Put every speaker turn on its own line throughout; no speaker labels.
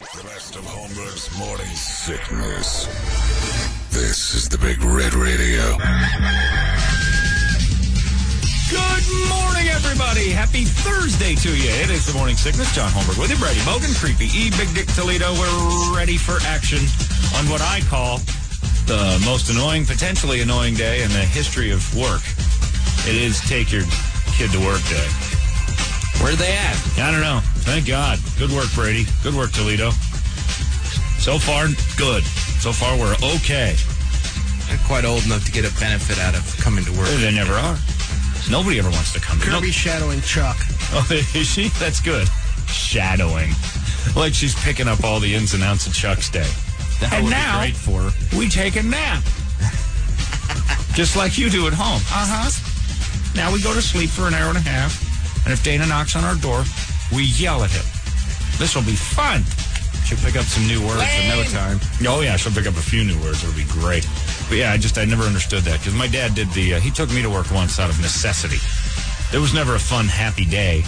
Best of Holmberg's morning sickness. This is the Big Red Radio.
Good morning, everybody. Happy Thursday to you. It is the morning sickness. John Holmberg with you. Brady Bogan, Creepy E, Big Dick Toledo. We're ready for action on what I call the most annoying, potentially annoying day in the history of work. It is take your kid to work day.
Where are they at?
I don't know. Thank God. Good work, Brady. Good work, Toledo. So far, good. So far, we're okay.
Not quite old enough to get a benefit out of coming to work.
They never are. Nobody ever wants to come. to-
Kirby shadowing Chuck.
Oh, is she? That's good. Shadowing. Like she's picking up all the ins and outs of Chuck's day.
That
And
would
now-
be great for her.
We take a nap. Just like you do at home. Uh huh.
Uh-huh.
Now we go to sleep for an hour and a half, and if Dana knocks on our door, we yell at him. This will be fun. She'll pick up some new words in no time. Oh yeah, she'll pick up a few new words. It'll be great. But yeah, I just I never understood that because my dad did the uh, he took me to work once out of necessity. There was never a fun, happy day
You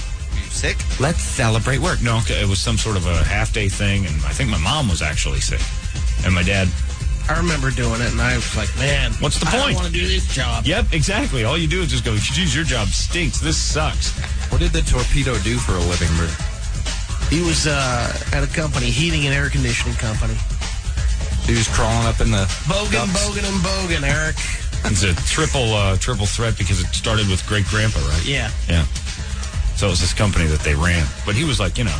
sick? Let's celebrate
work.
work.
No, it was some sort of a half day thing, and I think my mom was actually sick, and my dad.
I remember doing it, and I was like, man,
What's the
I
point?
want to do this job.
Yep, exactly. All you do is just go, geez, your job stinks. This sucks.
What did the torpedo do for a living? Bert?
He was uh, at a company, heating and air conditioning company.
He was crawling up in the
Bogan,
ducts.
Bogan, and Bogan, Eric.
It's a triple uh, triple threat because it started with great grandpa, right?
Yeah.
Yeah. So it was this company that they ran, but he was like, you know,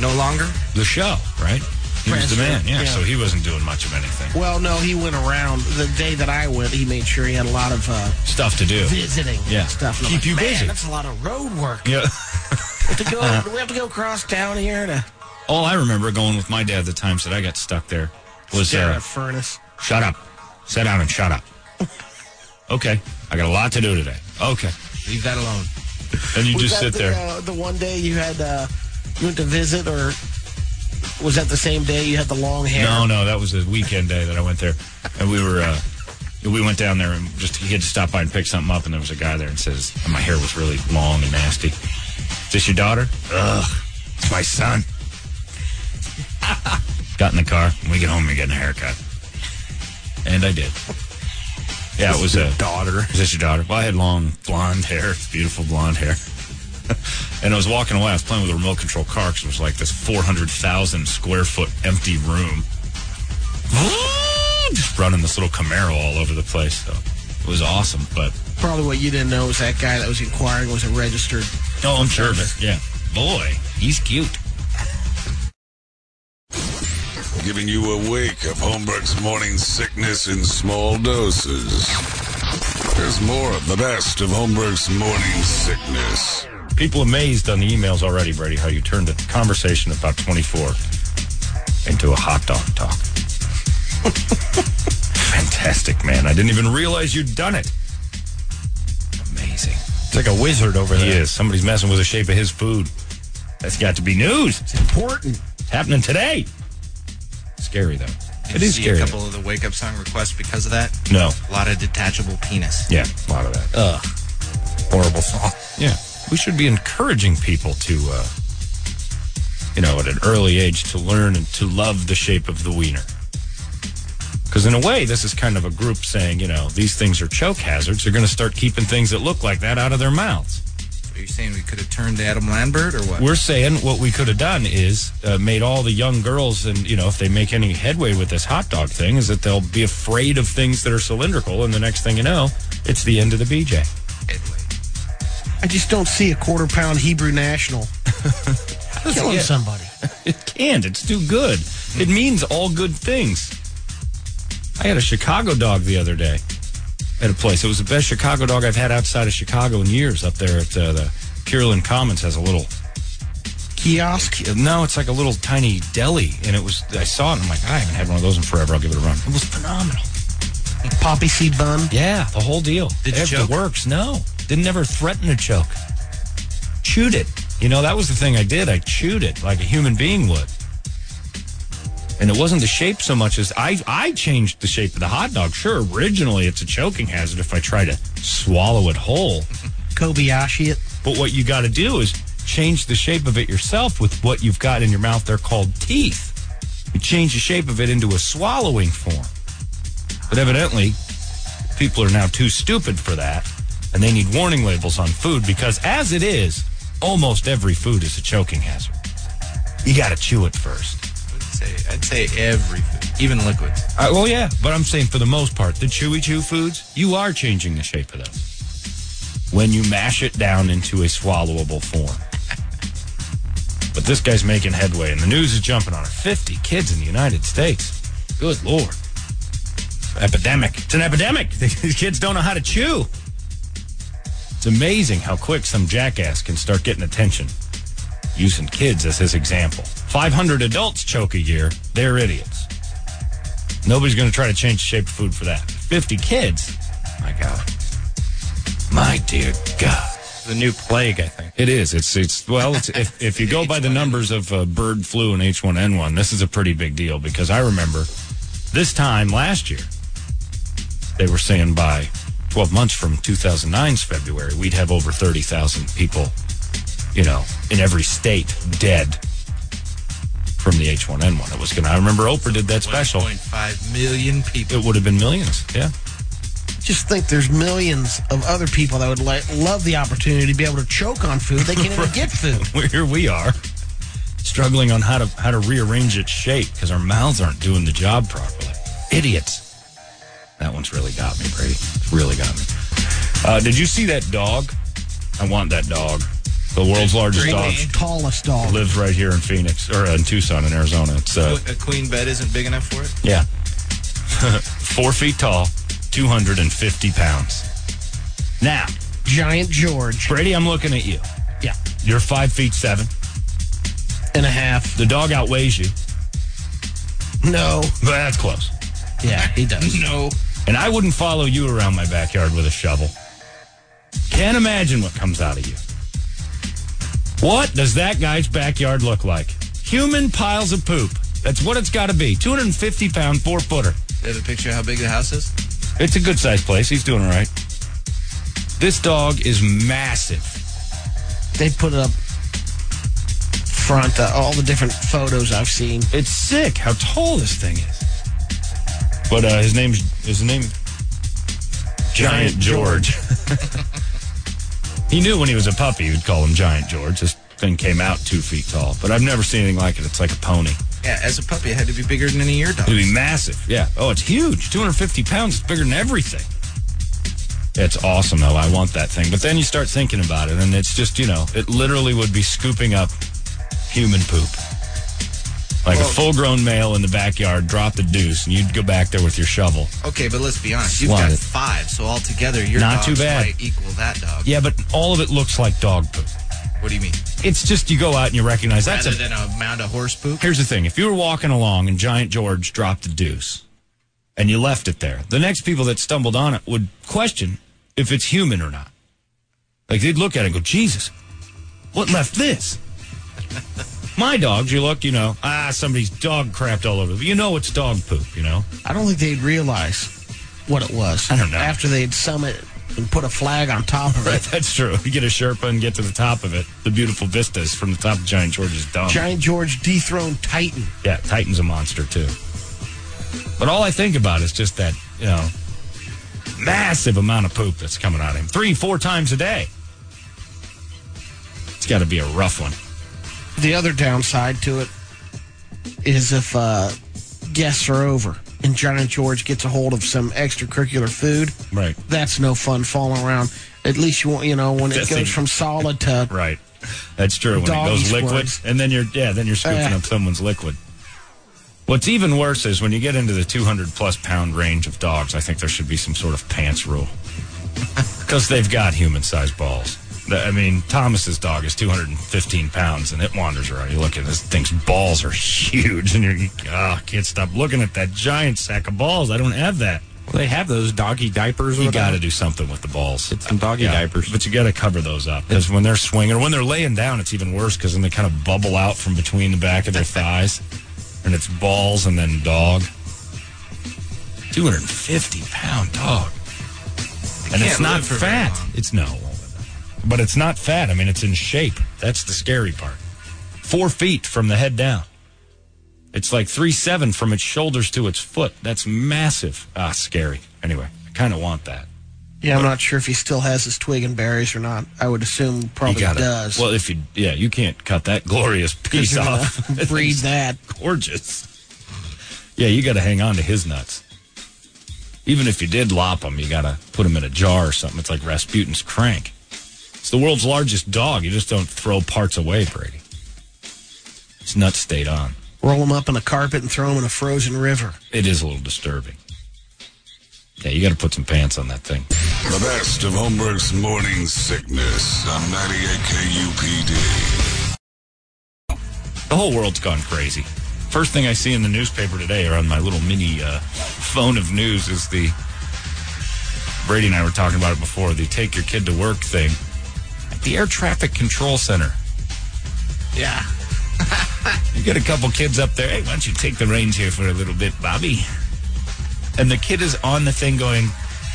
No longer.
the show, right? He was the man.
President,
Yeah,
yeah.
So he wasn't doing much of anything.
Well, no, he went around. The day that I went, he made sure he had a lot of uh,
Stuff to do.
visiting
Yeah.
and stuff. And I'm
Keep
like,
you
man,
busy." Uh-huh.
That's a lot of road work.
Yeah. Uh,
We have to go, do we have to go across town here to
All I remember going with my dad the times that I got stuck there was
stare at
uh,
a furnace.
Shut up. Sit down and shut up. okay. I got a lot to do today. Okay.
Leave that alone.
And you
Was
just
that
sit
the,
there.
Uh, the one day you had uh, you went to visit, or was that the same day you had the long hair?
No, no, that was a weekend day that I went there, and we were uh, we went down there and just he had to stop by and pick something up, and there was a guy there and says and my hair was really long and nasty. Is this your daughter? Ugh, it's my son. Got in the car. When we get home, you're getting a haircut, and I did. Yeah, it was a daughter. Is this your daughter? Well, I had long blonde hair, beautiful blonde hair. And I was walking away. I was playing with a remote control car because it was like this 400,000 square foot empty room. Just running this little Camaro all over the place. So it was awesome. But
Probably what you didn't know was that guy that was inquiring was a registered.
oh, I'm sure of it. Yeah. Boy, he's cute.
Giving you a wake of Holmberg's morning sickness in small doses. There's more of the best of Holmberg's morning sickness.
People amazed on the emails already, Brady, how you turned a conversation about 24 into a hot dog talk. Fantastic, man. I didn't even realize you'd done it. Amazing.
It's like a wizard over
He is. Somebody's messing with the shape of his food. That's got to be news. It's important. Happening today. Scary though. It is
see
scary.
A couple of the wake up song requests because of that.
No.
A lot of detachable penis.
Yeah, a lot of that.
Ugh. Horrible song.
Yeah. We should be encouraging people to, uh, you know, at an early age to learn and to love the shape of the wiener. Because in a way, this is kind of a group saying, you know, these things are choke hazards. They're going to start keeping things that look like that out of their mouths.
Are you saying we could have turned to Adam Lambert or what?
We're saying what we could have done is uh, made all the young girls, and you know, if they make any headway with this hot dog thing, is that they'll be afraid of things that are cylindrical, and the next thing you know, it's the end of the BJ.
Anyway.
I just don't see a quarter pound Hebrew national killing
Yeah.
somebody.
It can't. It's too good. It means all good things. I had a Chicago dog the other day at a place. It was the best Chicago dog I've had outside of Chicago in years. Up there at uh, the Kierland Commons has a little
Kiosk.
No, it's like a little tiny deli, and it was. I saw it, and I'm like, I haven't had one of those in forever. I'll give it a run. It was phenomenal.
Poppy seed bun.
Yeah, the whole deal.
Did it
Ev- It
choke?
works. No, didn't ever threaten to choke. Chewed it. You know, that was the thing I did. I chewed it like a human being would. And it wasn't the shape so much as I, I changed the shape of the hot dog. Sure, originally it's a choking hazard if I try to swallow it whole.
Kobayashi it.
But what you got to do is change the shape of it yourself with what you've got in your mouth. They're called teeth. It changed the shape of it into a swallowing form. But evidently, people are now too stupid for that, and they need warning labels on food because, as it is, almost every food is a choking hazard. You got to chew it first.
I'd say, I'd say every food, even liquids.
Uh, well, yeah, but I'm saying for the most part, the chewy chew foods, you are changing the shape of those when you mash it down into a swallowable form. but this guy's making headway, and the news is jumping on it. 50 kids in the United States. Good lord. Epidemic. It's an epidemic. These kids don't know how to chew. It's amazing how quick some jackass can start getting attention using kids as his example. 500 adults choke a year. They're idiots. Nobody's going to try to change the shape of food for that. 50 kids? My God. My dear God.
The new plague, I think.
It is. It's, it's, well, it's, if, if you go by the numbers of uh, bird flu and H1N1, this is a pretty big deal because I remember this time last year, they were saying by 12 months from 2009's February, we'd have over 30,000 people, you know, in every state dead from the H1N1. It was going to, I remember Oprah did that special.
1.5 million people.
It would have been millions. Yeah.
Just think there's millions of other people that would li- love the opportunity to be able to choke on food. They can't even get food.
Well, here we are, struggling on how to how to rearrange its shape because our mouths aren't doing the job properly. Idiots. That one's really got me, Brady. It's really got me. Uh, did you see that dog? I want that dog. The world's largest dog
Tallest dog.
lives right here in Phoenix or in Tucson, in Arizona. It's uh,
A queen bed isn't big enough for it.
yeah, four feet tall, two hundred and fifty pounds. Now,
Giant George.
Brady, I'm looking at you.
Yeah.
You're five feet seven.
And a half.
The dog outweighs you.
No.
But that's close.
Yeah, he does.
No.
and I wouldn't follow you around my backyard with a shovel. Can't imagine what comes out of you. What does that guy's backyard look like? Human piles of poop. That's what it's got to be. 250 pound four footer.
They have a picture of how big the house is.
It's a good sized place. He's doing all right. This dog is massive.
They put up front uh, all the different photos I've seen.
It's sick how tall this thing is. But uh, his name's his name Giant George. he knew when he was a puppy he would call him Giant George. This thing came out two feet tall, but I've never seen anything like it. It's like a pony.
Yeah, as a puppy, it had to be bigger than any ear dog.
It'd be massive. Yeah. Oh, it's huge. 250 pounds. It's bigger than everything. It's awesome though. I want that thing. But then you start thinking about it, and it's just you know, it literally would be scooping up human poop. Like a
Well-
full-grown male in the backyard, drop the deuce, and you'd go back there with your shovel.
Okay, but let's be honest. You've
Slide
got
it.
five, so altogether, your
Not too
dogs
bad.
might equal that dog.
Yeah, but all of it looks like dog poop.
What do you mean?
It's just you go out and you recognize that's
Rather
a
than a mound of horse poop?
Here's the thing if you were walking along and Giant George dropped a deuce and you left it there, the next people that stumbled on it would question if it's human or not. Like they'd look at it and go, Jesus, what left this? My dogs, you look, you know, ah, somebody's dog crapped all over. You know it's dog poop, you know?
I don't think they'd realize what it was.
I don't know.
After they'd sum it and put a flag on top of
Right,
it.
that's true. You get a Sherpa and get to the top of it. The beautiful vistas from the top of Giant George's dome.
Giant George dethroned Titan.
Yeah, Titan's a monster too. But all I think about is just that, you know, massive amount of poop that's coming out of him. Three, four times a day. It's got to be a rough one.
The other downside to it is if uh, guests are over and Giant George gets a hold of some extracurricular food,
Right.
that's no fun falling around. At least you want, you know, when it
That thing-
goes from solid to
Right. That's true. When it
Doggy
goes liquid,
squirts.
and then you're yeah, then you're scooping
Ah.
up someone's liquid. What's even worse is when you get into the 200 plus pound range of dogs. I think there should be some sort of pants rule because they've got human sized balls. The- I mean, Thomas's dog is 215 pounds, and it wanders around. You look at this thing's balls are huge, and you're you, ah, can't stop looking at that giant sack of balls. I don't have that.
They have those doggy diapers. or
You got
whatever.
to do something with the balls.
Get some doggy
Yeah,
diapers.
But you got to cover those up because when they're swinging or when they're laying down, it's even worse because then they kind of bubble out from between the back of their thighs, and it's balls and then dog. Two hundred and fifty pound dog, and it's
can't
not
live for very
fat.
long.
It's no, but it's not fat. I mean, it's in shape. That's the scary part. Four feet from the head down. It's like three seven from its shoulders to its foot. That's massive. Ah, scary. Anyway, I kind of want that.
Yeah, I'm not sure if he still has his twig and berries or not. I would assume probably
gotta-
does.
Well, if you, yeah, you can't cut that glorious piece
You're gonna
off.
breed that.
gorgeous. Yeah, you got to hang on to his nuts. Even if you did lop them, you got to put them in a jar or something. It's like Rasputin's crank. It's the world's largest dog. You just don't throw parts away, Brady. His nuts stayed on.
Roll him up in a carpet and throw him in a frozen river.
It is a little disturbing. Yeah, you got to put some pants on that thing.
The best of Holmberg's morning sickness on 98 KUPD.
The whole world's gone crazy. First thing I see in the newspaper today, or on my little mini uh, phone of news, is the Brady and I were talking about it before the take your kid to work thing at the air traffic control center.
Yeah.
You get a couple kids up there. Hey, why don't you take the reins here for a little bit, Bobby? And the kid is on the thing going,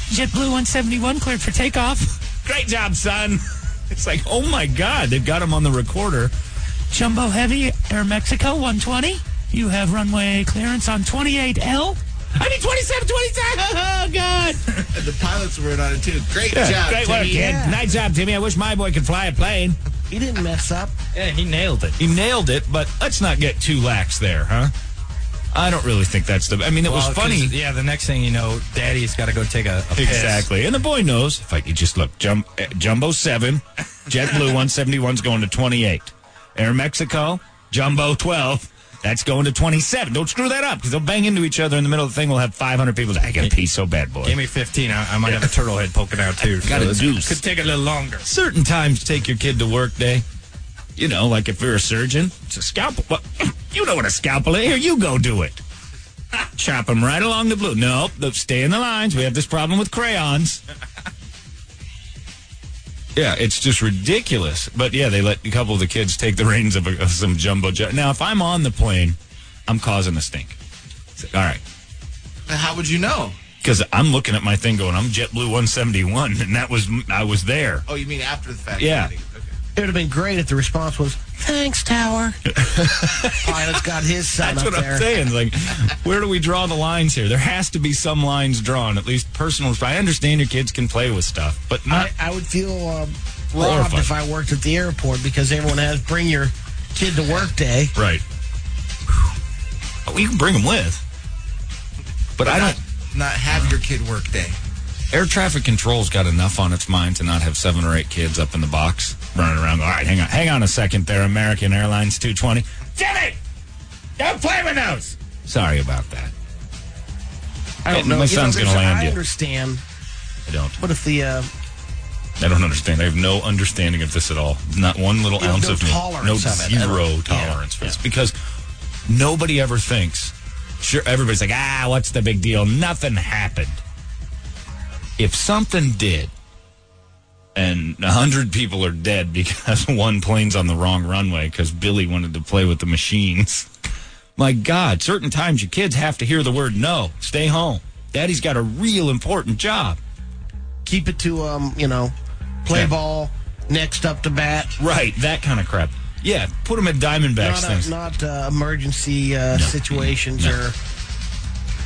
JetBlue 171 cleared for takeoff. Great job, son. It's like, oh my God, they've got him on the recorder. Jumbo Heavy Air Mexico 120. You have runway clearance on 28L. I mean 27, 27. Oh God!
The pilots were in on it too. Great job.
Great work,
Timmy.
kid. Nice job, Timmy. I wish my boy could fly a plane.
He didn't mess up.
Yeah, he nailed it. He nailed it, but let's not get too lax there, huh? I don't really think that's the. I mean, it
Well,
was
'cause,
funny.
Yeah, the next thing you know, daddy's got to go take a, a piss.
Exactly. And the boy knows if I could just look, jum, uh, Jumbo 7, JetBlue 171's going to 28. Air Mexico, Jumbo 12, that's going to 27. Don't screw that up because they'll bang into each other in the middle of the thing. We'll have 500 people. I got to pee so bad, boy.
Give me 15. I, I might have a turtle head poking out too.
Got a
this
deuce.
Could take a little longer.
certain times take your kid to work day. You know, like if you're a surgeon, it's a scalpel. Well, you know what a scalpel is. Here, you go do it. Chop them right along the blue. Nope, nope, stay in the lines. We have this problem with crayons. yeah, it's just ridiculous. But yeah, they let a couple of the kids take the reins of, a, of some jumbo jet. Now, if I'm on the plane, I'm causing a stink. So, All right.
How would you know?
Because I'm looking at my thing going, I'm JetBlue 171, and that was, I was there.
Oh, you mean after the fact?
Yeah.
Okay.
It would have been great if the response was, thanks, Tower. Pilot's got his son
That's
up
what
there.
I'm saying. Like, where do we draw the lines here? There has to be some lines drawn, at least personal. resp- I understand your kids can play with stuff, but not.
I, I would feel um, robbed
Horrified.
if I worked at the airport because everyone has bring your kid to work day.
right. Oh, you can bring them with. But I don't.
Not have your kid work day.
Air traffic control's got enough on its mind to not have seven or eight kids up in the box running around. All right, hang on, hang on a second there, American Airlines 220. Damn it! Don't play with those. Sorry about that.
I
Yeah, my
You
son's gonna
there's-
land
I
you.
understand.
I don't.
What if the uh,
I don't understand. I have no understanding of this at all. Not one little
You have
ounce
no
of me.
tolerance
no
of it.
zero
Yeah.
tolerance for this because nobody ever thinks. Sure, everybody's like, ah, what's the big deal? Nothing happened. If something did, and a hundred people are dead because one plane's on the wrong runway because Billy wanted to play with the machines. My God, certain times your kids have to hear the word no. Stay home. Daddy's got a real important job.
keep it to um, you know, play
Yeah.
ball, next up to bat,
Right, that kind of crap. Yeah, put them at
not
Diamondbacks things. Mm-hmm.
uh, not uh, emergency uh, situations or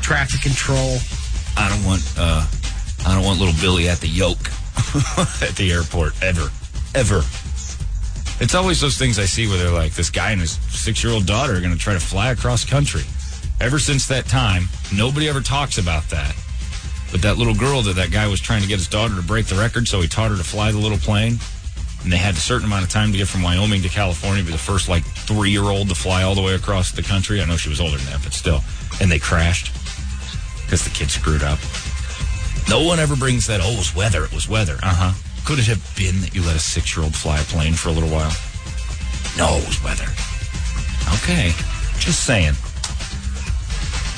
traffic control.
I don't want uh I don't want little Billy at the yoke at the airport ever. Ever. It's always those things I see where they're like this guy and his 6-year-old daughter are going to try to fly across country. Ever since that time, nobody ever talks about that. But that little girl that that guy was trying to get his daughter to break the record, so he taught her to fly the little plane. And they had a certain amount of time to get from Wyoming to California, be the first like three year old to fly all the way across the country. I know she was older than that, but still. And they crashed because the kid screwed up. No one ever brings that, oh, it was weather, it was weather. Uh huh. Could it have been that you let a six year old fly a plane for a little while? No, it was weather. Okay. Just saying.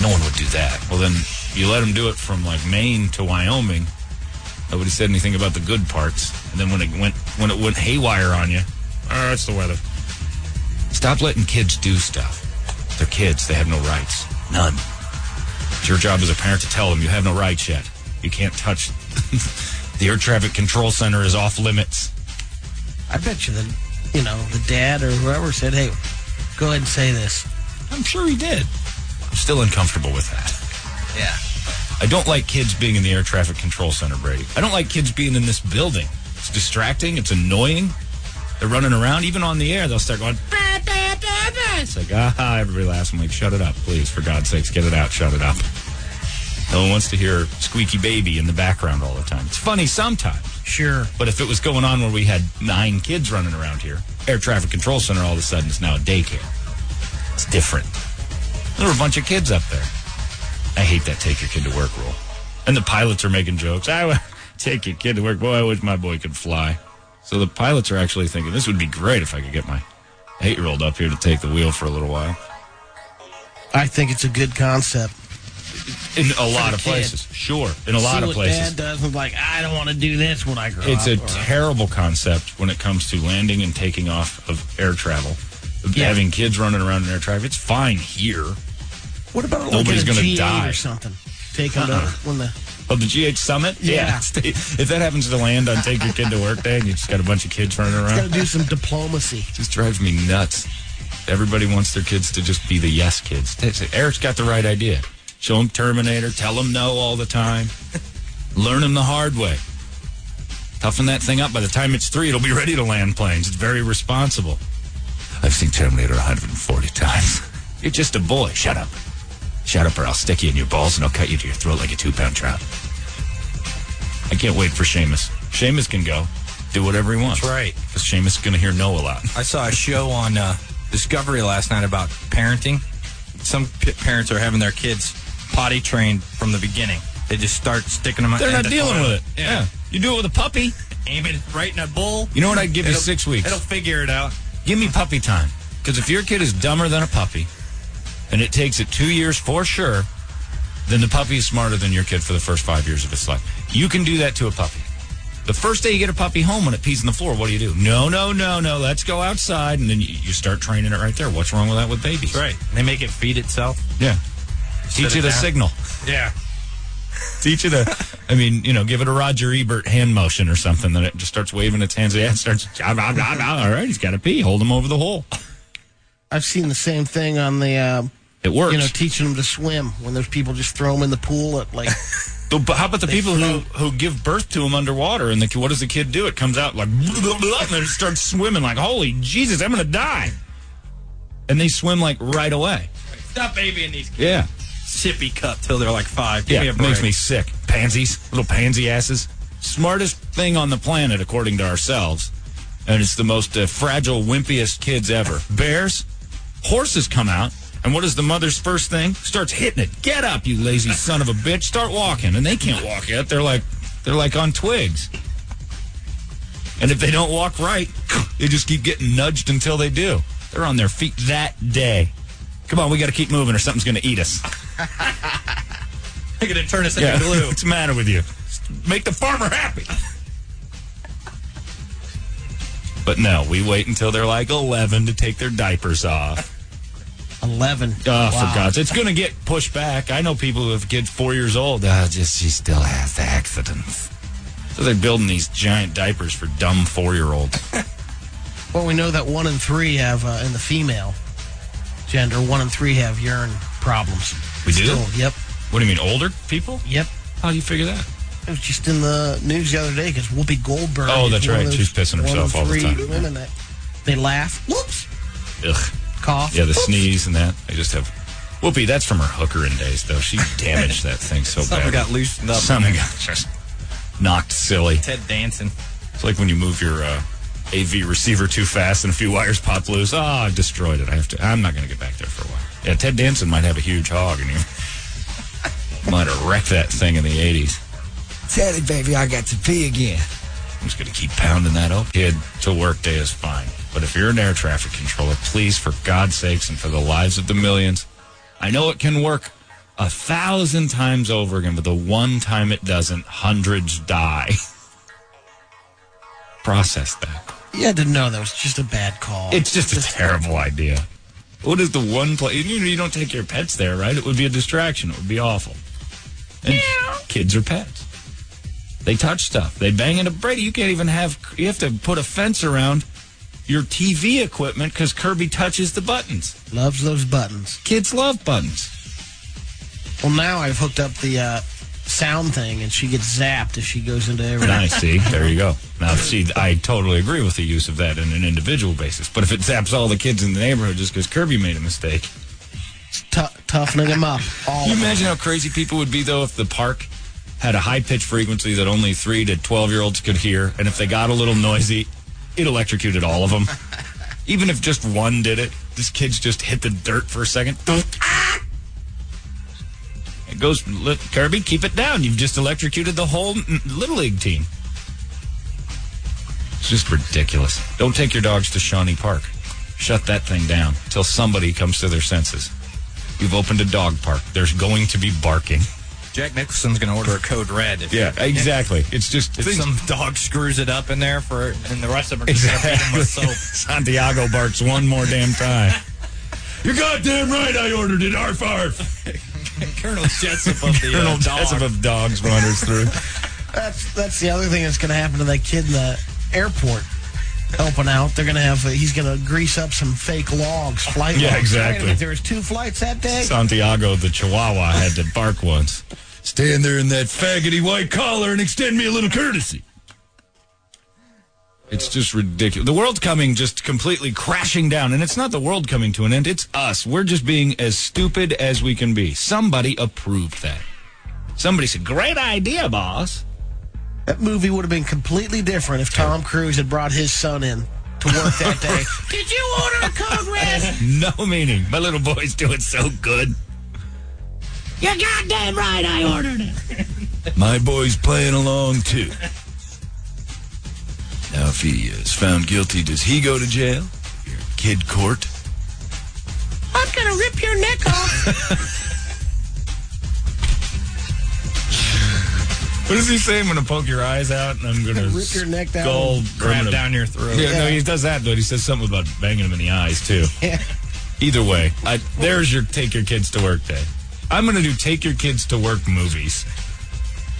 No one would do that. Well, then you let them do it from like Maine to Wyoming. Nobody said anything about the good parts. And then when it went when it went haywire on you, oh, it's the weather. Stop letting kids do stuff. They're kids. They have no rights. None. It's your job as a parent to tell them you have no rights yet. You can't touch. the air traffic control center is off limits.
I bet you the you know the dad or whoever said, "Hey, go ahead and say this."
I'm sure he did. I'm still uncomfortable with that.
Yeah.
I don't like kids being in the air traffic control center, Brady. I don't like kids being in this building. It's distracting. It's annoying. They're running around, even on the air. They'll start going. "Bah, bah, bah, bah." It's like ah, everybody laughs. I'm like, shut it up, please, for God's sakes, get it out, shut it up. No one wants to hear squeaky baby in the background all the time. It's funny sometimes.
Sure.
But if it was going on where we had nine kids running around here, air traffic control center all of a sudden is now a daycare. It's different. There were a bunch of kids up there. I hate that take your kid to work rule. And the pilots are making jokes. I would take your kid to work. Boy, I wish my boy could fly. So the pilots are actually thinking this would be great if I could get my eight year old up here to take the wheel for a little while.
I think it's a good concept.
In a lot
the
of
kid.
places. Sure. In a lot
See
of
what Dad
places.
does. I'm like, I don't want to do this when I grow
It's a
up. or-
terrible concept when it comes to landing and taking off of air travel.
Yeah.
Having kids running around in air traffic, it's fine here.
what about like
nobody's
in a
gonna
G8
die.
or something? Take them
Uh-uh.
to when the
But the GH Summit,
Yeah.
stay- if that happens to land on Take Your Kid to Work Day, and you just got a bunch of kids running
got to
around,
do some diplomacy.
just drives me nuts. Everybody wants their kids to just be the yes kids. That's it. Eric's got the right idea. Show them Terminator, tell them no all the time, learn them the hard way. Toughen that thing up. By the time it's three, it'll be ready to land planes. It's very responsible. I've seen Terminator 140 times. You're just a boy. Shut up. Shut up, or I'll stick you in your balls and I'll cut you to your throat like a two pound trout. I can't wait for Seamus. Seamus can go do whatever he wants.
That's right.
Because Seamus is going to hear no a lot.
I saw a show on uh, Discovery last night about parenting. Some p- parents are having their kids potty trained from the beginning. They just start sticking them.
They're
in
not
the
dealing
toilet.
with it.
Yeah.
You do it with a puppy.
Aim it right in a bowl.
You know what? I'd give you
It'll-
six weeks.
It'll figure it out.
Give me puppy time. Because if your kid is dumber than a puppy, and it takes it two years for sure, then the puppy is smarter than your kid for the first five years of its life. You can do that to a puppy. The first day you get a puppy home when it pees on the floor, what do you do? No, no, no, no. Let's go outside, and then you, you start training it right there. What's wrong with that with babies?
Right. They make it feed itself.
Yeah. Teach
it
it a
down.
signal.
Yeah.
Teach it a. I mean, you know, give it a Roger Ebert hand motion or something. Then it just starts waving its hands. Yeah, it starts. "Ah, ah, ah, ah." All right, he's got to pee. Hold him over the hole.
I've seen the same thing on the, uh,
It works.
you know, teaching them to swim when those people just throw them in the pool at like,
Though, But how about the people who, who give birth to him underwater and the, ki- what does the kid do? It comes out like blah, blah, blah, and then it starts swimming like holy Jesus, I'm gonna die. And they swim like right away.
Stop babying these kids.
Yeah,
Sippy cup till they're like five. Give
yeah,
me a
it makes
break.
me sick. Pansies, little pansy asses, smartest thing on the planet according to ourselves, and it's the most uh, fragile, wimpiest kids ever. Bears, horses come out. And what is the mother's first thing? Starts hitting it. Get up, you lazy son of a bitch. Start walking. And they can't walk yet. They're like they're like on twigs. And if they don't walk right, they just keep getting nudged until they do. They're on their feet that day. Come on, we got to keep moving or something's going to eat us.
They're gonna turn us into glue.
What's the matter with you? Make the farmer happy. But no, we wait until they're like 11 to take their diapers off.
11.
Oh, for God's It's going to get pushed back. I know people who have kids four years old. Uh, just She still has the accidents. So they're building these giant diapers for dumb four year olds.
Well, we know that one in three have, uh, in the female gender, one in three have urine problems.
We do?
Still, yep.
What do you mean, older people?
Yep.
How do you figure that?
It was just in the news the other day because Whoopi Goldberg.
Oh,
is
that's
one of
right. She's pissing
one of
herself all the
three
time.
Women that they laugh, whoops,
Ugh.
cough.
Yeah, the
whoops.
sneeze and that. I just have. Whoopee, that's from her hookering days, though. She damaged that thing so
Something
bad.
got loosened up.
Something got just knocked silly.
Ted dancing.
It's like when you move your uh, AV receiver too fast and a few wires pop loose. Ah, I destroyed it. I have to. I'm not going to get back there for a while. Yeah, Ted Danson might have a huge hog in him. might have wrecked that thing in the '80s.
Teddy, baby, I got to pee again.
I'm just going to keep pounding that up. Kid to work day is fine. But if you're an air traffic controller, please, for God's sakes and for the lives of the millions, I know it can work a thousand times over again, but the one time it doesn't, hundreds die. Process that.
Yeah, didn't know that was just a bad call.
It's just a terrible idea. What is the one place? You know, you don't take your pets there, right? It would be a distraction. It would be awful. And kids are pets. They touch stuff. They bang into Brady. You can't even have. You have to put a fence around your TV equipment because Kirby touches the buttons.
Loves those buttons.
Kids love buttons.
Well, now I've hooked up the uh, sound thing, and she gets zapped if she goes into everything.
Nice. See, there you go. Now, see, I totally agree with the use of that on an individual basis. But if it zaps all the kids in the neighborhood just because Kirby made a mistake,
It's tou- toughening them up. All
Can
of
you
them.
imagine how crazy people would be though if the park had a high pitched frequency that only three to twelve year olds could hear, and if they got a little noisy, it electrocuted all of them. Even if just one did it, this kid's just hit the dirt for a second. Ah! It goes, "Look, Kirby, keep it down. You've just electrocuted the whole mm, little league team. It's just ridiculous. Don't take your dogs to Shawnee Park. Shut that thing down till somebody comes to their senses. You've opened a dog park. There's going to be barking.
Jack Nicholson's going to order a code red. If
Yeah, exactly. It's just
If
things-
some dog screws it up in there for, and the rest of them are just going to beat him with soap.
Santiago barks one more damn time. You're goddamn right. I ordered it. Arf arf.
Colonel Jessup of the
Colonel
uh, dog.
Jessup of dogs wanders through.
That's that's the other thing that's going to happen to that kid in the airport helping out. They're going to have he's going to grease up some fake logs, flight
Yeah,
logs.
exactly.
Wait a minute, there was two flights that day.
Santiago the Chihuahua had to bark once. Stand there in that faggoty white collar and extend me a little courtesy. It's just ridiculous. The world's coming just completely crashing down, and it's not the world coming to an end, it's us. We're just being as stupid as we can be. Somebody approved that. Somebody said, Great idea, boss.
That movie would have been completely different if Tom Cruise had brought his son in to work that day. Did you order a code red?
No meaning. My little boy's doing so good.
You're goddamn right, I ordered it.
My boy's playing along too. Now, if he is found guilty, does he go to jail? Your kid court?
I'm gonna rip your neck off.
What does he say? I'm going to poke your eyes out and I'm going to
Rip your neck down.
grab down your throat.
Yeah, no, he does that, but he says something about banging him in the eyes too. Either way, I, there's your take your kids to work day. I'm going to do take your kids to work movies.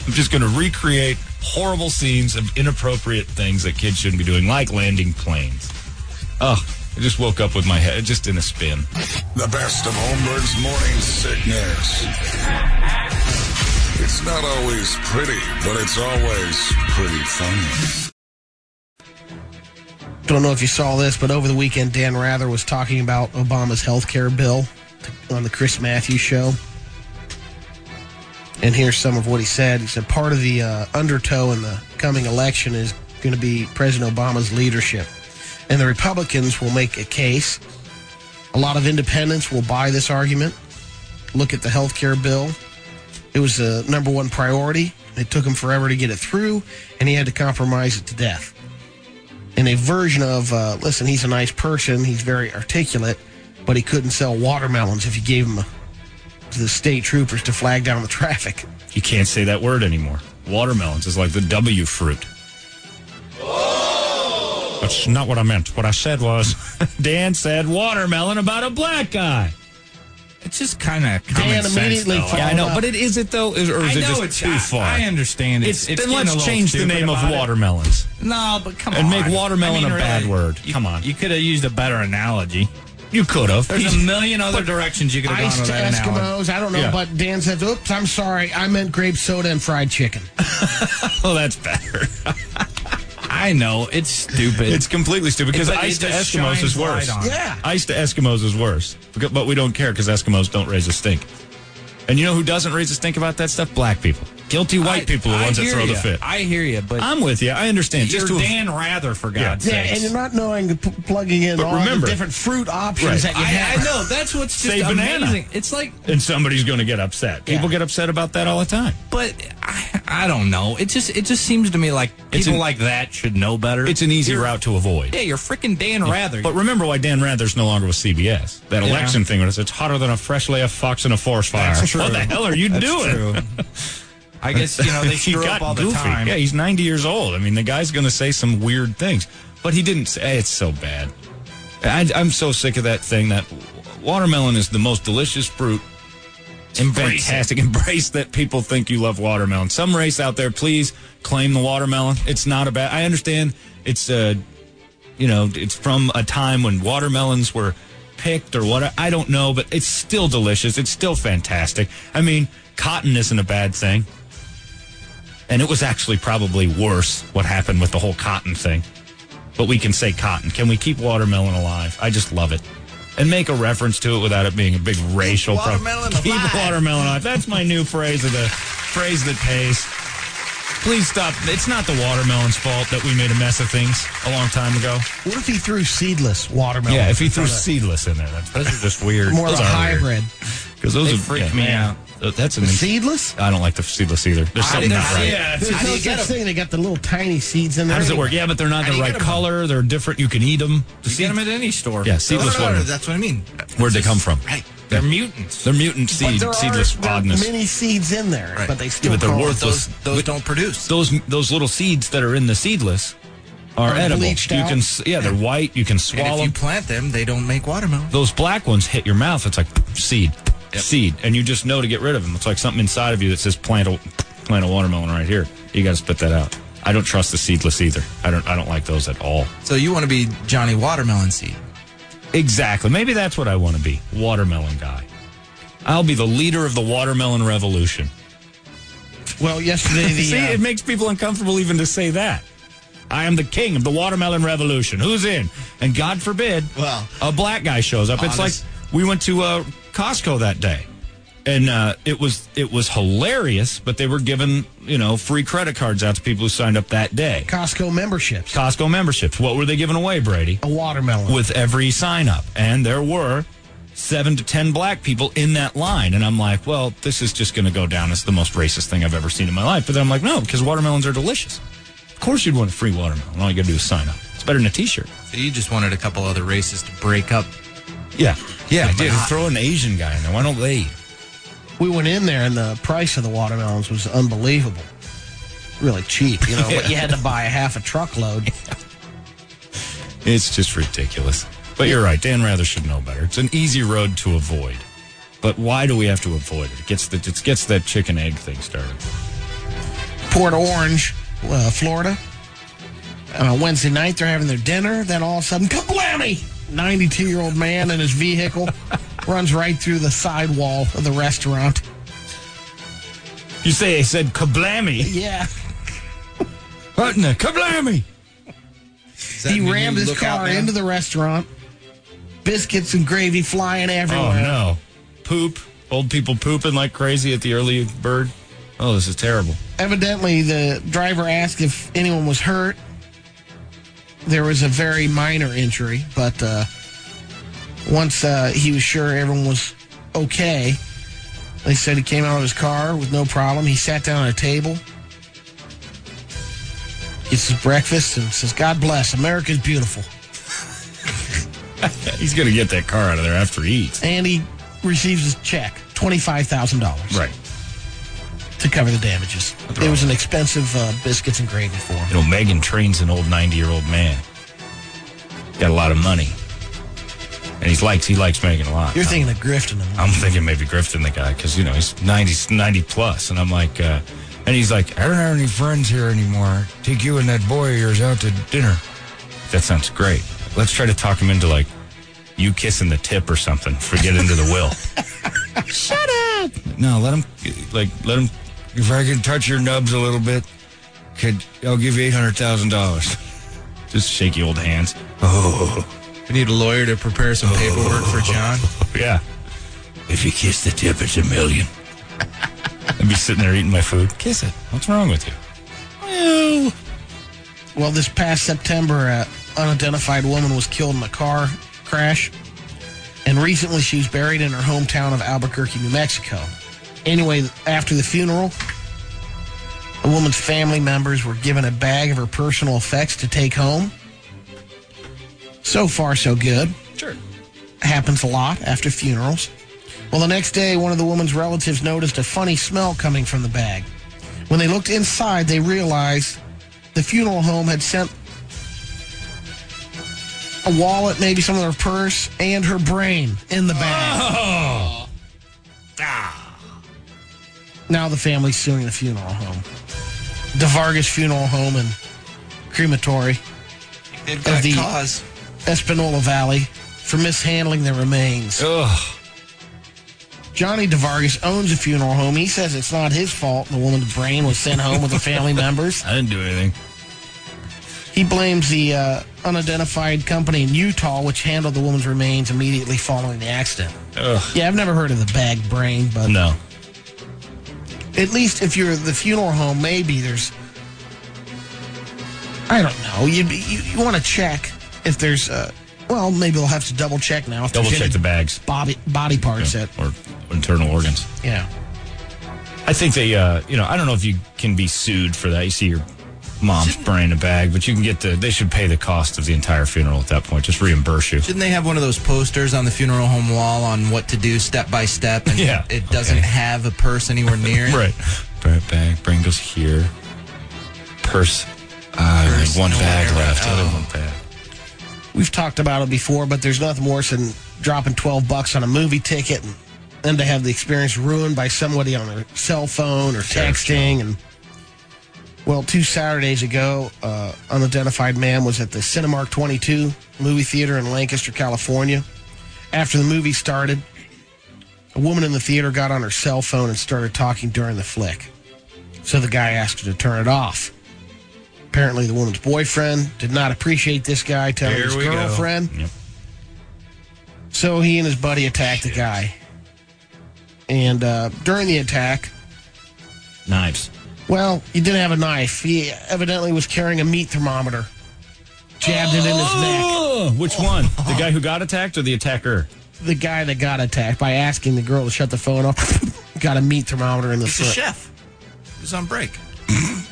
I'm just going to recreate horrible scenes of inappropriate things that kids shouldn't be doing, like landing planes. Oh, I just woke up with my head just in a spin.
The best of Holmberg's morning sickness. It's not always pretty, but it's always pretty funny.
Don't know if you saw this, but over the weekend, Dan Rather was talking about Obama's health care bill on the Chris Matthews show. And here's some of what he said. He said, Part of the uh, undertow in the coming election is going to be President Obama's leadership. And the Republicans will make a case. A lot of independents will buy this argument. Look at the health care bill. It was the number one priority. It took him forever to get it through, and he had to compromise it to death in a version of uh, listen he's a nice person he's very articulate but he couldn't sell watermelons if you gave him to the state troopers to flag down the traffic
You can't say that word anymore. Watermelons is like the W fruit. That's not what I meant. What I said was, Dan said watermelon about a black guy.
It's just kind of common
Dan
sense,
immediately
though.
followed
I know,
up.
but it is it though, is- or is
I
it
know
just
it's
too
I-
far?
I understand. It's,
It's,
it's
then
getting a
let's
little
change the
stupid
name of
about it.
watermelons.
No, but come
And
on.
make watermelon a bad
really,
word.
you-
Come on.
You could have used a better analogy.
You could have.
There's a million other directions you could have gone
ice
with
to
that analogy.
eskimos i don't know
Yeah.
but dan said oops i'm sorry i meant grape soda and fried chicken
Oh, that's better.
I know it's stupid.
It's completely stupid because
But it
ice to
just
Eskimos
shines
is
light
worse.
on it.
Yeah.
ice to Eskimos is worse. Beca- But we don't care because Eskimos don't raise a stink. And you know who doesn't raise a stink about that stuff? Black people. Guilty white
I-
people are the
I
ones that
hear
throw
ya.
the fit.
I hear you, but
I'm with you. I understand.
you're
Just to
Dan Rather for
Yeah.
God's
yeah,
sake.
and you're not knowing the p- plugging in
But
all
remember-
the different fruit options
Right.
that you
I,
have
I know that's what's just
Say banana.
amazing. It's like,
and somebody's going to get upset. People
Yeah.
get upset about that all the time.
but I, I don't know. It just it just seems to me like
It's
people
an-
like that should know better.
It's an easy
You're-
route to avoid.
Yeah, you're freaking Dan Rather.
But remember why Dan Rather's no longer with CBS. That
Yeah.
election thing was it's hotter than a freshly left fox in a forest fire.
That's true.
What the hell are you
That's
doing?
true. I guess you know they
He
screw
got
up all the
goofy.
time.
Yeah, he's 90 years old. I mean, the guy's going to say some weird things, but he didn't say it's so bad. I, I'm so sick of that thing that w- watermelon is the most delicious fruit.
Embrace it.
Fantastic. Embrace that people think you love watermelon. Some race out there, please claim the watermelon. It's not a bad. I understand it's uh, you know, it's from a time when watermelons were picked or what. I don't know, but it's still delicious. It's still fantastic. I mean, cotton isn't a bad thing. And it was actually probably worse what happened with the whole cotton thing. But we can say cotton. Can we keep watermelon alive? I just love it. And make a reference to it without it being a big racial pro-
watermelon alive.
Keep watermelon alive. That's my new phrase of the phrase that pays. Please stop. It's not the watermelon's fault that we made a mess of things a long time ago.
What if he threw seedless watermelon?
Yeah, if he threw
Kinda
seedless in there, that's
Those are just weird.
more of a hybrid.
because those
They
are-
freak
yeah.
me out.
Uh, That's an.
Seedless?
I don't like the seedless either. There's something not right.
There's
How do
no
you get
such
'em?
thing. They got the little tiny seeds in there.
How does it work? Yeah, but they're not
How do
the
you
right
get 'em?
color. They're different. You can eat them.
You get them at any store.
Yeah, seedless
No, no, no,
watermelon.
That's what I mean.
Where'd they come from?
Right.
They're mutants.
They're mutant seed,
But there
seedless
are, there are
oddness.
many seeds in there,
Right.
but they
Yeah,
still
but they're
call it-
worth-
Those
Those-
those don't produce.
those those little seeds that are in the seedless are,
Are
edible. You
bleached out?
can s- yeah, they're white. You can
And
swallow.
if you plant them, they don't make watermelon.
those black ones hit your mouth. It's like seed, seed, and you just know to get rid of them. It's like something inside of you that says plant a plant a watermelon right here. You got to spit that out. I don't trust the seedless either. I don't. I don't like those at all.
So you want to be Johnny Watermelon Seed.
Exactly. Maybe that's what I want to be. Watermelon guy. I'll be the leader of the watermelon revolution.
Well, yesterday the
See,
uh,
it makes people uncomfortable even to say that. I am the king of the watermelon revolution. Who's in? And God forbid,
Well,
a black guy shows up. It's
honest-
like we went to uh, Costco that day, and uh, it was it was hilarious. But they were giving you know free credit cards out to people who signed up that day.
Costco memberships,
Costco memberships. What were they giving away, Brady?
a watermelon.
With every sign up, and there were seven to ten black people in that line, and I'm like, well, this is just going to go down as the most racist thing I've ever seen in my life. But then I'm like, no, because watermelons are delicious. Of course, you'd want a free watermelon. All you got to do is sign up. It's better than a T-shirt.
so you just wanted a couple other races to break up.
Yeah, yeah, I did.
But-
Throw an Asian guy in there. Why don't they?
we went in there, and the price of the watermelons was unbelievable. Really cheap, you know. But you had to buy a half a truckload.
It's just ridiculous. But you're right. Dan Rather should know better. It's an easy road to avoid. But why do we have to avoid it? It gets the it gets that chicken egg thing started.
Port Orange, uh, Florida. Uh, Wednesday night, they're having their dinner. Then all of a sudden, kablammy! 92 year old man in his vehicle runs right through the sidewall of the restaurant.
You say I said kablammy?
Yeah.
What in the kablammy?
Does that
He
mean
rammed
you
his
look out
car
now?
into the restaurant. Biscuits and gravy flying
Oh
everywhere.
no! Poop. Old people pooping like crazy at the early bird. Oh, this is terrible.
Evidently, the driver asked if anyone was hurt. There was a very minor injury, but uh, once uh, he was sure everyone was okay, they said he came out of his car with no problem. He sat down at a table, gets his breakfast, and says, God bless, America's beautiful.
He's gonna get that car out of there after he eats.
And he receives his check, $25,000.
Right.
to cover the damages. It was an expensive uh, biscuits and gravy for him.
You know, Megan trains an old 90 year old man. Got a lot of money. And he likes he likes Megan a lot.
You're thinking of grifting him.
I'm thinking maybe Griffin the guy because you know he's 90, 90 plus, and I'm like, uh, and he's like, I don't have any friends here anymore. Take you and that boy of yours out to dinner. That sounds great. Let's try to talk him into like you kissing the tip or something. Forget into the will. Shut up. No, let him like let him. If I can touch your nubs a little bit, could I'll give you eight hundred thousand dollars. Just shaky old hands. Oh.
We need a lawyer to prepare some paperwork for John.
Yeah. If you kiss the tip, it's a million. I'd be sitting there eating my food. Kiss it. What's wrong with you?
Well, this past September, an unidentified woman was killed in a car crash. And recently, she was buried in her hometown of Albuquerque, New Mexico. Anyway, after the funeral, the woman's family members were given a bag of her personal effects to take home. So far, so good.
Sure.
happens a lot after funerals. Well, the next day, one of the woman's relatives noticed a funny smell coming from the bag. When they looked inside, they realized the funeral home had sent a wallet, maybe some of her purse, and her brain in the bag.
Oh.
Oh.
Now the family's suing the funeral home. DeVargas Funeral Home and Crematory.
They've
of
got
the
cause.
Espanola Valley for mishandling their remains.
Ugh.
Johnny DeVargas owns a funeral home. He says it's not his fault the woman's brain was sent home with the family members.
I didn't do anything.
He blames the uh, unidentified company in Utah, which handled the woman's remains immediately following the accident.
Ugh.
Yeah, I've never heard of the bag brain, but
No.
at least if you're the funeral home, maybe there's. I don't know. You you, you want to check if there's. Uh, well, maybe they'll have to double check now. If there's
Double check
any
the bags.
body body parts that
Or internal organs.
yeah.
I think they, uh, you know, I don't know if you can be sued for that. You see your mom's brain in a bag, but you can get the, they should pay the cost of the entire funeral at that point. Just reimburse you.
Didn't they have one of those posters on the funeral home wall on what to do step by step? And
Yeah.
it doesn't
Okay.
have a purse anywhere near it.
Right. Bag, bag, brain goes here. Purse. Ah, there's one bag left. Oh. Other one bag.
We've talked about it before, but there's nothing worse than dropping twelve bucks on a movie ticket and then to have the experience ruined by somebody on their cell phone or texting and. Well, two Saturdays ago, uh, unidentified man was at the Cinemark 22 movie theater in Lancaster, California. After the movie started, a woman in the theater got on her cell phone and started talking during the flick. So the guy asked her to turn it off. Apparently, the woman's boyfriend did not appreciate this guy telling
Here
his
we go.
girlfriend.
Yep.
So he and his buddy attacked the guy. And uh, during the attack,
Knives.
well, he didn't have a knife. He evidently was carrying a meat thermometer. Jabbed it in his neck.
Oh, which one? The guy who got attacked or the attacker?
The guy that got attacked by asking the girl to shut the phone off got a meat thermometer in the
He's a
foot.
chef. He's on break.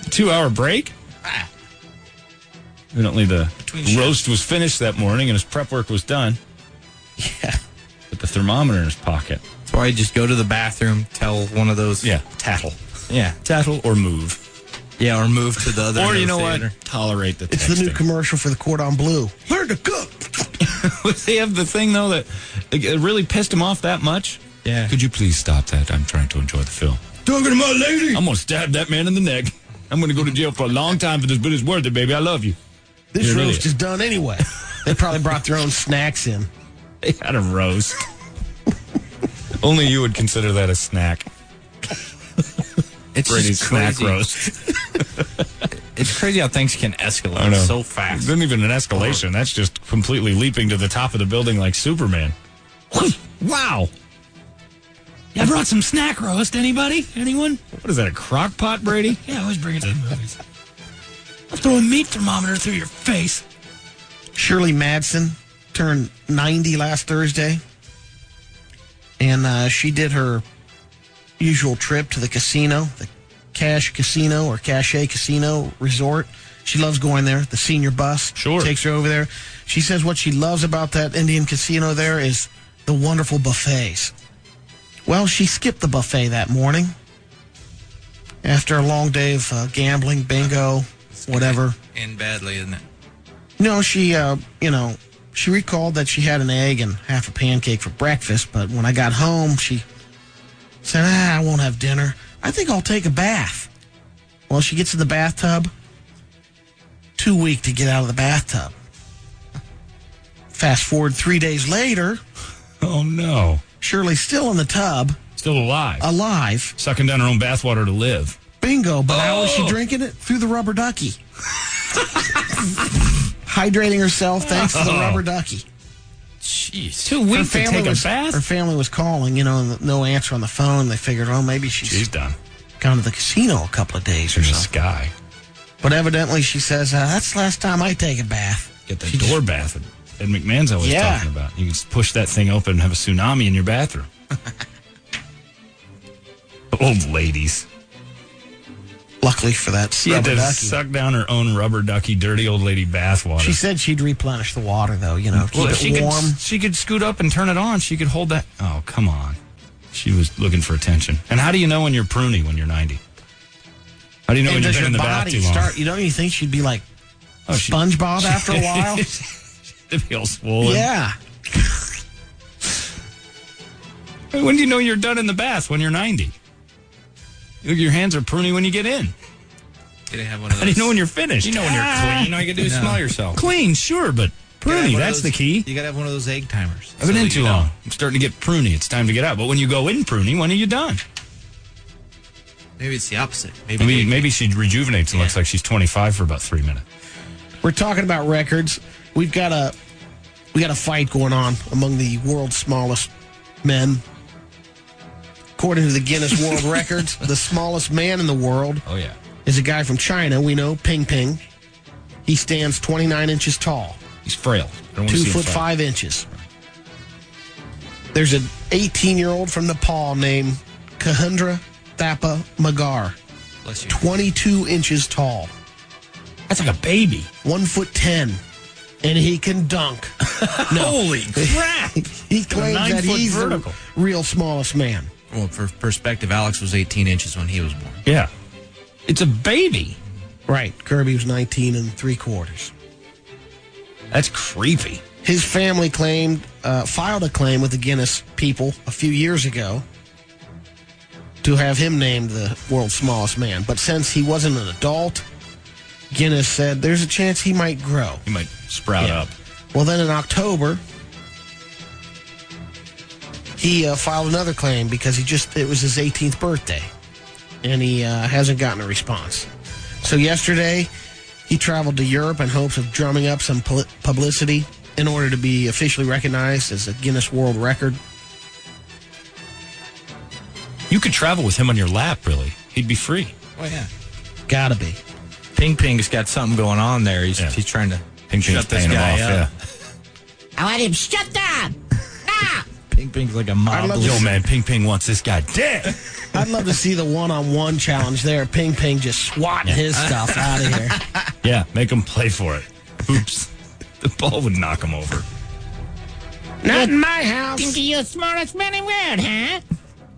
Two hour break?
Ah.
Evidently, the
Between
roast was finished that morning and his prep work was done.
Yeah.
With the thermometer in his pocket.
That's why you just go to the bathroom, tell one of those.
Tattle.
Yeah.
Tattle or move.
Yeah, or move to the other. end
or
of
you
the
know
theater.
what? Tolerate the texting.
It's the new commercial for the Cordon Bleu.
Learn to cook. they have the thing though that it really pissed him off that much.
Yeah.
Could you please stop that? I'm trying to enjoy the film. Talking to my lady. I'm gonna stab that man in the neck. I'm gonna go to jail for a long time for this, but it's worth it, baby. I love you.
This
You're an
roast
idiot.
is done anyway. They probably brought their own snacks in.
They had a roast. Only you would consider that a snack.
It's
Brady's
just
snack
crazy.
roast.
It's crazy how things can escalate so
It
fast.
isn't even an escalation. That's just completely leaping to the top of the building like Superman. wow. I brought some snack roast. Anybody? Anyone? What is that, a crock pot, Brady? yeah, I always bring it to the movies. I'm throwing meat thermometer through your face.
Shirley Madsen turned 90 last Thursday. And uh, she did her usual trip to the casino, the Cash Casino or Cache Casino Resort. She loves going there. The senior bus
Sure.
takes her over there. She says what she loves about that Indian casino there is the wonderful buffets. Well, she skipped the buffet that morning after a long day of uh, gambling, bingo, whatever.
And badly, isn't it?
No, she, uh, you know, she recalled that she had an egg and half a pancake for breakfast, but when I got home, she said, ah, I won't have dinner. I think I'll take a bath. Well, she gets in the bathtub, too weak to get out of the bathtub. Fast forward three days later,
Oh, no.
Shirley's still in the tub,
Still alive.
alive.
Sucking down her own bathwater to live.
Bingo, but how is she
Oh.
drinking it? Through the rubber ducky. Hydrating herself thanks to the rubber ducky.
Jeez. Too weak Oh. to take a
was,
bath?
Her family was calling, you know, and no answer on the phone. They figured, oh, maybe she's
She's done.
gone to the casino a couple of days or
In the
something.
sky.
But evidently, she says uh, that's the last time I take a bath.
Get that door bath that Ed McMahon's always
Yeah.
talking about. You can just push that thing open and have a tsunami in your bathroom. Old ladies.
Luckily for that
She had
rubber
to
ducky.
suck down her own rubber ducky, dirty old lady bathwater.
She said she'd replenish the water, though. You know, keep
well, if
it
she
warm.
could, she could scoot up and turn it on. She could hold that. Oh, come on. She was looking for attention. And how do you know when you're pruny when you're 90? How do you know
And
when you've
does
been
your
in the bath
body
too long?
start? You don't even think she'd be like
she-
SpongeBob after a while?
She'd be all swollen.
yeah.
When do you know you're done in the bath? When you're 90? Your hands are pruny when you get in.
Didn't have one of
How do
those.
you know when you're finished?
You know when you're
Ah.
clean, all you can do is
No.
smell yourself.
Clean, sure, but
Gotta have
pretty.
one of
That's the
those-
key.
You gotta have one of those egg timers.
I've
So
been in
that
too
you know.
long. I'm starting to get pruny. It's time to get out. But when you go in pruny, when are you done?
Maybe it's the opposite. Maybe,
Maybe maybe she rejuvenates and looks like she's 25 for about three minutes.
We're talking about records. We've got a we got a fight going on among the world's smallest men. According to the Guinness World Records, the smallest man in the world
Oh yeah.
is a guy from China. We know Ping Ping. He stands 29 inches tall,
He's frail. I don't wanna
two
see him
foot
frail.
five inches. There's an 18 year old from Nepal named Kahundra Thapa Magar,
Bless you.
22 inches tall.
That's like a baby.
one foot ten, and he can dunk.
Holy crap!
He claims that
nine-foot
he's
vertical.
the real smallest man.
Well, for perspective, Alex was 18 inches when he was born.
yeah, it's a baby.
Right. Kirby was 19 and three quarters.
That's creepy.
His family claimed, uh, filed a claim with the Guinness people a few years ago to have him named the world's smallest man. But since he wasn't an adult, Guinness said there's a chance he might grow.
He might sprout
Yeah.
up.
Well, then in October, he uh, filed another claim because he just, it was his 18th birthday and he uh, hasn't gotten a response. So yesterday, he traveled to Europe in hopes of drumming up some pul- publicity in order to be officially recognized as a Guinness World Record.
You could travel with him on your lap, really. He'd be free.
Oh yeah.
Gotta be.
Ping Ping's got something going on there. He's,
Yeah.
he's trying to
Ping Ping's
shut this
paying him
guy
off.
up.
Yeah.
I want him shut down. Ah!
Ping Ping's like a mob.
love
leader.
Yo, man, Ping Ping wants this guy dead.
I'd love to see the one on one challenge there. Ping Ping just swatting his stuff out of here.
yeah, make him play for it. Oops. The ball would knock him over.
Not in my house.
Think you're the smartest man in the world, huh?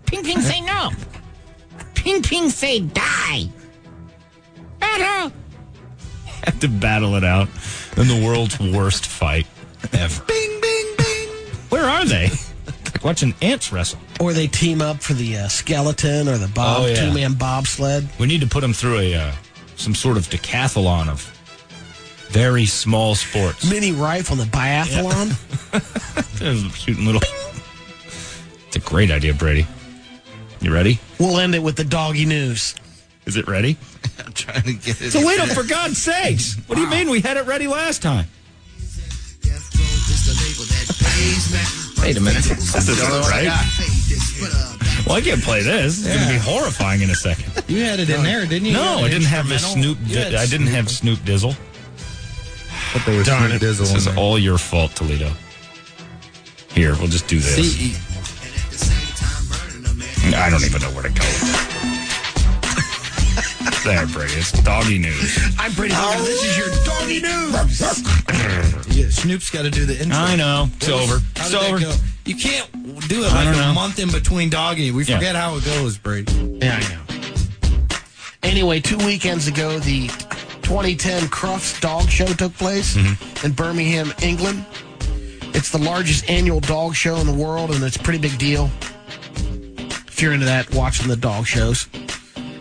Ping Ping say no. Ping Ping say die. Battle.
Have to battle it out in the world's worst fight ever.
Bing, bing, bing.
Where are they? Like watching ants wrestle.
Or they team up for the uh, skeleton or the bob,
Oh, yeah.
two man bobsled.
We need to put them through a uh, some sort of decathlon of very small sports.
mini rifle in the biathlon.
Shooting little. It's a great idea, Brady. You ready?
We'll end it with the doggy news.
Is it ready?
I'm trying to get it.
So wait up for God's sakes! What do you mean we had it ready last time?
Wait a minute.
This is right. Well, I can't play this. It's gonna be horrifying in a second.
You had it in there, didn't you?
no, I didn't have the Snoop. Di-
Yeah,
I didn't have Snoop Dizzle.
But there was Darn it.
This is all your fault, Toledo. Here, we'll just do this.
See,
I don't even know where to go. there, Brady. It's doggy
Mm-hmm,
news.
I'm pretty sure this is your doggy news.
yeah, Snoop's got to do the intro.
I know. It's over.
How
It's
did that
over.
go? You can't do it
I
like a
don't know.
month in between doggy. We
Yeah.
forget how it goes, Brady.
Yeah, I know. Anyway, two weekends ago, the 2010 Crufts Dog Show took place
Mm-hmm.
in Birmingham, England. It's the largest annual dog show in the world, and it's a pretty big deal. If you're into that, watching the dog shows.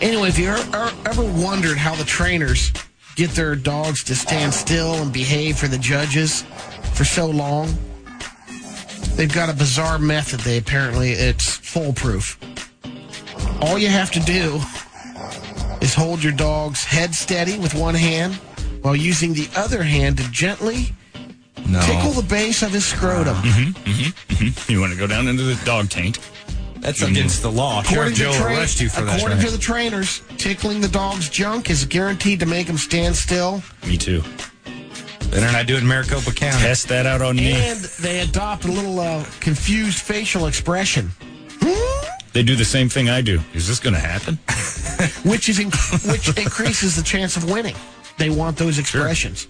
Anyway, if you er- er- ever wondered how the trainers get their dogs to stand still and behave for the judges for so long, they've got a bizarre method. They apparently it's foolproof. All you have to do is hold your dog's head steady with one hand while using the other hand to gently tickle the base of his scrotum.
Mm-hmm, You want to go down into the dog taint?
That's against the law. Oh, Sheriff
According,
Joe
to,
will
train-
arrest you for that.
according to the trainers, tickling the dog's junk is guaranteed to make him stand still,
Me too.
Better not do it in Maricopa County.
Test that out
Oh,
on me.
and they adopt a little uh, confused facial expression,
They do the same thing I do. Is this going to happen?
which is in- which increases the chance of winning. They want those expressions.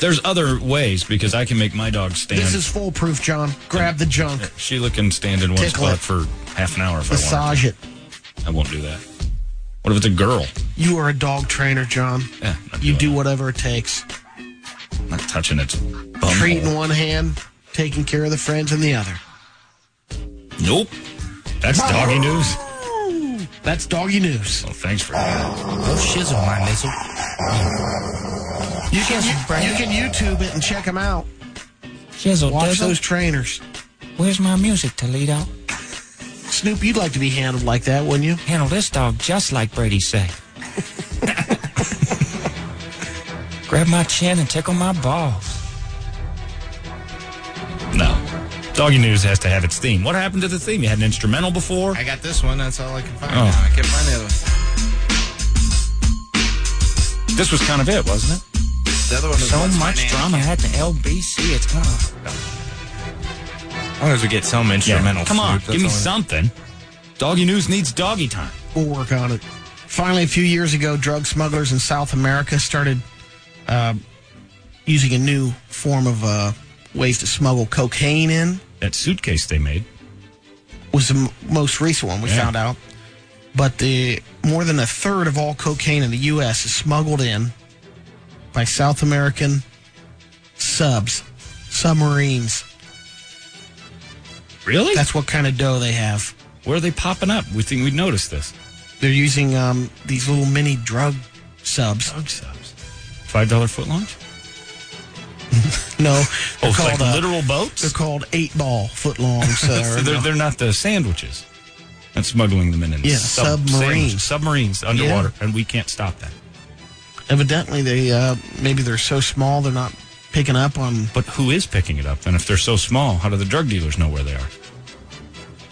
There's other ways because I can make my dog stand.
This is foolproof, John. Grab the junk,
Sheila can stand in one
Tickle
spot
it.
for half an hour if I want.
massage it.
I won't do that. What if it's a girl?
You are a dog trainer, John.
Yeah, I'm not
You
doing
do whatever it takes.
I'm not touching its bum.
Treat in
hole.
one hand, taking care of the friends in the other.
Nope. That's doggy news.
That's doggy news.
Well, thanks for that.
No shizzle, my nizzle.
You can, you, can YouTube it and check them out.
Jizzle
Watch
dizzle.
those trainers.
Where's my music, Toledo?
Snoop, you'd like to be handled like that, wouldn't you?
Handle this dog just like Brady said. Grab my chin and tickle my balls.
No. Doggy News has to have its theme. What happened to the theme? You had an instrumental before?
I got this one. That's all I can find.
Oh.
Now. I can't find the other one.
This was kind of it, wasn't it?
The other one was
So
What's My
much
Name?
drama at the LBC. It's kind of
As long as we get some instrumental.
Come on,
Snoop,
give me
that's all
something. Doggy News needs doggy time.
We'll work on it. Finally, a few years ago, drug smugglers in South America started uh, using a new form of uh, ways to smuggle cocaine in.
That suitcase they made.
was the m- most recent one we
Yeah.
found out. But the more than a third of all cocaine in the U.S. is smuggled in by South American subs, submarines.
Really?
That's what kind of dough they have.
Where are they popping up? We think we'd notice this.
They're using um, these little mini drug subs.
Dog subs. Five dollar foot launch?
No,
Oh,
they're
it's like
called uh,
literal
they're
boats?
called eight ball foot longs.
They're, they're, they're not the sandwiches. And smuggling them in. in
Yeah, submarines.
sandwiches. Submarines underwater. And we can't stop that.
evidently, they uh, maybe they're so small they're not picking up on.
But who is picking it up? And if they're so small, how do the drug dealers know where they are?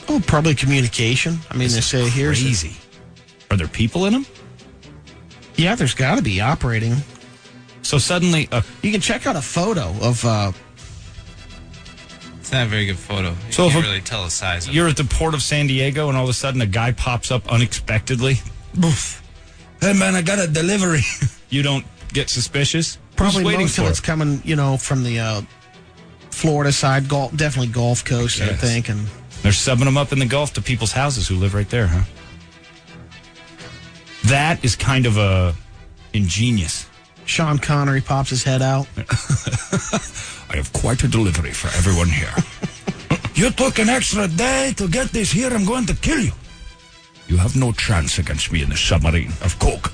Oh, probably communication. I mean, they
This
say
is
here's the-
crazy. Are there people in them?
yeah, there's got to be operating.
So suddenly, uh,
You can check out a photo of uh,
It's not a very good photo. You
So if
can't
a-
really tell the size of it.
you're at the port of San Diego, and all of a sudden, a guy pops up unexpectedly. Boof. Hey man, I got a delivery. you don't get suspicious.
probably
Who's waiting
most of
for
it's
it?
coming, you know, from the uh, Florida side, Gulf, definitely Gulf Coast, I
Yes.
think, and
They're subbing them up in the Gulf to people's houses who live right there, huh? That is kind of uh, ingenious.
Sean Connery pops his head out.
I have quite a delivery for everyone here. you took an extra day to get this here. I'm going to kill you. You have no chance against me in the submarine of coke.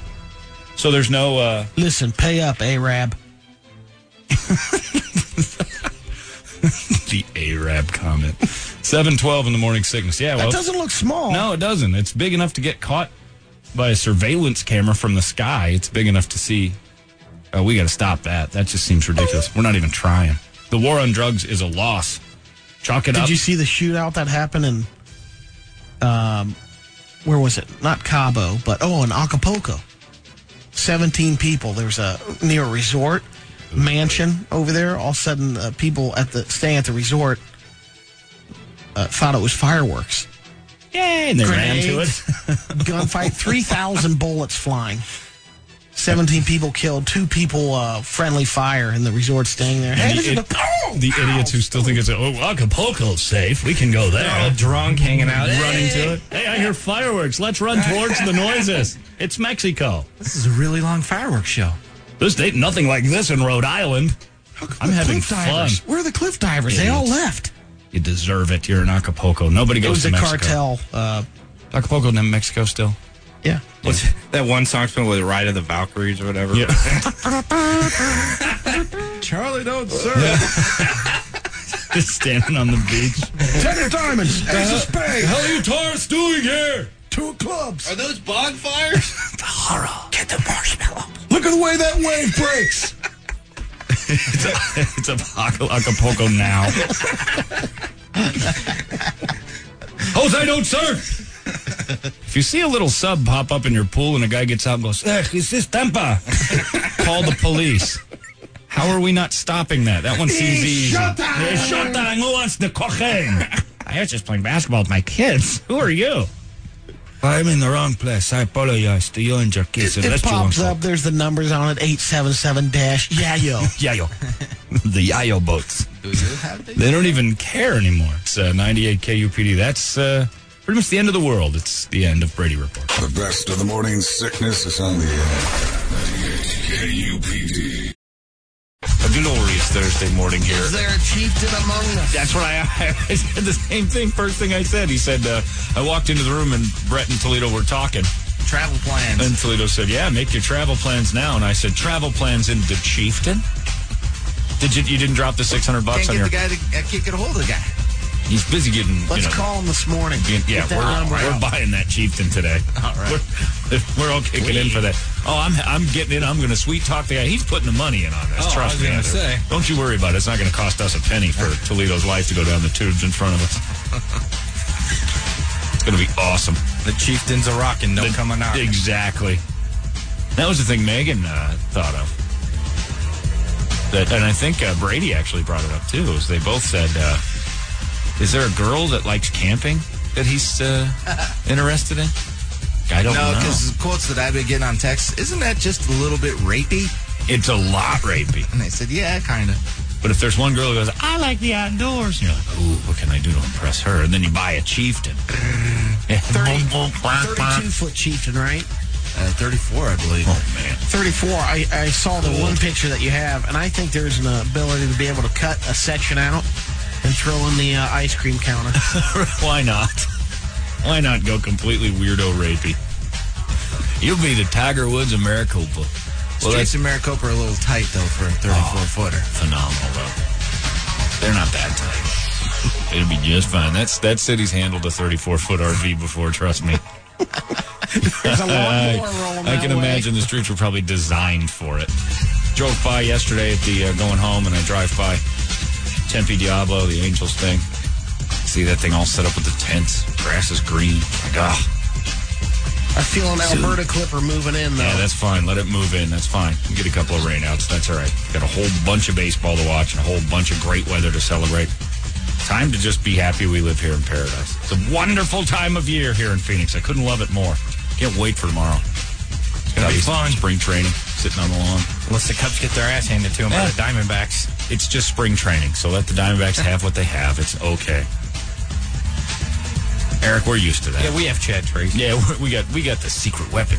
So there's no. Uh,
Listen, pay up, Arab.
the Arab comment. Seven twelve in the morning sickness. Yeah, well,
That doesn't look small.
no, it doesn't. It's big enough to get caught by a surveillance camera from the sky. It's big enough to see. Oh, we got to stop that. That just seems ridiculous. We're not even trying. The war on drugs is a loss. Chalk it
Did
up.
you see the shootout that happened in, um, where was it? Not Cabo, but oh, in Acapulco. Seventeen people. There was a near a resort mansion over there. All of a sudden, uh, people at the staying at the resort uh, thought it was fireworks.
Yay! And they ran to it.
Grenades. gunfight, 3,000 bullets flying. 17 people killed, two people uh, friendly fire in the resort staying there. Hey,
And
this is
the,
a- Oh!
the idiots who still think it's oh Acapulco's safe. We can go there.
All drunk, hanging out,
running
running.
to it. Hey, I hear fireworks. Let's run towards the noises. It's Mexico.
This is a really long fireworks show.
This ain't nothing like this in Rhode Island. I'm
The
having
cliff divers.
fun.
Where are the cliff divers? They all left.
You deserve it. You're in Acapulco. Nobody
It
goes
was
to
a
Mexico.
cartel. Uh,
Acapulco and then Mexico still.
yeah.
What's that one song spelled with "Ride of the Valkyries" or whatever?
Yeah.
Charlie, don't sir.
Just standing on the beach.
Ten of diamonds. Ace of spades.
How are you tourists doing here?
Two clubs.
Are those bonfires?
Look at the way that wave breaks.
It's Apoc- Acapulco now. Jose, don't surf. If you see a little sub pop up in your pool and a guy gets out and goes, "Ugh, is this Tampa? Call the police. How are we not stopping that? That one seems easy. Hey, shut down. Who wants the cocaine? I was just playing basketball with my kids. Who are you? I'm in the wrong place. I apologize to you and your kids.
It, pops up. There's the numbers on it. 877 dash. Yeah, yo.
Yayo. the Yayo boats. They don't even care anymore. It's uh, 98 KUPD. That's uh, pretty much the end of the world. It's the end of Brady Report.
The best of the morning sickness is on the air. 98 KUPD.
A glorious Thursday morning here.
Is there a chieftain among us?
That's what I, I said the same thing. First thing I said, he said, uh, I walked into the room and Brett and Toledo were talking.
Travel plans.
And Toledo said, Yeah, make your travel plans now. And I said, Travel plans in the chieftain? Did you, you didn't drop the 600 bucks
Can't
on
get
your.
the guy to uh, can't get a hold of the guy.
He's busy getting. you
Let's
know,
call him this morning.
being- yeah,
Get that number
we're, we're
out.
buying that chieftain today. All right. We're, we're all kicking in for that. Oh, I'm I'm getting in. I'm going to sweet talk the guy. He's putting the money in on this.
Oh, I
Trust
was
me.
gonna
Andrew.
say.
Don't you worry about it. It's not going to cost us a penny for Toledo's life to go down the tubes in front of us. it's going to be awesome.
The chieftain's a rockin', no
The-
come a knockin'.
Exactly. That was the thing Megan uh, thought of. That, and I think uh, Brady actually brought it up too. Is they both said, uh, "Is there a girl that likes camping that he's uh, interested in?" I don't
No,
know.
because quotes that I've been getting on text, isn't that just a little bit rapey?
It's a lot rapey.
And I said, yeah, kind of.
But if there's one girl who goes, "I like the outdoors," and you're like, "Ooh, what can I do to impress her?" And then you buy a chieftain. Yeah.
32 foot chieftain, right?
Uh, 34, I believe.
Oh man.
34. I, I saw the one picture that you have, and I think there's an ability to be able to cut a section out and throw in the uh, ice cream counter.
Why not? Why not go completely weirdo rapey? You'll be the Tiger Woods of Maricopa. Well,
Streets
that's Oh,
in Maricopa are a little tight, though, for a 34 footer.
phenomenal, though. They're not that tight. It'll be just fine. That's that city's handled a 34 foot RV before. Trust me.
There's a lot more
I,
rolling
I
that
can
way.
imagine the streets were probably designed for it. Drove by yesterday at the uh, going home, and I drive by Tempe Diablo, the Angels thing. See that thing all set up with the tents. Grass is green. Like, ah.
I feel an Alberta Clipper moving in, though.
Yeah, that's fine. Let it move in. That's fine. We get a couple of rainouts. That's all right. Got a whole bunch of baseball to watch and a whole bunch of great weather to celebrate. Time to just be happy we live here in paradise. It's a wonderful time of year here in Phoenix. I couldn't love it more. Can't wait for tomorrow. It's gonna
That'll
be
be
fun. Spring training, sitting on the lawn.
Unless the Cubs get their ass handed to them by
Yeah.
the Diamondbacks.
It's just spring training, so let the Diamondbacks have what they have. It's okay. Eric, we're used to that.
Yeah, we have Chad Tracy.
Yeah, we- we got we got the secret weapon.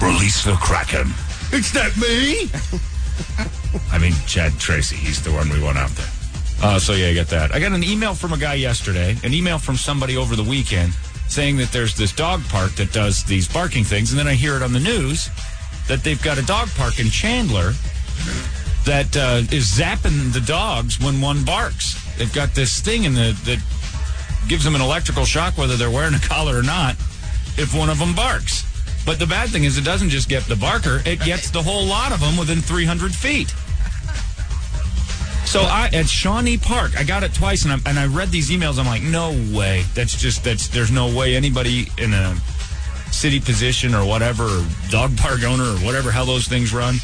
Release the Kraken. It's not me. I mean, Chad Tracy. He's the one we want out there. Uh, so yeah, I got that. I got an email from a guy yesterday. An email from somebody over the weekend saying that there's this dog park that does these barking things, and then I hear it on the news that they've got a dog park in Chandler that uh, is zapping the dogs when one barks. They've got this thing in the that gives them an electrical shock whether they're wearing a collar or not if one of them barks. But the bad thing is it doesn't just get the barker, it gets the whole lot of them within 300 feet. So I at Shawnee Park, I got it twice, and I and I read these emails. I'm like, no way. That's just that's there's no way anybody in a city position or whatever, or dog park owner or whatever how those things run,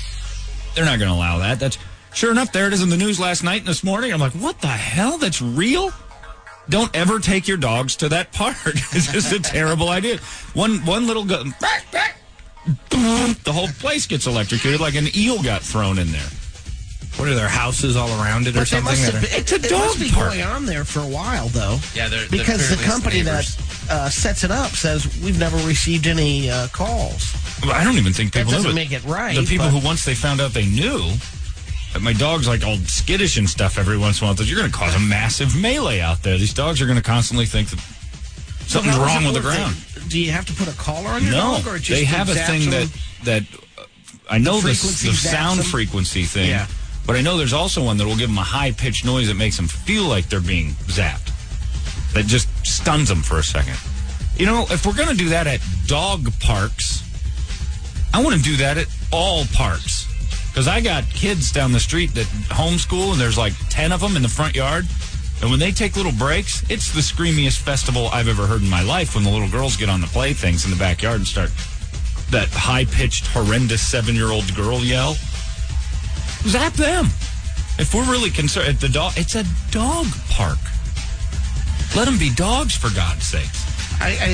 they're not going to allow that. That's sure enough. There it is in the news last night and this morning. I'm like, what the hell? That's real. Don't ever take your dogs to that park. it's just a terrible idea. One one little go, the whole place gets electrocuted like an eel got thrown in there.
What are their houses all around it or
But they
something?
must
that
have
are-
been, it,
It's a
it must
dog
be
park.
going on there for a while, though.
Yeah, they're- they're
because the
clearly
company
neighbors.
that uh, sets it up says we've never received any uh, calls.
Well, I don't even think
That
people knew
doesn't
it.
make it right,
The people
but-
who once they found out they knew. that My dog's like all skittish and stuff every once in a while. That you're going to cause a massive melee out there. These dogs are going to constantly think that something's
How does
wrong
it
with the
work?
ground.
They- do you have to put a collar on your
No,
dog, or it just
they have a
zaps
thing
them?
that that uh, I know the,
frequency
the
zaps
sound
them?
frequency thing,
Yeah.
but I know there's also one that will give them a high pitched noise that makes them feel like they're being zapped. That just stuns them for a second. You know, if we're gonna do that at dog parks, I want to do that at all parks. Because I got kids down the street that homeschool, and there's like 10 of them in the front yard. And when they take little breaks, it's the screamiest festival I've ever heard in my life when the little girls get on the playthings in the backyard and start that high pitched, horrendous seven year old girl yell. Zap them. If we're really concerned, at the dog, it's a dog park. Let them be dogs, for God's sakes.
I, I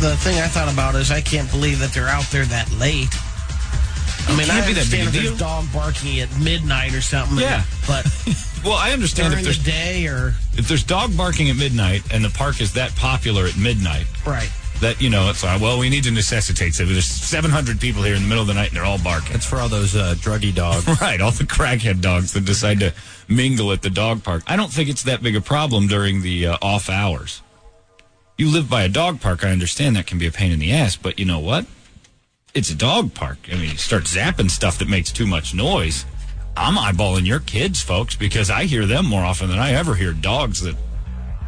the thing I thought about is I can't believe that they're out there that late. I mean,
can't
I
be that
understand
big a
if
deal.
there's dog barking at midnight or something.
Yeah.
but
Well, I understand
during
if
the
there's
day or
if there's dog barking at midnight and the park is that popular at midnight,
right,
that you know it's like well we need to necessitate so there's 700 people here in the middle of the night and they're all barking
That's for all those uh, druggy dogs.
right all the crackhead dogs that decide to mingle at the dog park i don't think it's that big a problem during the uh, off hours you live by a dog park i understand that can be a pain in the ass but you know what it's a dog park i mean you start zapping stuff that makes too much noise i'm eyeballing your kids folks because i hear them more often than i ever hear dogs that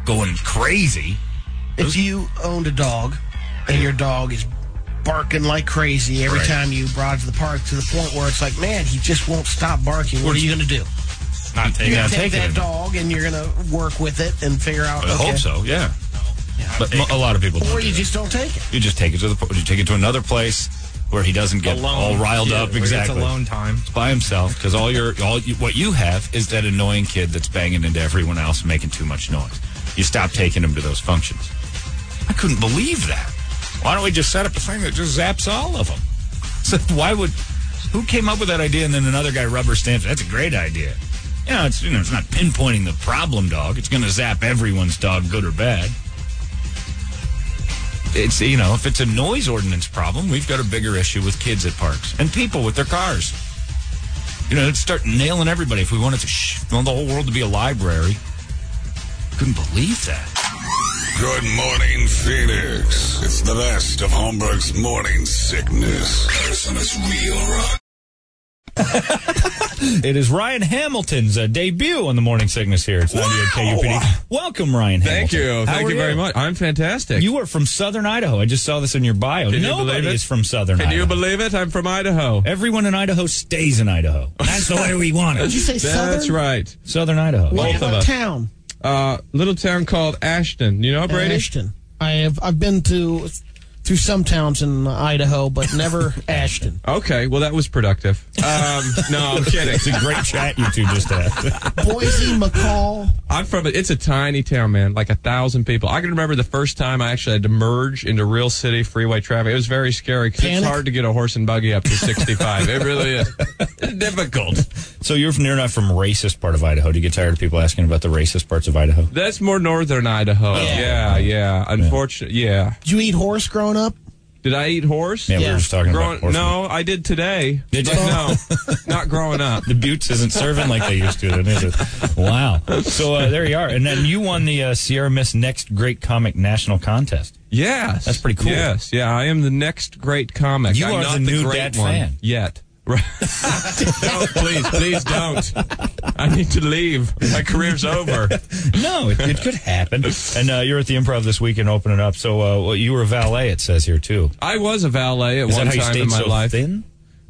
going crazy
If you owned a dog and your dog is barking like crazy every
Right.
time you brought it to the park to the point where it's like, man, he just won't stop barking. What are you going to do?
not taking
You're going to
take
take
it in.
that dog and you're going to work with it and figure out.
I
okay.
hope so. Yeah. But mo- a lot of people don't.
Or
do
you
that.
just don't take it.
you just take it to the po- you take it to another place where he doesn't get all riled
Yeah,
up
where
exactly
It's alone time.
by himself because all your all you, what you have is that annoying kid that's banging into everyone else and making too much noise. You stop taking him to those functions. I couldn't believe that. Why don't we just set up a thing that just zaps all of them? So why would who came up with that idea and then another guy rubber stamps? it? That's a great idea. You know, it's you know, it's not pinpointing the problem dog. It's going to zap everyone's dog, good or bad. It's you know, if it's a noise ordinance problem, we've got a bigger issue with kids at parks and people with their cars. You know, it'd start nailing everybody if we wanted to shh, want the whole world to be a library. Couldn't believe that.
Good morning, Phoenix. It's the best of Holmberg's morning sickness. Listen, it's real rock.
It is Ryan Hamilton's uh, debut on the Morning Sickness here. It's 98 KUPD. Welcome, Ryan
Thank
Hamilton.
you.
How
Thank
are
you very much. I'm fantastic.
You are from Southern Idaho. I just saw this in your bio.
Can you
Nobody
believe it?
is from Southern
Can
Idaho.
you believe it? I'm from Idaho.
Everyone in Idaho stays in Idaho. That's the way we want it.
Did you say
That's
Southern?
right.
Southern Idaho.
What,
Both of
what
us.
town?
Uh, little town called Ashton. You know, Brady?
Uh, Ashton. I have. I've been to through some towns in Idaho, but never Ashton.
Okay, well, that was productive. Um, no, I'm kidding.
It's a great chat you two just had.
Boise, McCall.
I'm from it's a tiny town, man, like a thousand people. I can remember the first time I actually had to merge into real city freeway traffic. It was very scary because it's
Panic?
hard to get a horse and buggy up to 65. it really is It's difficult.
So you're from near enough from racist part of Idaho. Do you get tired of people asking about the racist parts of Idaho?
That's more northern Idaho. Yeah, yeah. Unfortunately, yeah.
Did you eat horse growing up?
Did I eat horse?
Yeah, we
Yeah.
were just talking
Growing,
about horse meat.
no, I did today.
Did you?
But No, not growing up.
The Buttes isn't serving like they used to, then is it? Wow. So uh, there you are. And then you won the uh, Sierra Miss Next Great Comic National Contest.
Yes,
That's pretty cool.
Yes, yeah. I am the next great comic.
You
I'm
are
not
the new
great
Dad
one
Fan.
yet. Right. don't please, please don't. I need to leave. My career's over.
No, it, it could happen. And uh, you're at the Improv this weekend opening up. So uh, well, you were a valet, it says here, too.
I was a valet at
Is
one
that how you
time
stayed
in my
so
life.
thin?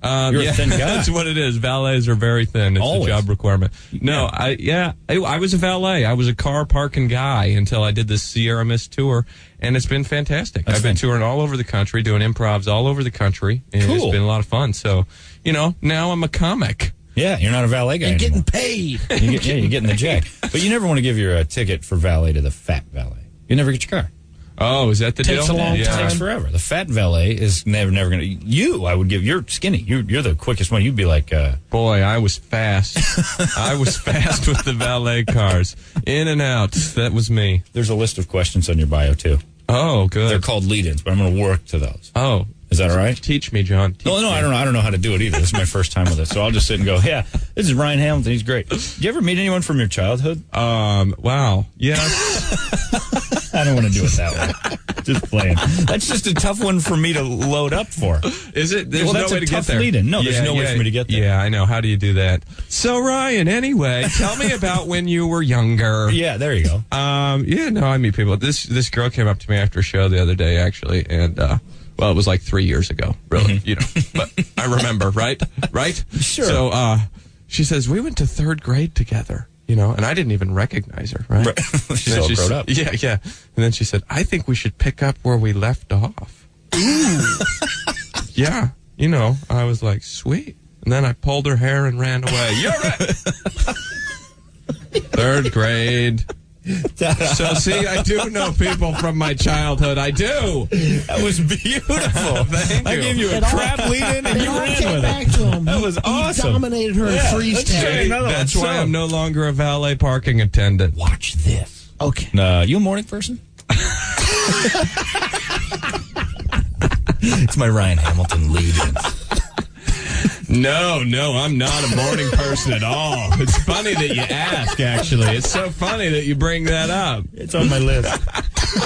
Um,
You're a
yeah,
thin guy.
That's what it is. Valets are very thin. It's
Always.
a job requirement. No, I yeah, I, I was a valet. I was a car parking guy until I did this Sierra Miss tour, and it's been fantastic. I've been
fantastic.
touring all over the country, doing improvs all over the country, and
Cool.
it's been a lot of fun. So, you know, now I'm a comic.
Yeah, you're not a valet guy
You're getting
anymore.
paid.
You get, yeah, you're getting the jack. But you never want to give your uh, ticket for valet to the fat valet. You never get your car.
Oh, is that the
Takes
deal?
a long
yeah.
It takes forever. The fat valet is never, never going to. You, I would give. You're skinny. You're, you're the quickest one. You'd be like, uh,
Boy, I was fast. I was fast with the valet cars, in and out. That was me.
there's a list of questions on your bio, too.
Oh, good.
They're called lead-ins, but I'm going to work to those.
oh,
Is that all right?
teach me, John. Teach
No, no, I don't know. I don't know how to do it either. This is my first time with it, so I'll just sit and go. Yeah, this is Ryan Hamilton. He's great. Do you ever meet anyone from your childhood?
Um. Wow. Yeah.
I don't want to do it that way. Just playing. That's just a tough one for me to load up for.
Is it? There's
Well,
no
that's
way
a
to
tough
get there.
lead-in. No, there's no way for me to get there.
Yeah, I know. How do you do that? So Ryan, anyway, tell me about when you were younger.
Yeah, there you go.
Um. Yeah. No, I meet people. This this girl came up to me after a show the other day, actually, and uh, well, it was like three years ago, really. You know, but I remember, right? Right.
Mm-hmm. Sure.
So, uh, she says we went to third grade together. You know, and I didn't even recognize her, right?
Right. She's
And then
all
she
grown
s-
up.
Yeah, yeah. And then she said, I think we should pick up where we left off yeah, you know, I was like, sweet. And then I pulled her hair and ran away. You're right. Third grade. So see, I do know people from my childhood. I do.
That was beautiful.
Thank
I
you.
gave you a
It all-
crap lead-in, and
And
you
I
ran
came
with it.
back to him.
That was
He
awesome.
dominated her
Yeah,
in freeze
let's do it.
tag.
Another
That's
one.
why
So-
I'm no longer a valet parking attendant.
Watch this.
Okay.
Uh, you a morning person? it's my Ryan Hamilton lead in.
No, no, I'm not a morning person at all. It's funny that you ask, actually. It's so funny that you bring that up.
It's on my list.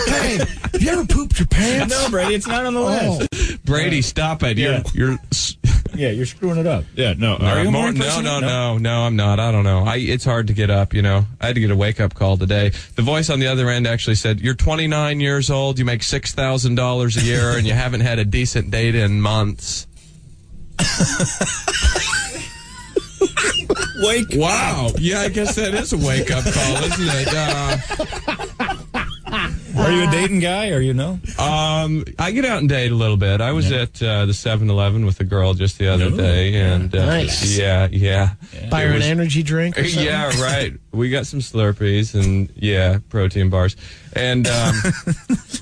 hey, have you ever pooped your pants?
no, Brady, it's not on the list.
Brady, stop it. You're,
Yeah.
you're,
Oh. Yeah, you're screwing it up. Yeah, no.
Are you more, no, no, no, no, I'm not. I don't know. I, it's hard to get up, you know. I had to get a wake up call today. The voice on the other end actually said, You're 29 years old, you make $6,000 a year, and you haven't had a decent date in months.
Wake.
Wow. Yeah, I guess that is a wake up call, isn't it? Uh,
Are you a dating guy or you know?
Um, I get out and date a little bit. I was at uh, the 7-Eleven with a girl just the other
Ooh,
day, and uh,
Nice.
yeah, yeah,
Buy her
It
an
was-
energy drink. Or something.
yeah, right. We got some Slurpees and yeah, protein bars, and um,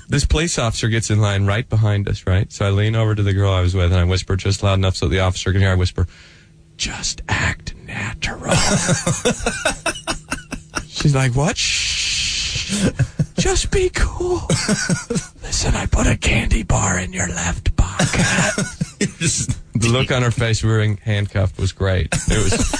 this police officer gets in line right behind us, right. So I lean over to the girl I was with, and I whisper just loud enough so the officer can hear. I whisper, "Just act natural." She's like, "What?" Shh. Just be cool. Listen, I put a candy bar in your left pocket. the look on her face, we were in- handcuffed, was great. It was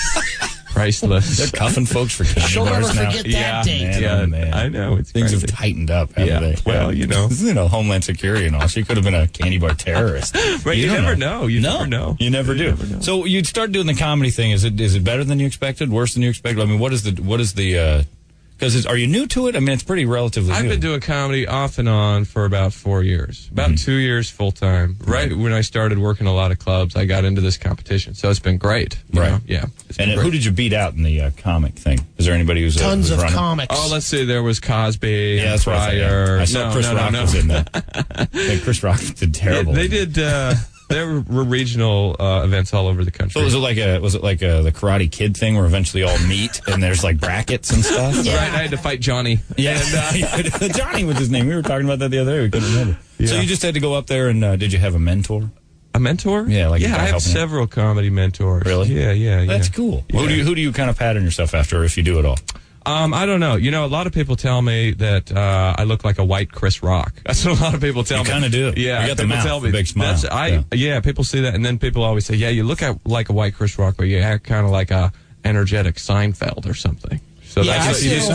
priceless.
Cuffing folks for candy
She'll never
bars now.
forget that date.
Man,
yeah,
oh, man.
I know. It's
Things
crazy.
have tightened up. Haven't
Yeah,
They?
well, you know.
you know, Homeland Security and all. She could have been a candy bar terrorist.
Right, you
don't
never know. You
no,
never know.
You never do. So you'd start doing the comedy thing. Is it is it better than you expected? Worse than you expected? I mean, what is the what is the because are you new to it? I mean, it's pretty relatively.
I've
new.
been doing comedy off and on for about four years, about
Mm-hmm.
two years full time. Right when I started working a lot of clubs, I got into this competition, so it's been great. you
Right.
know? Yeah. It's been
And who
great.
did you beat out in the uh, comic thing? Is there anybody who's uh,
Tons
who's
of
running?
comics.
Oh, let's see. There was Cosby.
Yeah, that's
and
what I, thought, yeah.
Pryor.
I saw
no,
Chris
no,
Rock
no,
was
no.
in that. Yeah, Chris Rock did terrible.
They did. Uh, there were regional uh, events all over the country.
So was it like a was it like a the Karate Kid thing where eventually all meet and there's like brackets and stuff?
Right, I had to fight Johnny.
Yeah, and, uh, Johnny was his name. We were talking about that the other day. We couldn't remember. So you just had to go up there, and uh, did you have a mentor?
A mentor?
Yeah, like a
yeah.
guy
I have
helping you.
several comedy mentors.
Really?
Yeah, yeah. yeah.
That's cool.
Yeah.
Who do you who do you kind of pattern yourself after, if you do at all?
Um, I don't know. You know, a lot of people tell me that uh, I look like a white Chris Rock. That's what a lot of people tell
You
me.
kinda do.
Yeah,
You got the
people
mouth,
tell me.
the big smile.
That's, I,
Yeah.
yeah. people see that, and then people always say, "Yeah, you look at, like a white Chris Rock, but you act kind of like a energetic Seinfeld or something." So
Yeah, I
that's what
see
you
a
do.
little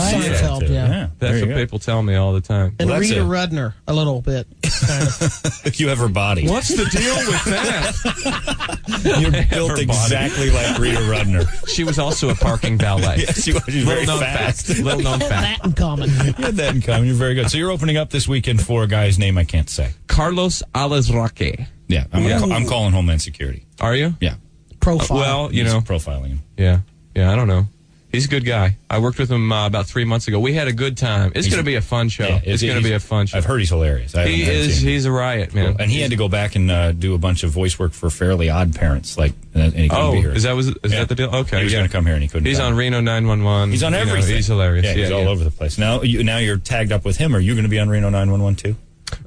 Seinfeld, yeah.
That's
there
what
you go.
people tell me all the time.
and
well, that's
Rita
a-
Rudner a little bit. Kind of.
You have her body.
What's the deal with that?
You're built
body.
exactly like Rita Rudner.
she was also a parking valet.
Yeah, she was she's very
Little known
fast.
fact. Little known
Have
fact.
that in common.
You had that in common. You're very good. So you're opening up this weekend for a guy's name I can't say.
Carlos Alazrake.
Yeah, I'm,
Yeah.
Gonna, call- I'm calling Homeland Security.
Are you?
Yeah,
Profile.
Well, you
He's
know,
profiling him.
Yeah. Yeah, I don't know. He's a good guy. I worked with him uh, about three months ago. We had a good time. It's
He's-
going to be a fun show.
Yeah,
it's
he-
going to
he's-
be a fun show.
I've heard he's hilarious. I
he
haven't
is.
seen him.
He's a riot, man.
and he had to go back and uh, do a bunch of voice work for Fairly Odd Parents. Like, uh, and and he couldn't
oh,
be here.
is that was is
Yeah.
that the deal? Okay,
he was
yeah.
going to come here and he couldn't.
He's
come.
on Reno 911.
He's on
You know,
everything.
he's hilarious.
Yeah, he's all over the place. Now, you, now you're tagged up with him. Are you going to be on Reno 911 too?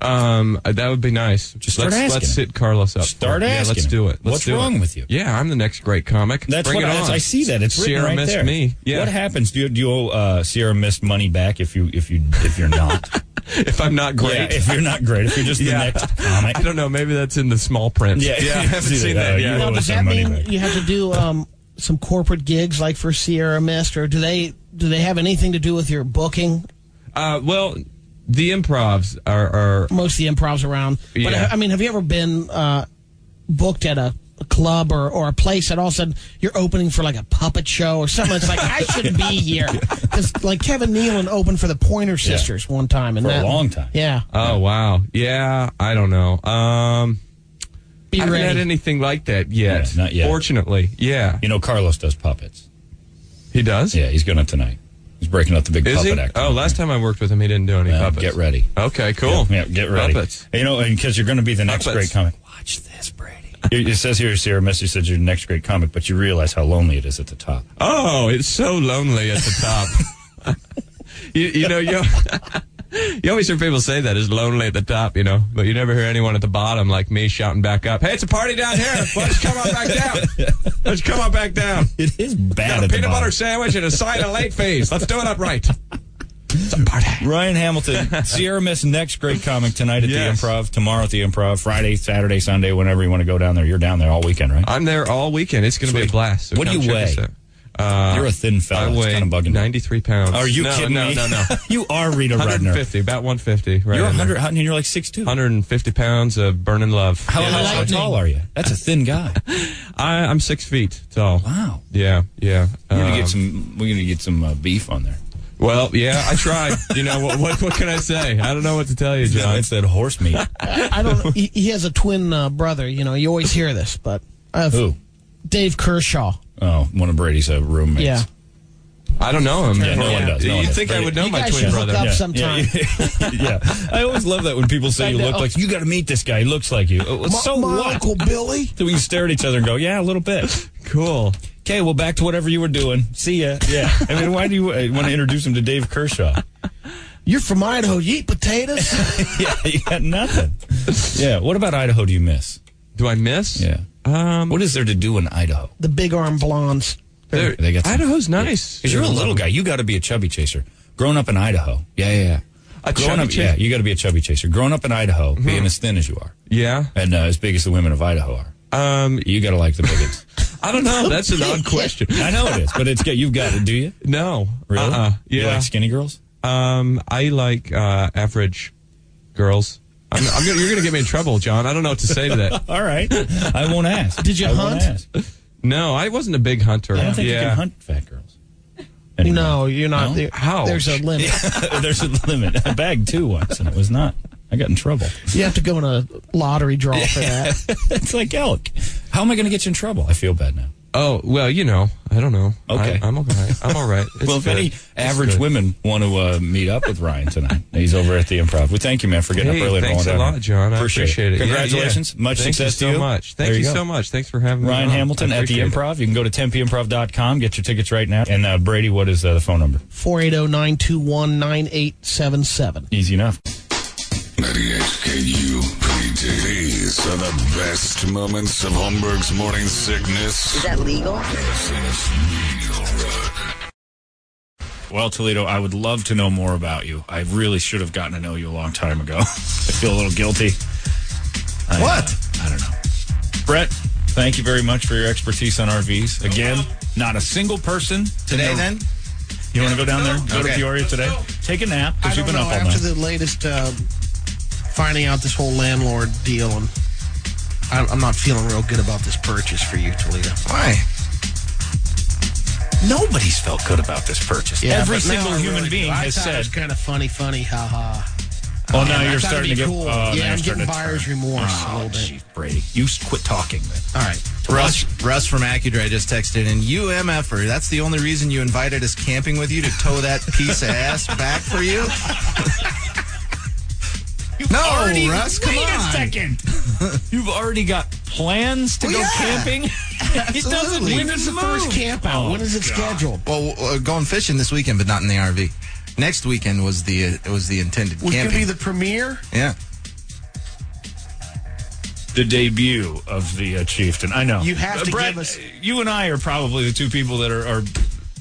Um, uh, that would be nice.
Just start
let's
asking
let's
him.
sit Carlos up. for
Start
it.
asking
Yeah, let's
him.
do it. Let's
What's
do it.
wrong with you?
Yeah, I'm the next great comic.
That's
Bring
what
it
I,
on.
I see. That it's written
Sierra
right
missed
there.
me. Yeah,
What happens? Do you do you owe uh, Sierra Mist money back if you if you if you're not
if I'm not great,
Yeah, if you're not great, if you're just
Yeah.
the next comic.
I don't know. Maybe that's in the small print.
Yeah.
yeah I haven't
See
seen
that.
that
You
yet.
owe
Now, does
us
that
some money
mean
back.
you have to do um, some corporate gigs like for Sierra Mist, or do they do they have anything to do with your booking?
Uh, well, the improvs are, are
Most of the improvs around, but
Yeah.
I mean, have you ever been uh, booked at a, a club or, or a place and all of a sudden you're opening for like a puppet show or something? It's like I shouldn't be here because like Kevin Nealon opened for the Pointer Sisters one time and
For a
that,
long time.
Yeah,
oh wow, yeah. I don't know. Um,
be
I haven't had
ready.
anything like that yet.
Yeah, not yet.
Fortunately, yeah,
You know, Carlos does puppets.
he does.
Yeah, he's going to tonight. He's breaking up the big
Is
puppet
he?
act.
Oh, last time I worked with him, he didn't do any
Yeah,
puppets.
get ready.
Okay, cool.
Yeah, get ready.
Puppets.
You know, because you're going to be the next
Puppets.
great comic. Watch this, Brady. It it says here, Sierra Mist, you said you're the next great comic, but you realize how lonely it is at the top.
Oh, it's so lonely at the top. you, you know, you you always hear people say that it's lonely at the top, you know, but you never hear anyone at the bottom like me shouting back up, "Hey, it's a party down here! Let's come on back down! Let's come on back down!"
It is bad
Got a
at the
peanut
bottom.
butter sandwich and a side of late fees. Let's do it upright. It's
the party.
Ryan Hamilton, Sierra Miss, next great comic tonight at
Yes.
the Improv, tomorrow at the Improv, Friday, Saturday, Sunday, whenever you want to go down there. You're down there all weekend, right?
I'm there all weekend. It's going to be a
Sweet.
blast. So
What do
come
you
check us
weigh?
out. Uh,
You're a thin fella.
I
It's
weigh
kinda bugging me.
93 pounds.
Are you
no,
kidding
no,
me?
No, no, no.
you are Rita Rudner.
150, about 150. Right
You're
in there.
100, and you're like 6'2".
150 pounds of burning love.
How,
Yeah.
how- how tall are you? That's a thin guy.
I, I'm six feet tall.
Wow.
Yeah, yeah.
We're gonna
Uh,
get some. We're gonna get some uh, beef on there.
well, yeah, I tried. you know, what, what, what can I say? I don't know what to tell you, John.
It's that horse meat.
I don't. He, he has a twin uh, brother. You know, you always hear this, but uh,
Who?
Dave Kershaw.
Oh, one of Brady's uh, roommates.
Yeah,
I don't know him.
Yeah, no one does. No one
You'd
does.
think I
Brady-
would know
you
my
guys
twin
should hook
brother.
up
Yeah.
sometime.
yeah. I always love that when people say you look like you got to meet this guy. He looks like you. Oh,
My,
so
my
what?
Uncle Billy.
So we can stare at each other and go, yeah, a little bit.
Cool.
Okay, well, back to whatever you were doing. See ya. Yeah. I mean, why do you uh, want to introduce him to Dave Kershaw?
You're from Idaho. You eat potatoes.
yeah, you got nothing. Yeah. What about Idaho? Do you miss?
Do I miss?
Yeah.
Um,
What is there to do in Idaho?
the big arm blondes.
there-
They got some-
Idaho's nice.
Because you're a little guy, you got to be a chubby chaser. Growing up in Idaho, yeah, yeah, yeah.
A
Growing
chubby Mm-hmm.
up,
chaser.
yeah, you got to be a chubby chaser. Growing up in Idaho, being as thin as you are,
Yeah.
and uh, as big as the women of Idaho are,
Um,
you got to like the bigots.
I don't know. That's an odd question.
I know it is, but it's good. You've got it, do you?
No.
Really?
Uh-uh. Yeah.
You like skinny girls?
Um, I like uh, average girls. I'm, I'm gonna, you're going to get me in trouble, John. I don't know what to say to that.
All right, I won't ask.
Did you
I
hunt?
won't ask. I
No, I wasn't a big hunter.
don't think
yeah.
you can hunt fat girls.
No, you're not.
No?
There,
Ouch.
there's a limit.
There's a limit. I bagged two once, and it was not. I got in trouble.
You have to go in a lottery draw for that.
it's like elk. How am I going to get you in trouble? I feel bad now.
Oh well, you know, I don't know.
Okay.
I, am okay. I'm all right. It's
well, if
good.
any
It's
average
good.
women want to uh, meet up with Ryan tonight, he's over at the Improv. Well, thank you, man, for getting
Hey,
up early. and
thanks
rolling
a
down
lot,
here.
John. I appreciate it. Yeah, yeah.
Congratulations. Much
Thank
success
you so
to you.
much. Thank
There
you,
go.
so much. Thanks for having me.
Ryan
on.
Hamilton
I
at the
appreciate it.
Improv. You can go to tempimprov.com, get your tickets right now. And uh, Brady, what is uh, the phone number?
480-921-9877.
Easy enough.
98KU PD. These are the best moments of Holmberg's morning sickness.
Is that legal?
Well, Toledo, I would love to know more about you. I really should have gotten to know you a long time ago. I feel a little guilty. I, uh,
What?
I don't know. Brett, thank you very much for your expertise on RVs. Again, not a single person
Today,
in the-
then?
You want to go down there? Go to
Okay.
Peoria today. Take a nap
I
because you've
don't
been
know,
up all
after
night.
the latest uh, finding out this whole landlord deal, and I, I'm not feeling real good about this purchase for you, Toledo.
Why?
Nobody's felt good about this purchase. Every
but now
single
I
human
really do.
being
I
has
thought it
said,
was kind of funny, funny, haha.
"Oh, now
I
you're
thought it'd
starting
be
to get."
cool.
oh, now
Yeah,
you're
I'm
starting
getting
to
buyer's
turn."
remorse a
Oh,
little bit.
gee, Brady, you s- quit talking then.
All right.
Russ, Russ from AccuDry just texted in, you MFer, that's the only reason you invited us camping with you to tow that piece of ass back for you? no, Russ, come
Wait a
on.
second. You've already got plans to
Well,
go
Oh, yeah.
camping? it doesn't
Absolutely.
win
When
its
is
the first
move.
camp out?
Oh,
when is it scheduled?
Well, uh, going fishing this weekend, but not in the RV. Next weekend was the uh, it was the intended
Would it
camping.
be the premiere?
yeah,
the debut of the uh, chieftain. I know.
You have to
Uh, Brett,
give us-
You and I are probably the two people that are. are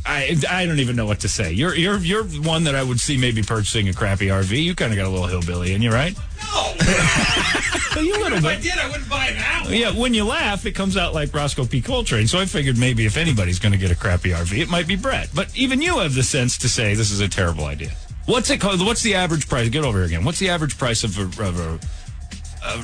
I, I don't even know what to say. You're you're you're one that I would see maybe purchasing a crappy RV. You kind of got a little hillbilly in you, right? No, you little bit.
did, I wouldn't buy it now.
Yeah, when you laugh, it comes out like Roscoe P. Coltrane. So I figured maybe if anybody's going to get a crappy RV, it might be Brett. But even you have the sense to say this is a terrible idea. What's it called? What's the average price? Get over here again. What's the average price of a, of a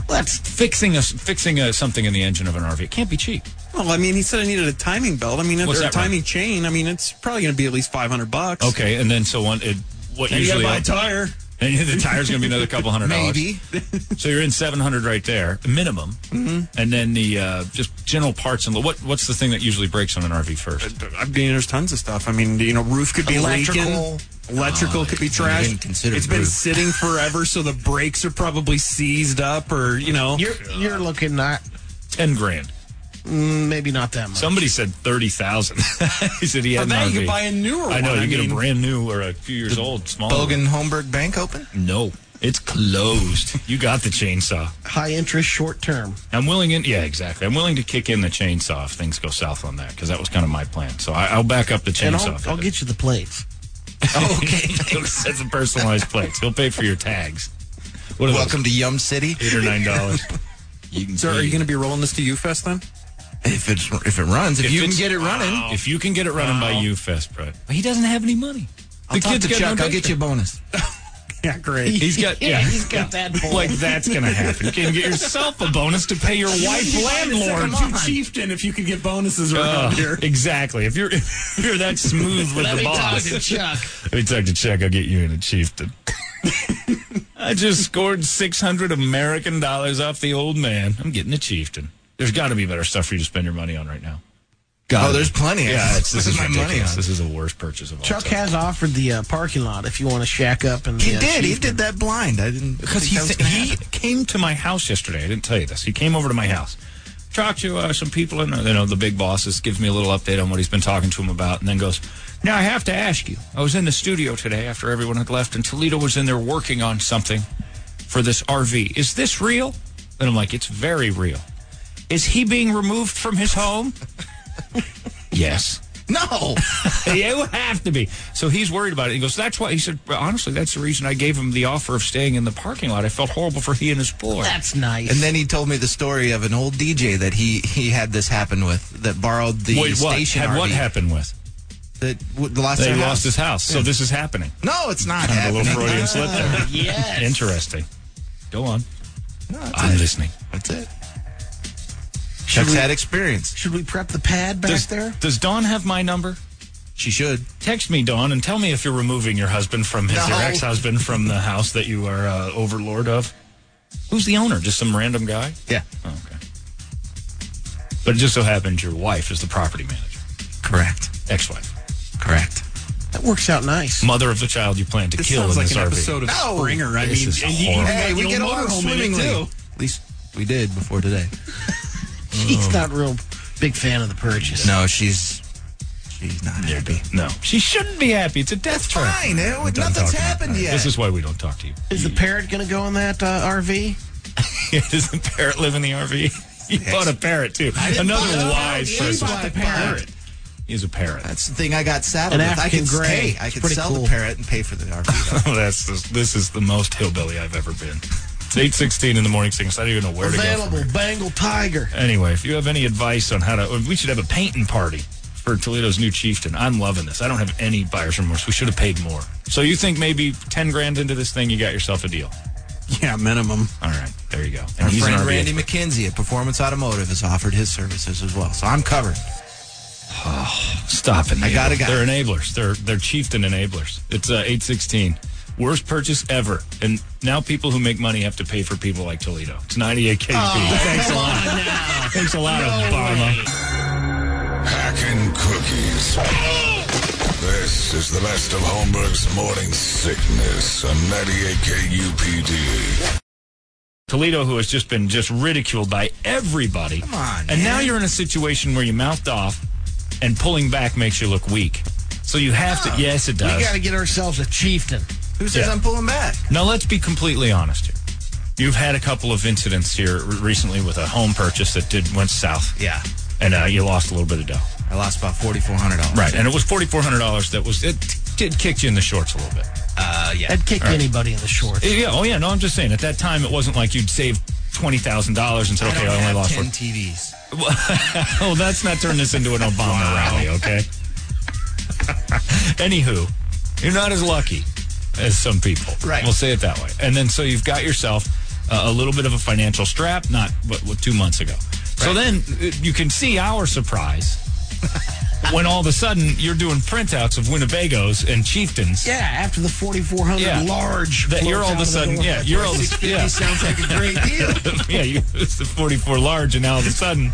Let's.
fixing a fixing a, something in the engine of an RV? It can't be cheap.
Well, I mean, he said I needed a timing belt. I mean,
What's
or a
that, Ryan?
timing chain. I mean, it's probably going to be at least five hundred bucks.
Okay, and then so one. It, what
And you got to
usually
buy a tire.
and the tire's going to be another couple hundred dollars.
maybe.
So you're in seven hundred right there, minimum. Mm-hmm. And then the uh, just general parts and what what's the thing that usually breaks on an RV first?
Uh, I mean, there's tons of stuff. I mean, you know, roof could be
Electrical.
leaking. Electrical
Ah,
could be
I
trashed.
didn't consider
It's
the
been
roof.
sitting forever, so the brakes are probably seized up, or you know,
You're you're looking not
Ten grand.
Mm, maybe not that much.
Somebody said thirty thousand. he said he had
for that
an
you
RV.
could buy a newer one.
I know you get
mean,
a brand new or a few years old, small.
Bogan Homburg Bank open?
No, it's closed. you got the chainsaw.
High interest, short term.
I'm willing in. Yeah, exactly. I'm willing to kick in the chainsaw if things go south on that because that was kind of my plan. So I, I'll back up the
And
chainsaw.
I'll,
if it
I'll
is.
get you the plates.
Oh, okay. That's a personalized plates. He'll pay for your tags.
Welcome to Yum City.
Eight or nine dollars.
So are you going to be rolling this to U Fest then?
If it's if it runs, if,
If
you can
it's-
get it running,
Wow.
If you can get it running by you, Fest, Brett.
He doesn't have any money.
I'll talk to Chuck. I'll get you a bonus.
Yeah, great. He's got yeah.
he's got that boy.
Like that's gonna happen. You can get yourself a bonus to pay your wife landlord.
You chieftain if you could get bonuses around
Uh,
here.
exactly. If you're if you're that smooth with
Let
the
me talk
boss,
to Chuck.
let me talk to Chuck. I'll get you in a chieftain. I just scored six hundred American dollars off the old man. I'm getting a chieftain. There's got to be better stuff for you to spend your money on right now.
Oh, there's plenty.
Yeah, it's, this is
my money.
ridiculous.
on.
This is the worst purchase of all
Chuck
time.
has offered the uh, parking lot if you want to shack up and uh,
He did. He did that blind. I didn't
Because
think
he
that was
th-
gonna
he
happen.
came to my house yesterday. I didn't tell you this. He came over to my house, talked to uh, some people, and uh, you know the big bosses gives me a little update on what he's been talking to him about, and then goes. Now I have to ask you. I was in the studio today after everyone had left, and Toledo was in there working on something for this RV. Is this real? And I'm like, it's very real. Is he being removed from his home? yes.
No.
it would have to be. So he's worried about it. He goes, "That's why." He said, well, "Honestly, that's the reason I gave him the offer of staying in the parking lot. I felt horrible for he and his boy."
That's nice.
And then he told me the story of an old DJ that he he had this happen with that borrowed the
Wait, what?
station
Had
RV
what happened with?
that w- lost
They
their
lost
house.
his house. So this is happening.
No, it's not
Kind of a
happening.
little Freudian slip
Oh,
there.
Yes.
Interesting. Go on.
No, that's
I'm
it.
listening.
That's it. Chuck's
we-
had experience.
Should we prep the pad back
Does,
there?
does Dawn have my number?
She should.
Text me, Dawn, and tell me if you're removing your husband from his
No.
your ex-husband from the house that you are uh, overlord of. Who's the owner? Just some random guy?
Yeah.
Oh, okay. But it just so happens your wife is the property manager,
Correct.
ex-wife,
Correct.
That works out nice.
mother of the child you plan to
This
kill in
sounds like
this
an
RV.
episode of
No.
Springer. I
This
mean,
is
and you-
horrible.
even
Hey,
got
we
the
get
old
along
motorhome in it,
swimmingly.
too.
At least we did before today.
Oh.
Mm.
He's not real big fan of the purchase.
No, she's she's not happy.
No, she shouldn't be happy. It's a death trap.
Fine. eh,
We're done
nothing's
talking.
happened
All right,
yet.
This is why we don't talk to you.
Is the parrot going to go in that uh, RV?
Does the parrot live in the RV? You bought a parrot too. Another wise person.
bought the parrot.
He's a parrot.
That's the thing I got saddled
An
with. I could
African gray.
hey, I
It's
could
pretty
sell
cool.
the parrot and pay for the RV.
Oh, that's this, this is the most hillbilly I've ever been. It's eight sixteen in the morning, singing. So I don't even know where to go. from
Available Bengal tiger.
Anyway, if you have any advice on how to, we should have a painting party for Toledo's new chieftain. I'm loving this. I don't have any buyer's remorse. We should have paid more. So you think maybe ten grand into this thing, you got yourself a deal?
Yeah, minimum.
All right, there you go. And
Our
he's an
friend
RV
Randy McKenzie at Performance Automotive has offered his services as well, so I'm covered.
Oh, Stop it.
I got a
enabler.
guy.
They're enablers. They're they're chieftain enablers. It's uh, 816. Worst purchase ever. And now people who make money have to pay for people like Toledo. It's 98 KP.
Oh,
Thanks a lot. Thanks a lot, Obama.
Hacking cookies. This is the best of Holmberg's morning sickness on 98 KUPD.
Toledo, who has just been just ridiculed by everybody. Come
on,
And now you're in a situation where you mouthed off and pulling back makes you look weak. So you have to. Yes, it does.
We got to get ourselves a chieftain.
Who says
Yeah.
I'm pulling back?
Now, let's be completely honest here. You've had a couple of incidents here re- recently with a home purchase that did went south.
Yeah,
and uh, you lost a little bit of dough.
I lost about forty four hundred dollars.
Right, and it was forty four hundred dollars. That was it. Did kick you in the shorts a little bit.
Uh, yeah.
I'd kick anybody in the shorts.
Yeah. Oh yeah. No, I'm just saying. At that time, it wasn't like you'd save twenty thousand dollars and said,
I
"Okay,
don't
I, only
have
lost."
ten
40.
TVs.
Oh, let's not turn this into an Obama rally, okay? Anywho, you're not as lucky as some people.
Right.
We'll say it that way. And then so you've got yourself uh, a little bit of a financial strap, not what, what two months ago. So then uh, you can see our surprise when all of a sudden you're doing printouts of Winnebagos and Chieftains.
Yeah, after the 4,400
Yeah.
large.
That you're
floats
all
out
of a
the
sudden,
door.
yeah, you're all of a sudden, yeah.
Sounds like a great deal.
yeah, you it's the 44 large, and now all of a sudden,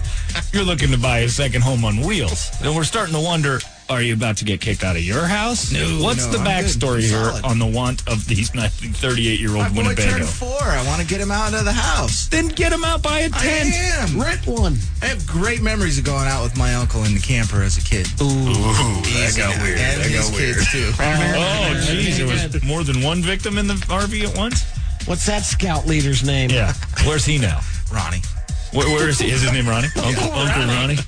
you're looking to buy a second home on wheels. And we're starting to wonder: Are you about to get kicked out of your house?
No,
What's
no,
the
I'm
backstory
good.
here
Solid.
on the want of these 38-year-old
My boy
Winnebago?
turned four. I want to get him out of the house.
Then get him out by a
I
tent.
am.
Rent one.
I have great memories of going out with my uncle in the camper as a kid.
Ooh, that
Easy
got
now.
weird.
And
That
his
got weird.
kids too.
Oh, jeez, there was more than one victim in the RV at once.
What's that scout leader's name?
Yeah, where's he now?
Ronnie.
Where, where is he? Is his name Ronnie? Uncle, Uncle Ronnie.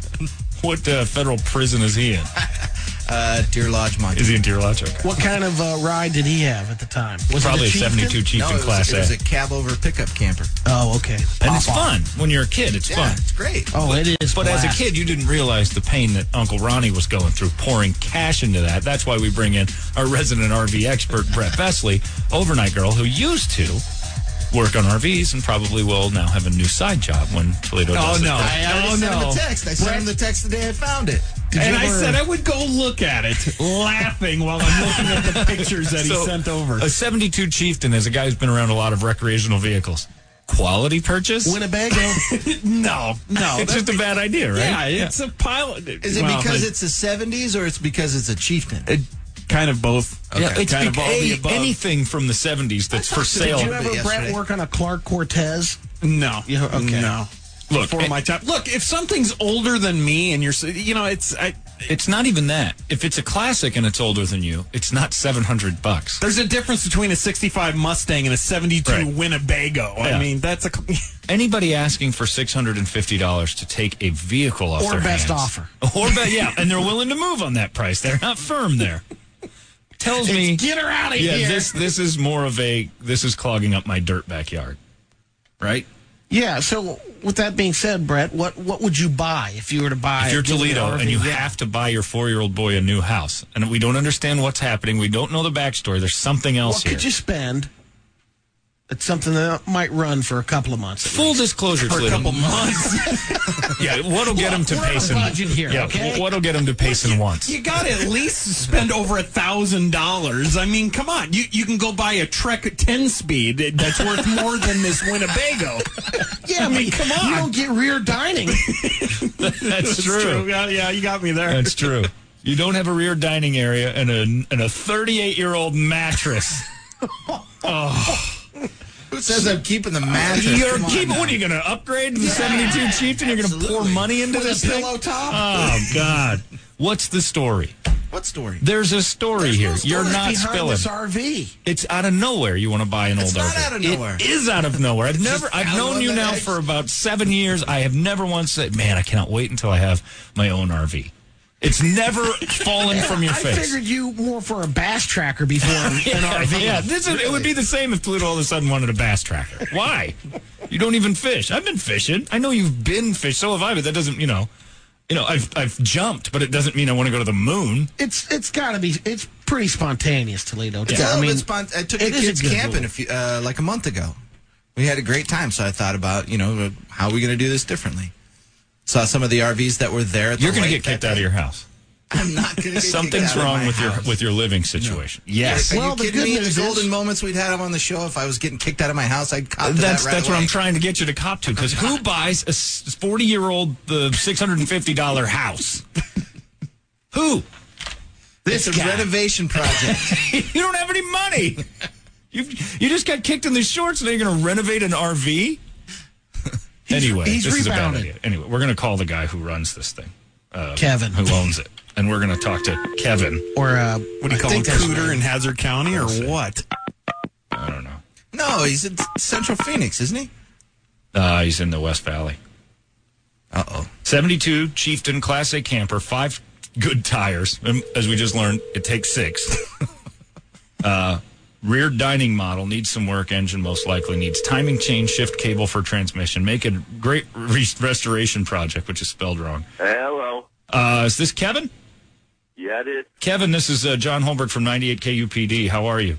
What uh, federal prison is he in?
Uh, Deer Lodge Monument.
Is he in Deer Lodge? Okay.
What kind of uh, ride did he have at the time? Was
Probably
it
a
a Chieftain?
72 Chieftain
no, it
Class
was, it was
A.
a cab over pickup camper.
Oh, okay.
and it's fun when you're a kid. It's
Yeah,
fun.
it's great.
Oh, it is.
But as a
blast.
kid, you didn't realize the pain that Uncle Ronnie was going through pouring cash into that. That's why we bring in our resident RV expert, Brett Besley, overnight girl who used to work on RVs and probably will now have a new side job when Toledo does it.
I already
Oh,
sent him
no.
a text. I sent him the text the day I found it.
Did
And
you
I
ever-
said I
would go look at it, laughing while I'm looking at the pictures that
So,
he sent over.
A 72 Chieftain is a guy who's been around a lot of recreational vehicles. Quality purchase?
Winnebago.
no, no. It's just a bad idea, right?
Yeah, it's a pilot.
Is it
Well,
because
it-
it's the 70s or it's because it's a chieftain?
it- kind of both?
Yeah,
kind
it's kind
of all the above.
anything from the 70s that's for
Did
sale.
you ever, Brett,
yesterday.
work on a Clark Cortez?
No.
Yeah, okay.
No.
Look,
for
it-
my time. Look, if something's older than me and you're, s- you know, it's I,
It's not even that. If it's a classic and it's older than you, it's not 700 bucks.
there's a difference between a 65 Mustang and a 72
Right.
Winnebago.
Yeah.
I mean, that's a cl-
Anybody asking for $650 to take a vehicle off
Or
their
best
hands-
offer.
Or best, yeah, and they're willing to move on that price. They're not firm there. Tells me
Get her out of
Yeah,
here.
this this is more of a this is clogging up my dirt backyard. Right?
yeah. So, with that being said, Brett, what what would you buy if you were to buy?
If you're
a Disney
Toledo
RV?
and you have to buy your four year old boy a new house, and we don't understand what's happening, we don't know the backstory. There's something else
what could you
here.
spend? It's something that might run for a couple of months. at
Full disclosure,
for a
Toledo.
couple months.
Yeah, what'll get him to
we're on a
Payson?
budget here,
yeah,
okay?
what'll get him to Payson once?
You got to at least spend over a thousand dollars. I mean, come on, you you can go buy a Trek ten speed that's worth more than this Winnebago.
Yeah, I mean,
come on.
You don't get rear dining.
That's true.
Yeah, yeah, you got me there.
That's true. You don't have a rear dining area and a and a 38 year old mattress. Oh.
Who says I'm keeping the mattress?
You're
Come on
keeping.
now.
What are you going to upgrade the 72 Chieftain? You're going to pour
Absolutely.
money into
With a
this thing?
pillow top?
Oh God! What's the story?
What story?
There's a story here. You're
What's
not
behind
spilling.
this RV.
It's out of nowhere. You want to buy an
It's
old
not
RV.
out of nowhere.
It is out of nowhere. I've never.
just
I've
out
known
on
you
the
now
edge.
for about seven years. I have never once said, "Man, I cannot wait until I have my own RV." It's never fallen from your
I
face.
figured you more for a bass tracker before an an
yeah,
RV.
yeah, this is, it would be the same if Pluto all of a sudden wanted a bass tracker. Why? you don't even fish. I've been fishing. I know you've been fish. So have I. But that doesn't, you know, you know, I've I've jumped, but it doesn't mean I want to go to the moon.
It's it's got to be. It's pretty spontaneous, Toledo.
It's
too.
a
I
little
mean,
bit spont- I took
it
the
is a
kids
good
camping
move.
a few, uh, like a month ago. We had a great time, so I thought about you know how are we going to do this differently. Saw some of the RVs that were there. At
You're
going to
get kicked out of your house.
I'm not going to get
Something's
kicked out of
wrong
my
with
house.
your with your living situation.
Are
Yes.
you
Well, the
kidding
good
me?
news
the
is-
golden moments we'd had on the show. If I was getting kicked out of my house, I'd cop to
That's
that right
that's what I'm
away.
trying to get you to cop to because who buys a forty year old the six hundred and fifty dollar house? who?
It's a renovation project.
you don't have any money. You you just got kicked in the shorts. Now you're going to renovate an RV. anyway,
he's
this
rebounded.
is a bad idea. Anyway, we're going to call the guy who runs this thing, uh,
Kevin.
who owns it, and we're going to talk to Kevin.
or uh,
What do you call him, Cooter in Hazard County, or what?
I don't know.
no, he's in Central Phoenix, isn't he?
Uh, he's in the West Valley.
Uh oh.
72 Chieftain Class A camper, five good tires. Um, As we just learned, it takes six. uh, rear dining model needs some work. Engine most likely needs timing chain, shift cable for transmission. Make a great re- restoration project, which is spelled wrong.
Hello.
Uh, is this Kevin?
Yeah, it is.
Kevin, this is uh, John Holbert from 98 KUPD. How are you?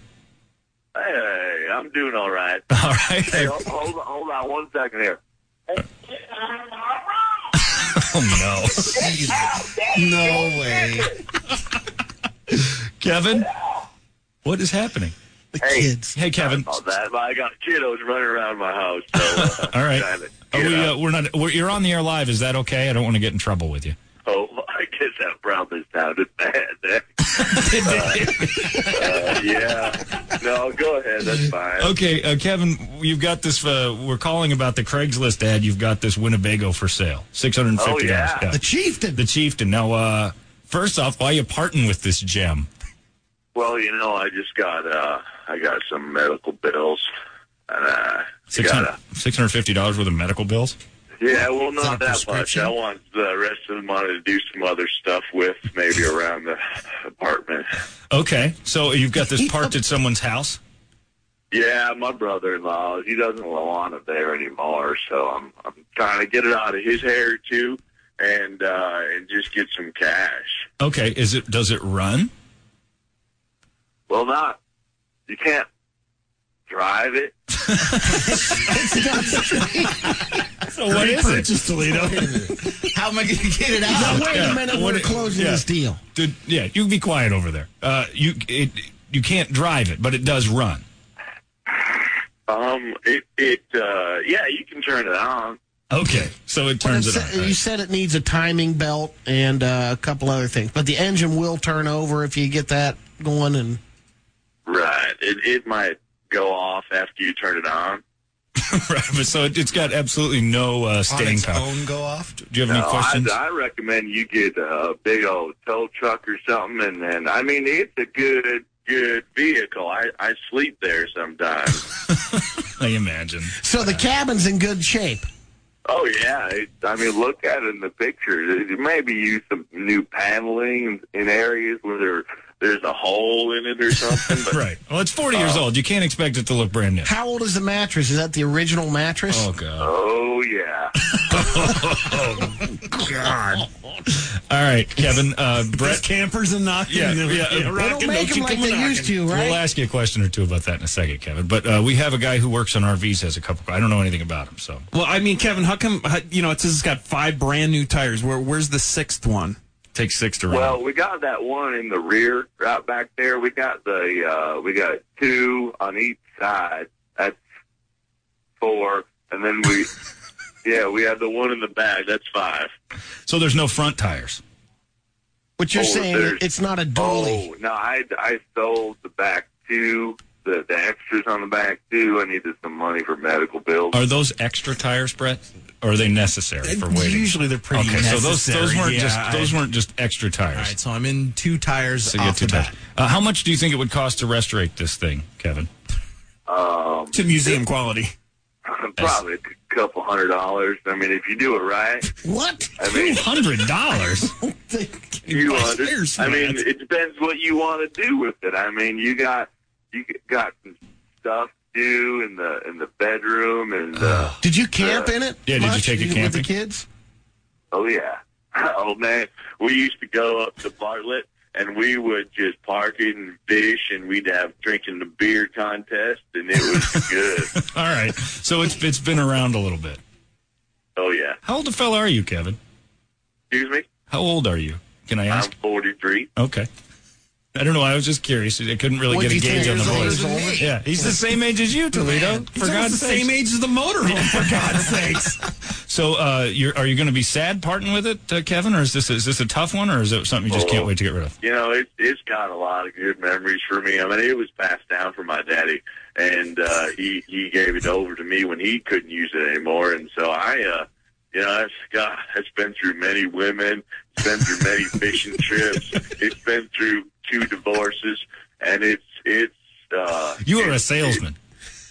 Hey, I'm doing all right.
All right.
Hey, hold, hold on, hold on one second here.
Oh, no.
No way.
Kevin? What is happening?
the
Hey.
kids.
Hey, Kevin.
All that, I got kiddos running around my house. So, uh,
All right.
trying to
Are
get
we,
out.
uh, we're not, we're, you're on the air live. Is that okay? I don't want to get in trouble with you.
Oh, I guess that probably sounded bad. there. uh, yeah. No, go ahead. That's fine.
Okay, uh, Kevin, you've got this. Uh, we're calling about the Craigslist ad. You've got this Winnebago for sale, six hundred and fifty
Oh,
dollars.
yeah.
The chieftain.
The chieftain. Now, uh, first off, why you parting with this gem?
Well, you know, I just got uh, I got some medical bills, and uh, I
Six
got a
hundred fifty dollars worth of medical bills.
Yeah, well,
Is that a
not that much.
prescription?
I want the rest of the money to do some other stuff with, maybe around the apartment.
Okay, so you've got this parked at someone's house.
Yeah, my brother-in-law, he doesn't want it there anymore, so I'm I'm trying to get it out of his hair too, and uh, and just get some cash.
Okay, is it? Does it run?
Well, not you can't drive it.
it's down the street.
So what is it? Just Toledo.
How am I going to get it
Now,
out?
wait a minute, we're closing this deal.
Dude, yeah, you be quiet over there. Uh, you it, you can't drive it, but it does run.
Um, it it uh, yeah, you can turn it on.
Okay, so it turns it
It
on.
sa- You said it needs a timing belt and uh, a couple other things, but the engine will turn over if you get that going. And
Right. It it might go off after you turn it on.
right, but so it, it's got absolutely no uh,
On
staying
its
power.
own
go off? Do you have any
No,
questions?
I, I recommend you get a big old tow truck or something, and then I mean it's a good good vehicle. I I sleep there sometimes.
I imagine.
so the cabin's in good shape.
Oh yeah, it, I mean look at it in the pictures. It, maybe use some new paneling in, in areas where there there's a hole in it or something. But
right. Well, it's 40
Oh.
years old. You can't expect it to look brand new.
How old is the mattress? Is that the original mattress?
Oh god.
Oh yeah.
Oh, God. All right, Kevin. Uh, Brett.
campers and knocking.
Yeah,
and
yeah.
yeah,
They
rocking,
don't make
you
'em
come
like they
knocking.
used We'll ask you a question or two about that in a second, Kevin. But uh, we have a guy who works on RVs has a couple. I don't know anything about him, so
Well, I mean, Kevin, how come how, you know it says it's got five brand new tires? Where where's the sixth one?
Take six to
Well, we got that one in the rear, right back there. We got the uh, we got two on each side. That's four, and then we yeah we had the one in the back. That's five.
so there's no front tires.
What you're
Oh,
saying,
there's-
it's not a dually.
Oh no, I I sold the back two, the the extras on the back two. I needed some money for medical bills.
Are those extra tires, Brett? Or are they necessary for waiting?
Usually they're pretty
Okay, so those those
necessary,
weren't
yeah,
just those
I-
weren't just extra tires.
All right, so I'm in two tires
So you get
off
two
the
tires.
bat.
Uh, how much do you think it would cost to restaurate this thing, Kevin?
Um,
to museum quality.
Probably a couple hundred dollars. I mean, if you do it right.
What?
I mean-
hundred dollars.
You
Like,
want it-
here's
I
Matt.
mean, it depends what you want to do with it. I mean, you got you got some stuff to do in the in the bedroom and uh,
Did you camp in it?
Yeah, did you
much?
take it
with the
camping?
kids?
oh yeah, oh man, we used to go up to Bartlett and we would just park it and fish and we'd have drinking the beer contest and it was good.
All right, so it's it's been around a little bit.
Oh yeah,
How old a fella are you, Kevin?
excuse me,
How old are you? Can I
I'm
ask?
43.
Okay. I don't know. I was just curious. I couldn't really
What,
get a
he's
gauge
10
on the
years older
voice.
than me?
Yeah, he's the same age as you, Toledo.
He's
for God's
almost the same
sakes.
age as the motorhome. For God's sakes.
So, uh, you're, are you going to be sad parting with it, uh, Kevin, or is this is this a tough one, or is it something you just
Oh.
can't wait to get rid of?
You know, it, it's got a lot of good memories for me. I mean, it was passed down from my daddy, and uh, he he gave it over to me when he couldn't use it anymore. And so I, uh, you know, it's got it's been through many women, it's been through many fishing trips, it's been through two divorces, and it's it's uh,
You are a salesman,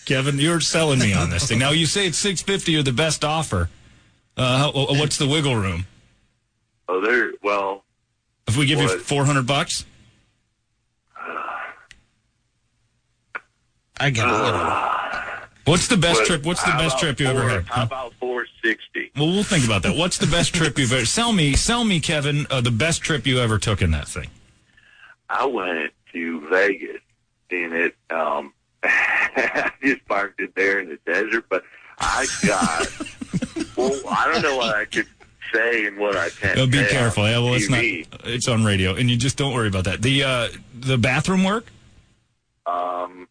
Kevin. You're selling me on this thing. Now you say it's six fifty or the best offer. Uh, how, wh- what's the wiggle room?
oh there well
If we give you
What?
four hundred bucks,
I get
What's the best
But
trip? What's the
how
best
about
trip you ever
four-
had?
How about four sixty?
Well, we'll think about that. What's the best trip you've ever? Sell me, sell me, Kevin, uh, the best trip you ever took in that thing.
I went to Vegas in it. Um, I just parked it there in the desert, but I got. well, I don't know what I could say and what I can't.
Oh, be
say on
careful. Yeah, well, it's not.
TV.
It's on radio, and you just don't worry about that. The uh, the bathroom work.
Um,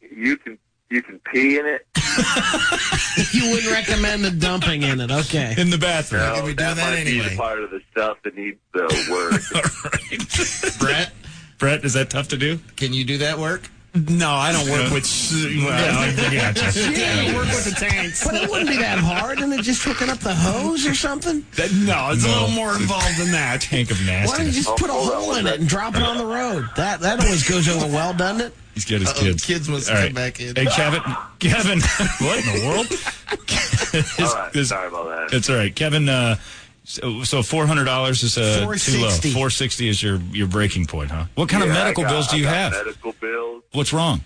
you can you can pee in it.
you wouldn't recommend the dumping in it. Okay.
In the bathroom.
No, that, might be the part of the stuff that needs the work.
Brett. Brett, is that tough to do?
Can you do that work?
No, I don't work with.
yeah, I gotcha.
Yeah, work with the tanks.
But it wouldn't be that hard, and it just hooking up the hose or something.
That- no, it's a
No.
little more involved than that.
Tank of
Why don't you
nastiness.
just put a
Oh,
hole in it and drop it on the road? That that always goes over well, doesn't it?
He's got his
Uh-oh,
kids.
kids must
All
come
right.
back in.
Hey, Kevin. Kevin. what in the world?
All right. Sorry about that.
It's all right, Kevin. Uh, so so four hundred dollars is uh, too low.
460.
Four sixty is your your breaking point, huh? What kind of
Yeah, I
medical
got-
bills do
I
you
got
have?
Medical bills.
What's wrong?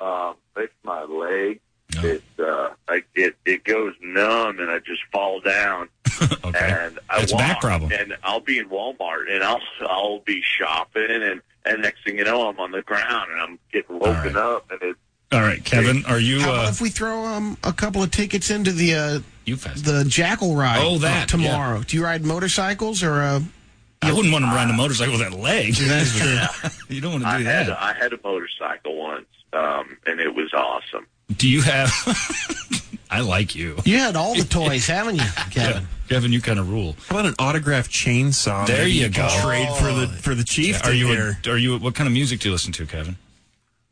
Um, it's my leg. It uh, I, it it goes numb and I just fall down. And I
That's a
walk,
back problem.
And I'll be in Walmart and I'll I'll be shopping and and next thing you know I'm on the ground and I'm getting woken up and it's
All right, Kevin, are you?
How about
Uh,
if we throw um, a couple of tickets into the uh,
Ufest.
the jackal ride?
Oh,
uh,
that,
tomorrow. Do you ride motorcycles or? Uh,
I wouldn't want to ride a motorcycle with that leg.
That's true.
you don't want to
I
do
had
that.
I had a motorcycle once um, and it was awesome.
Do you have? I like you.
You had all the toys, haven't you, Kevin?
Kevin, you kind of rule.
How about an autographed chainsaw?
There
Maybe
you
can
go.
Trade for the
Oh.
for the chief.
Are you? A, are you? a- What kind of music do you listen to, Kevin?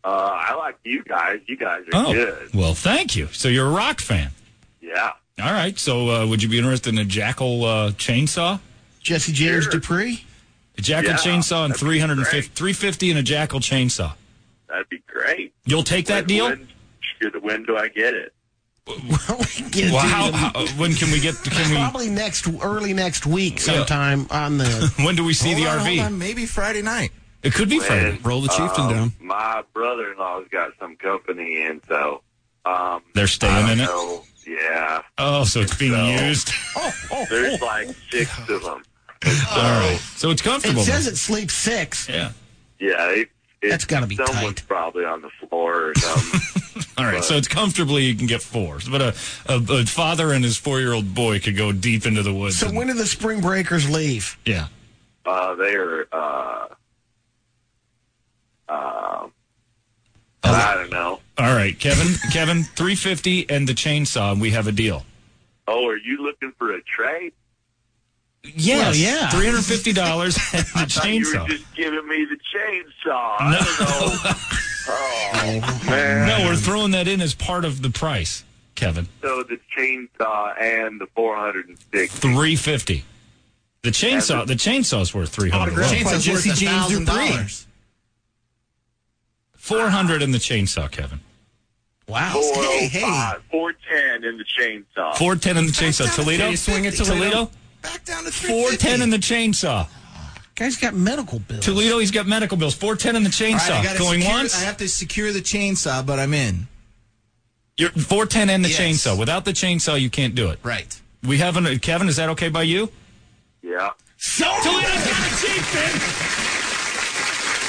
Uh, I like you guys. You guys are
Oh,
good.
well, thank you. So you're a rock fan.
Yeah.
All right. So uh, would you be interested in a jackal uh, chainsaw?
Jesse James Dupree.
A jackal
Yeah,
chainsaw and
that'd be
350,
great.
350 and a jackal chainsaw.
That'd be great.
You'll take that
When-
deal?
When, should- when do I get it?
Yeah,
well,
dude,
how,
um,
how, when can we get? Can
Probably next early next week, sometime on the.
we? When do we see the RV?
maybe Friday night.
It could be
When,
Friday.
um, My brother-in-law's got some company, and so um,
They're staying
I
in
don't
it?
know. Yeah,
Oh, so it's being
So-
used.
Oh,
there's like six of them.
All right. So it's
It
comfortable.
says
then.
it sleeps six.
Yeah.
Yeah, it, it,
That's gotta be
someone's probably on the floor or something.
All right, so it's comfortably you can get four, but a, a, a father and his four-year-old boy could go deep into the woods.
So when do the spring breakers leave?
yeah,
uh, they are. Uh, uh,
Oh.
I don't know.
all right, Kevin, Kevin, three fifty and the chainsaw, and we have a deal.
Oh, are you looking for a trade?
Yes,
yeah.
three hundred fifty dollars and the
You were
chainsaw.
just giving me the chainsaw. I don't know. oh man!
No, we're throwing that in as part of the price, Kevin.
So the chainsaw and the 406.
Three fifty. The chainsaw, the chainsaw's worth three hundred. Four hundred in the chainsaw, Kevin.
Wow.
405, 410 in the chainsaw.
Four ten in the chainsaw.
down to
Toledo,
350. Swing it, Toledo.
Toledo.
Back down to
Four ten in the chainsaw.
Guy's got medical bills.
Toledo, he's got medical bills. Four ten in the
All right,
chainsaw.
I gotta
Going
secure-
once.
I have to secure the chainsaw, but I'm in.
You're 410 and the
Yes.
chainsaw. Without the chainsaw, you can't do it.
Right.
We haven't. Kevin, is that okay by you?
Yeah.
So Toledo's got a chieftain.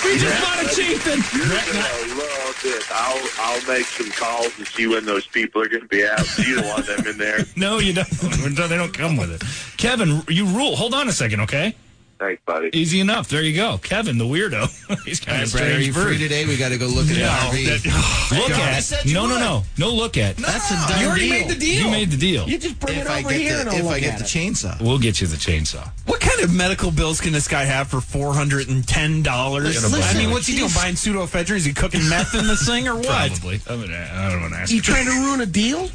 We just bought a chieftain.
You're gonna love this. I'll I'll make some calls and see when those people are gonna be out. You don't want them in there.
No, you don't. No, they don't come with it. Kevin, you rule. Hold on a second, okay?
Thanks, buddy.
Easy enough. There you go. Kevin, the weirdo. He's kind
All
of
right, Brad, are
strange
you free
bird.
today? We got to go look at
No,
an RV.
that- look
Hey, I
at.
said you
No, no,
would.
no, no. Look at.
That's a done
You already
deal.
made the deal.
You made the deal.
You just bring
if
it
I
over
get
here and
the,
I'll
if
look
I get
at
the
it.
chainsaw.
We'll get you the chainsaw.
What kind of medical bills can this guy have for four hundred and ten dollars?
Listen,
I mean, what's he doing?
he's-
Buying pseudoephedrine? Is he cooking meth in this thing or what?
Probably. I'm gonna, I don't want to ask.
You trying to ruin a deal?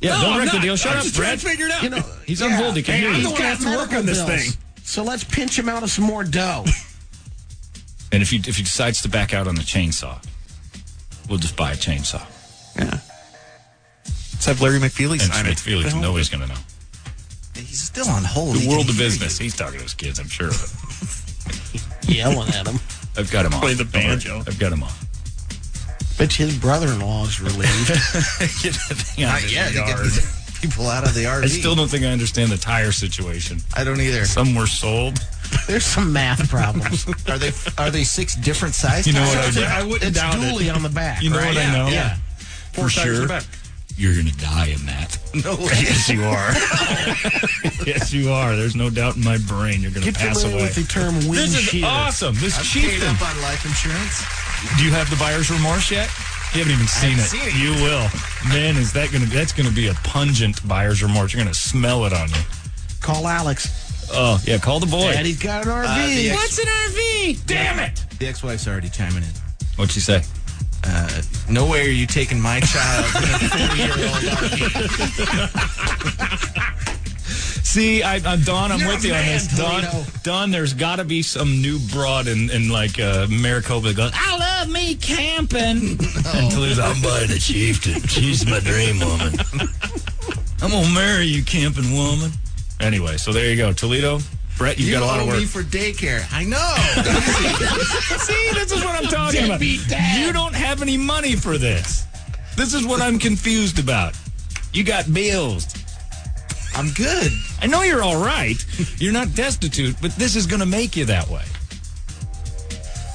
Yeah,
No,
don't
I'm
wreck the
not.
deal. Shut
I'm
up,
just
Brad.
trying to figure it out.
You know,
He's on hold. He can hear
I'm
you.
the one
got
that has to work
medical
on this
bills.
thing.
So let's pinch him out of some more dough.
And if he if he decides to back out on the chainsaw, we'll just buy a chainsaw.
Yeah. Let's have Larry McFeely
And
sign it.
Felix, nobody's going to know.
He's still on hold. He
The world
can
of
hear
business. He's talking to his kids. I'm sure of it.
Yelling at him.
I've got him on.
Play the
Don't worry.
banjo.
I've got him on.
But his brother-in-law is relieved.
Get that thing out
Not
of
yet.
his
They get
yard.
these people out of the RV.
I still don't think I understand the tire situation.
I don't either.
Some were sold.
There's some math problems.
Are they are they six different sizes?
You know what I
So
did?
I wouldn't
It's
doubt it.
dually on the back.
You know
right?
what I know?
Yeah.
Four
For
tires in
sure.
the back.
You're going to die in that.
No way.
yes, you are. yes, you are. There's no doubt in my brain you're going to
Get
pass
familiar
away.
with the term windshield.
This is awesome. This
I've paid
chieftain.
up on life insurance.
Do you have the buyer's remorse yet? You haven't even seen,
haven't
it.
seen it.
You will. Man, is that gonna that's gonna be a pungent buyer's remorse. You're gonna smell it on you.
Call Alex.
Oh yeah, call the boy.
Daddy's got an RV.
Uh, the ex-
an RV? Damn it!
The ex-wife's already chiming in.
What'd she say?
Uh, no way are you taking my child in a four-year-old RV.
See, I, I'm Don. I'm
You're
with
a
you on
man,
this, Don.
Toledo.
Don, there's got to be some new broad in, in like uh, Maricopa that goes, "I love me camping." And Toledo's, "I'm buying a chieftain. She's my dream woman." I'm gonna marry you, camping woman. Anyway, so there you go, Toledo. Brett, you've
you
got a lot of
owe
work.
me for daycare. I know.
See, this is what I'm talking about.
Deadbeat dad.
You don't have any money for this. This is what I'm confused about. You got bills. I'm good. I know you're all right. You're not destitute, but this is going to make you that way.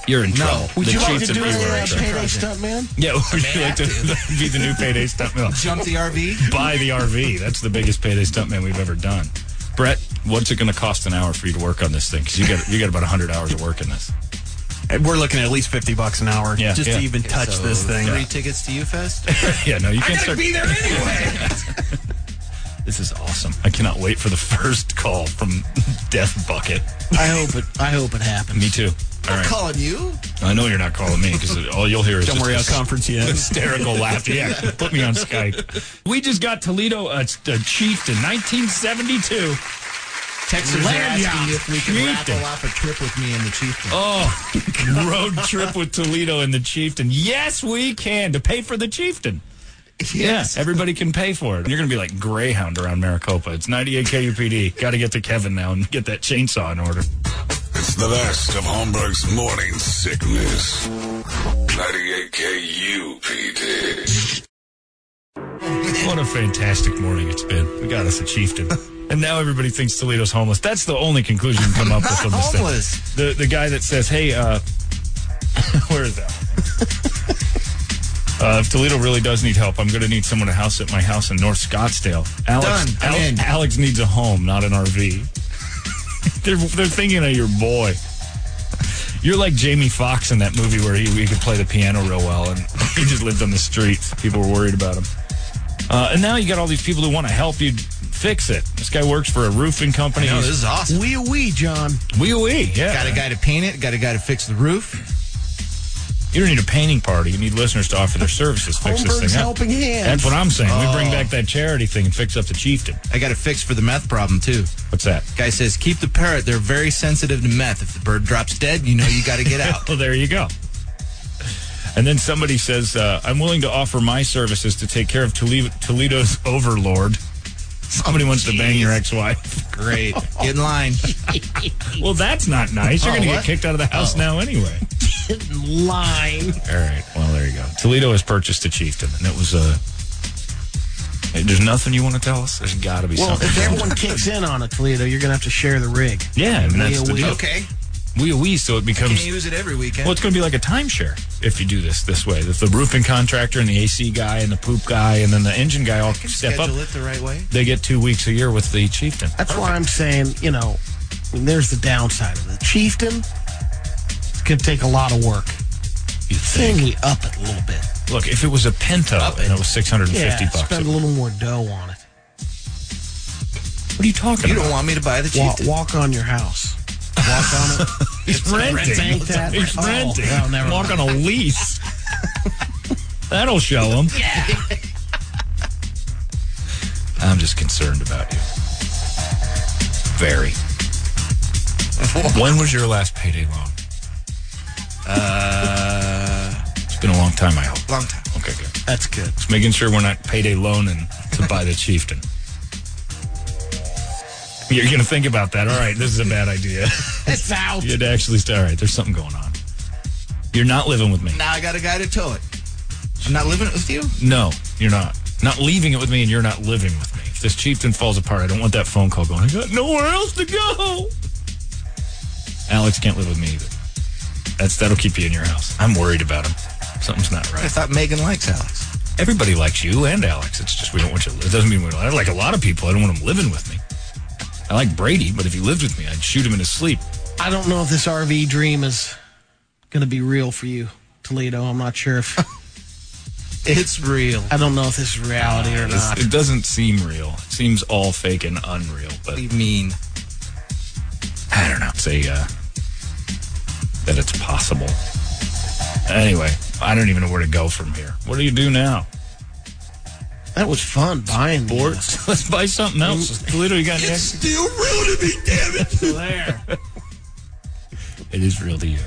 You're in trouble.
Would
The
you like to
Chiefs
do
of
a
you are
uh,
in trouble.
payday stunt, man?
Yeah, would you like to be the new payday stuntman?
Jump the RV?
Buy the RV. That's the biggest payday stuntman we've ever done. Brett, what's it going to cost an hour for you to work on this thing? Because you got you got about hundred hours of work in this.
We're looking at at least 50 bucks an hour
Yeah,
just
yeah.
to even
Okay,
touch
so
this thing.
Free tickets to UFest?
yeah, no, you
I
can't
gotta
start.
be there anyway.
This is awesome. I cannot wait for the first call from Death Bucket.
I hope it. I hope it happens.
Me too. All
I'm
right.
calling you.
I know you're not calling me because all you'll hear is
Don't
just
worry, I'll
hys-
conference you in.
hysterical laughter. Yeah, put me on Skype. We just got Toledo a, a chief in 1972.
Texas are asking if we can
Chieftain.
raffle off a trip with me and the chief.
Oh, road trip with Toledo and the Chieftain. Yes, we can to pay for the Chieftain. Yes, everybody can pay for it. You're going to be like Greyhound around Maricopa. It's 98 KUPD. Got to get to Kevin now and get that chainsaw in order.
It's the best of Holmberg's morning sickness. 98 KUPD.
What a fantastic morning it's been. We got us a chieftain. And now everybody thinks Toledo's homeless. That's the only conclusion you can come up with from this thing.
Homeless.
The, the guy that says, hey, uh, where is that? Uh, if Toledo really does need help, I'm going to need someone to house at my house in North Scottsdale. Alex,
Done. I'm
Al-
in.
Alex needs a home, not an RV. they're, they're thinking of your boy. You're like Jamie Foxx in that movie where he, he could play the piano real well and he just lived on the streets. People were worried about him. Uh, and now you got all these people who want to help you fix it. This guy works for a roofing company.
I know, this is awesome.
Wee wee, John. Wee wee, yeah.
Got a guy to paint it. Got a guy to fix the roof.
You don't need a painting party. You need listeners to offer their services. to Fix this
Holmberg's
thing up.
helping hands.
That's what I'm saying. We bring
Oh.
back that charity thing and fix up the chieftain.
I got a fix for the meth problem too.
What's that?
Guy says keep the parrot. They're very sensitive to meth. If the bird drops dead, you know you got to get out.
well, there you go. And then somebody says, uh, I'm willing to offer my services to take care of Tole- Toledo's overlord. Somebody wants to bang your ex wife.
Great. Get in line.
well, that's not nice. You're
Oh,
going to get
what?
kicked out of the house now anyway.
Line.
All right. Well, there you go. Toledo has purchased a chieftain, and it was a. there's nothing you want to tell us? There's got to be
Well,
something.
if everyone kicks in on it, Toledo, you're going to have to share the rig.
Yeah, and that's the deal. We we so it
Can
becomes.
you use it every weekend?
Well, it's going to be like a timeshare if you do this this way. If the roofing contractor and the AC guy and the poop guy and then the engine guy all step up,
schedule it the right way.
they get two weeks a year with the chieftain.
That's why I'm saying, you know, I mean, there's the downside of it. Chieftain could take a lot of work.
You
think? we up it a little bit.
Look, if it was a Pinto and it was six hundred and fifty
yeah,
bucks,
spend a little more dough on it.
What are you talking
You don't about? want me to buy the
walk,
Chieftain?
walk on your house. Walk on it.
He's renting.
Tank that.
He's
Oh,
renting.
well, never
Walk
mind.
on a lease. That'll show him. Yeah. I'm just concerned about you. Very. when was your last payday loan? Uh, it's been a long time. I hope.
Long time.
Okay, good.
That's good.
Just making sure we're not payday loaning to buy the chieftain. You're going to think about that. All right, this is a bad idea.
It's out.
You'd actually stay. All right, there's something going on. You're not living with me.
Now I got a guy to tow it. I'm not living it with you.
No, you're not. Not leaving it with me, and you're not living with me. If this chieftain falls apart, I don't want that phone call going. I got nowhere else to go. Alex can't live with me either. That's that'll keep you in your house. I'm worried about him. Something's not right.
I thought Megan likes Alex.
Everybody likes you and Alex. It's just we don't want you. It doesn't mean we don't. I like a lot of people. I don't want them living with me. I like Brady, but if he lived with me, I'd shoot him in his sleep.
I don't know if this RV dream is going to be real for you, Toledo. I'm not sure if
it's real.
I don't know if this is reality or
It's-
not.
It doesn't seem real. It seems all fake and unreal. But
mean?
I don't know. Say uh, that it's possible. Anyway, I don't even know where to go from here. What do you do now?
That was fun buying boards.
Let's buy something else. Toledo, you got any?
It's
still real to me, damn it. there. it is real to you.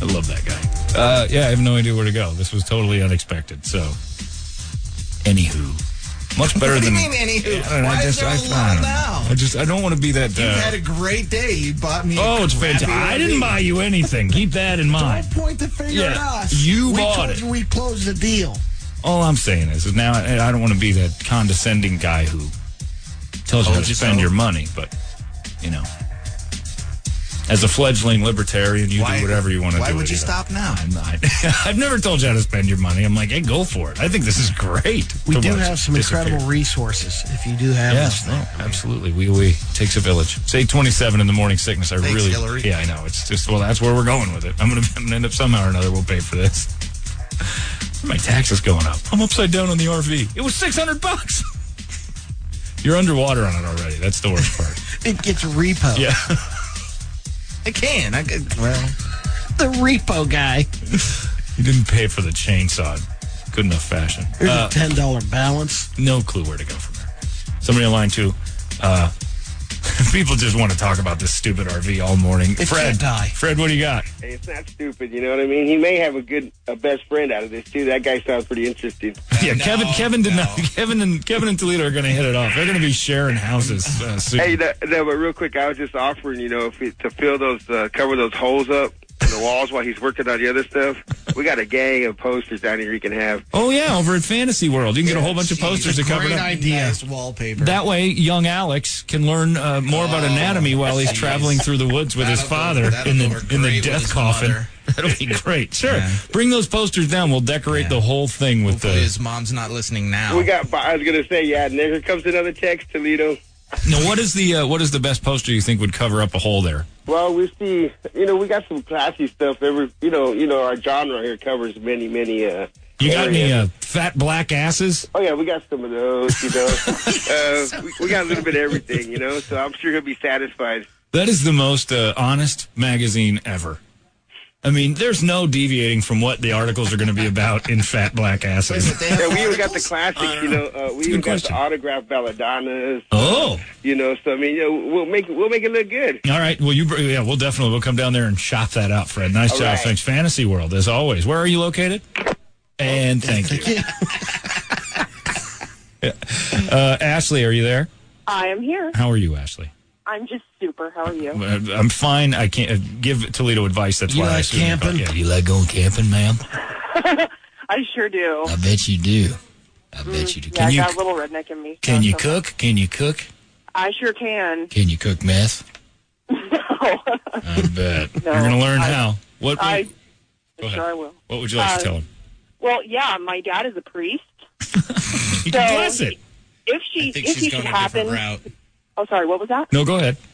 I love that guy. Uh, yeah, I have no idea where to go. This was totally unexpected. So, anywho, Much better
what
than.
do you mean, anywho?
I don't know,
Why
I
is
just,
there
I,
a
I
lot
don't know.
now?
I just, I don't want to be that.
You
uh,
had a great day. You bought me. a
Oh, it's
crappy
fantastic. I
RV.
didn't buy you anything. Keep that in mind.
Don't point the finger
Yeah,
at us.
you
we
bought
told
it.
You we closed the deal.
All I'm saying is, is now I I don't want to be that condescending guy who tells you
Told
how to
you
spend
so.
your money, but you know, as a fledgling libertarian, you do whatever you want to do.
Why would
it,
you
know.
stop now?
I'm not. I've never told you how to spend your money. I'm like, hey, go for it. I think this is great.
We
to
do
watch
have
it
some
disappear.
incredible resources if you do have
Yeah,
this thing.
no, absolutely. We we takes a village. Say twenty seven in the morning sickness. I
Thanks,
really,
Hillary.
yeah, I know. It's just well, that's where we're going with it. I'm gonna, I'm gonna end up somehow or another. We'll pay for this. My taxes going up. I'm upside down on the RV. It was six hundred bucks. You're underwater on it already. That's the worst part.
It gets repo.
Yeah.
I can. I could. Well,
the repo guy.
you didn't pay for the chainsaw. in Good enough fashion.
There's
Uh,
a ten dollar balance.
no clue where to go from there. Somebody on line two. Uh, people just want to talk about this stupid RV all morning. Fred, Fred, what do you got?
Hey, it's not stupid, you know what I mean? He may have a good a best friend out of this too. That guy sounds pretty interesting.
Yeah, Kevin. Kevin did not. Kevin and Kevin and Toledo are going to hit it off. They're going to be sharing houses uh, soon.
Hey, no, no, but real quick, I was just offering, you know, if it, to fill those, uh, cover those holes up in the walls while he's working on the other stuff. We got a gang of posters down here you can have.
oh yeah, over at Fantasy World, you can get a whole bunch of posters to cover it up.
Nice wallpaper. Oh,
That way, young Alex can learn uh, more about anatomy while he's traveling through the woods with his father in the in the death coffin. That'll be great. Sure, bring those posters down. We'll decorate the whole thing with the.
His mom's not listening now.
We got. I was gonna say, yeah. And there comes another text, Toledo.
Now, what is the uh, what is the best poster you think would cover up a hole there?
Well, we see, you know, we got some classy stuff. Every, you know, you know, our genre here covers many, many. Uh,
You got any
areas.
uh, fat black asses?
Oh yeah, we got some of those. You know, uh, we, we got a little bit of everything. You know, so I'm sure he'll be satisfied.
That is the most uh, honest magazine ever. I mean, there's no deviating from what the articles are going to be about in fat black asses.
Yeah, we even got the classics, you know. Uh, we even got the autograph balladonas.
Oh.
you know, so I mean, you know, we'll make it, we'll make it look good.
All right. Well, you br- yeah, we'll definitely we'll come down there and shop that out, Fred. Nice
All
job.
right.
Thanks, Fantasy World, as always. Where are you located? And thank you, uh, Ashley. Are you there?
I am here.
How are you, Ashley?
I'm just super. How are you?
Uh, I'm fine. I can't uh, give Toledo advice. That's
You
why I
like
assume you're
camping?
yeah.
You like going camping, ma'am?
uh,
I sure do.
I bet you do. I bet
Mm,
you do.
yeah,
Can
I
you
got a little redneck in me.
can you
Awesome.
cook? Can you cook?
I sure can.
Can you cook meth?
I bet
No,
you're going to learn
I-
how. What?
I
go ahead.
sure I will.
What would you like
Uh,
to tell him?
Well, yeah, my dad is a priest.
You
so
can bless it.
If she, if he should happen, oh sorry, what was that?
No, go ahead.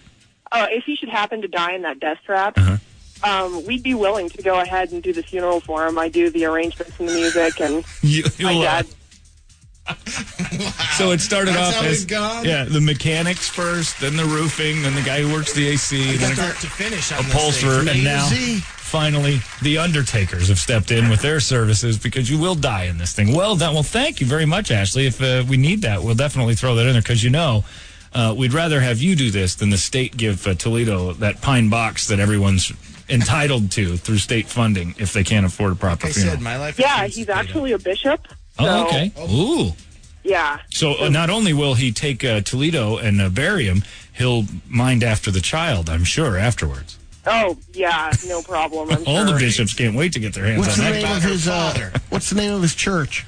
Uh, if he should happen to die in that death trap,
Uh-huh.
um, we'd be willing to go ahead and do the funeral for him. I do the arrangements and the music, and
You, you
my
laugh.
dad.
So it started
That's
off
how
as
it's gone?
yeah, the mechanics first, then the roofing, then the guy who works the AC, then
Start to finish on this thing.
upholsterer, and
Easy.
now finally the undertakers have stepped in with their services because you will die in this thing. Well, that well, thank you very much, Ashley. If uh, we need that, we'll definitely throw that in there because you know. Uh, we'd rather have you do this than the state give uh, Toledo that pine box that everyone's entitled to through state funding if they can't afford a proper
I
funeral.
said my life.
Yeah, he's actually a bishop.
oh,
so-
okay. Ooh.
Yeah.
So uh, not only will he take uh, Toledo and uh, bury him, he'll mind after the child, I'm sure, afterwards.
Oh, yeah, no problem. I'm
All
sure.
the bishops can't wait to get their hands
What's the
on
name
that.
of his uh, What's the name of his church?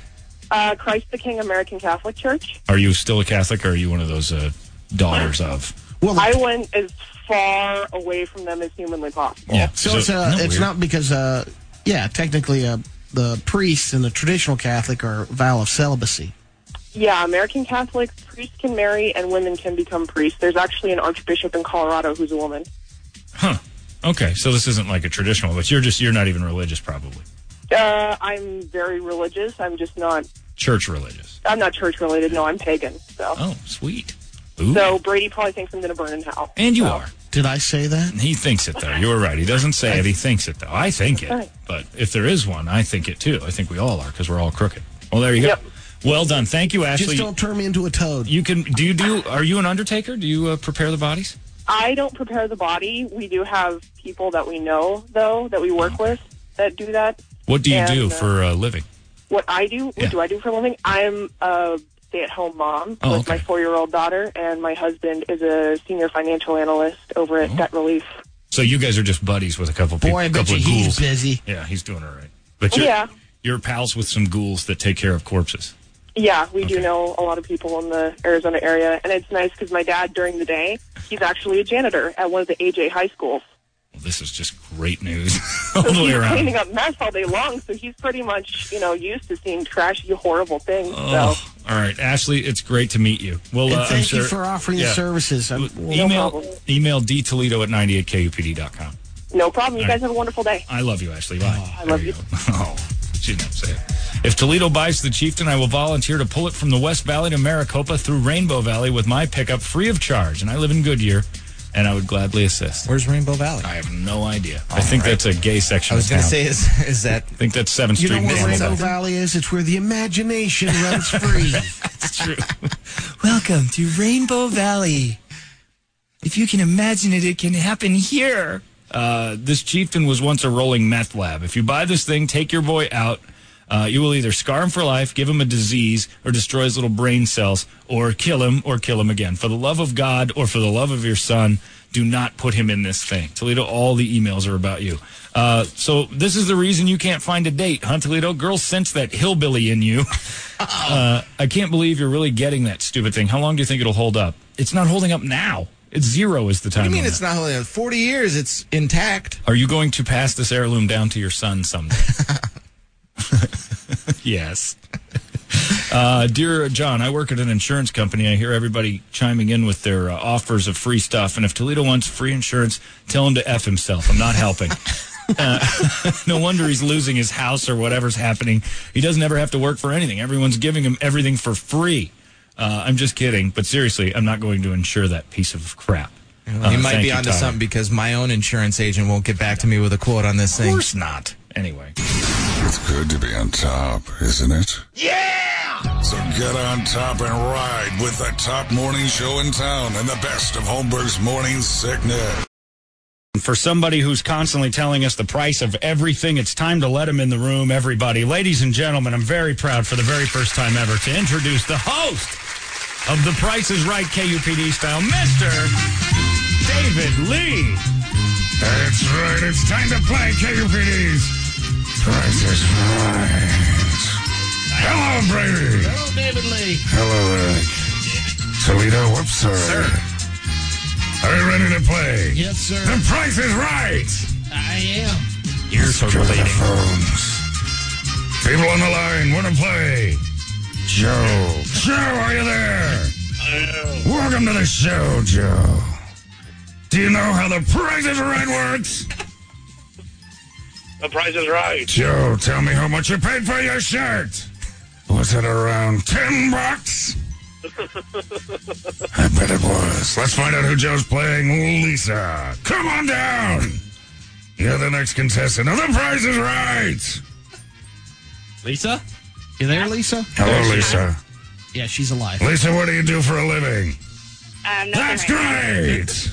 Uh, Christ the King American Catholic Church.
Are you still a Catholic, or are you one of those uh, daughters of?
I went as far away from them as humanly possible.
Yeah.
So, it's uh,
isn't that
it's
weird?
not because uh, yeah, technically uh, the priests in the traditional Catholic are vow of celibacy.
Yeah, American Catholics, priests can marry and women can become priests. There's actually an archbishop in Colorado who's a woman.
Okay, so this isn't like a traditional, but you're just you're not even religious, probably
Uh, I'm very religious. I'm just not.
church religious.
I'm not church related. No, I'm pagan. So.
Oh, sweet.
So Brady probably thinks I'm going to burn in hell.
And you
So,
are.
Did I say that?
He thinks it though. You were right. He doesn't say it. He thinks it though. I think it.
Right.
But if there is one, I think it too. I think we all are because we're all crooked. Well, there you go. Well done. Thank you, Ashley.
Just don't turn me into a toad.
You can do you do are you an undertaker? Do you uh, prepare the bodies?
I don't prepare the body. We do have people that we know though that we work with that do that.
What do you
And,
do
uh,
for a living?
What I do? What
Yeah.
do I do for a living? I'm a stay-at-home mom
Oh,
with
okay.
my four-year-old daughter, and my husband is a senior financial analyst over
Oh.
at Debt Relief.
So you guys are just buddies with a couple people.
Boy, I bet
couple
you
of
he's
ghouls.
busy.
Yeah, he's doing all right. But you're,
Yeah.
you're pals with some ghouls that take care of corpses.
Yeah, we do know a lot of people in the Arizona area, and it's nice because my dad, during the day, he's actually a janitor at one of the AJ high schools.
Well, this is just great news all
Oh,
the way
he's
around.
cleaning up mess all day long, so he's pretty much, you know, used to seeing trashy, horrible things. So.
Oh, all right, Ashley, it's great to meet you. Well,
and
uh,
thank
I'm sure,
you for offering
yeah.
your services. I'm,
Email email d toledo at 98kupd.com.
No problem. You
All right.
guys have a wonderful day.
I love you, Ashley. Bye.
I love you.
Oh, she didn't say it. If Toledo buys the chieftain, I will volunteer to pull it from the West Valley to Maricopa through Rainbow Valley with my pickup free of charge. And I live in Goodyear, and I would gladly assist. Where's Rainbow Valley? I have no idea. I think
right.
that's a gay section.
I was
going
gonna
to
say, is- is that-
I think that's Seventh
You
Street.
know
in
where Rainbow
Amazon.
Valley is? It's where the imagination runs free.
it's true.
Welcome to Rainbow Valley. If you can imagine it, it can happen here.
Uh, this chieftain was once a rolling meth lab. If you buy this thing, take your boy out. Uh, you will either scar him for life, give him a disease, or destroy his little brain cells, or kill him, or kill him again. For the love of God, or for the love of your son, do not put him in this thing. Toledo, all the emails are about you. Uh, so this is the reason you can't find a date, huh, Toledo? Girls sense that hillbilly in you. Uh, I can't believe you're really getting that stupid thing. How long do you think it'll hold up? It's not holding up now. It's zero is the
What
time.
do you mean
on
it's
that.
not holding up? 40 years, it's intact.
Are you going to pass this heirloom down to your son someday? yes. Uh, dear John, I work at an insurance company. I hear everybody chiming in with their uh, offers of free stuff. And if Toledo wants free insurance, tell him to F himself. I'm not helping. Uh, no wonder he's losing his house or whatever's happening. He doesn't ever have to work for anything. Everyone's giving him everything for free. Uh, I'm just kidding. But seriously, I'm not going to insure that piece of crap. Uh,
you might
thank
be onto
Tyler.
something because my own insurance agent won't get back to me with a quote on this thing. Of
course not. Anyway.
It's good to be on top, isn't it? Yeah! So get on top and ride with the top morning show in town and the best of Holmberg's morning sickness.
For somebody who's constantly telling us the price of everything, it's time to let him in the room, everybody. Ladies and gentlemen, I'm very proud for the very first time ever to introduce the host of The Price is Right KUPD style, Mr. David Lee.
That's right, it's time to play KUPD's Price is Right. Hello, Brady.
Hello, David Lee.
Hello, Eric. Toledo, whoops, sir. Are you ready to play?
Yes, sir.
The price is right.
I am.
Ears are relating. Phones. People on the line want to play. Joe. Joe, are you there? Welcome to the show, Joe. Do you know how the price is right works?
The price is right.
Joe, tell me how much you paid for your shirt. Was it around 10 bucks? I bet it was. Let's find out who Joe's playing. Lisa, come on down. You're the next contestant. Now the price is right.
Lisa? You there, Lisa?
Hello, Lisa.
Yeah, she's alive.
Lisa, what do you do for a living?
Um,
That's great.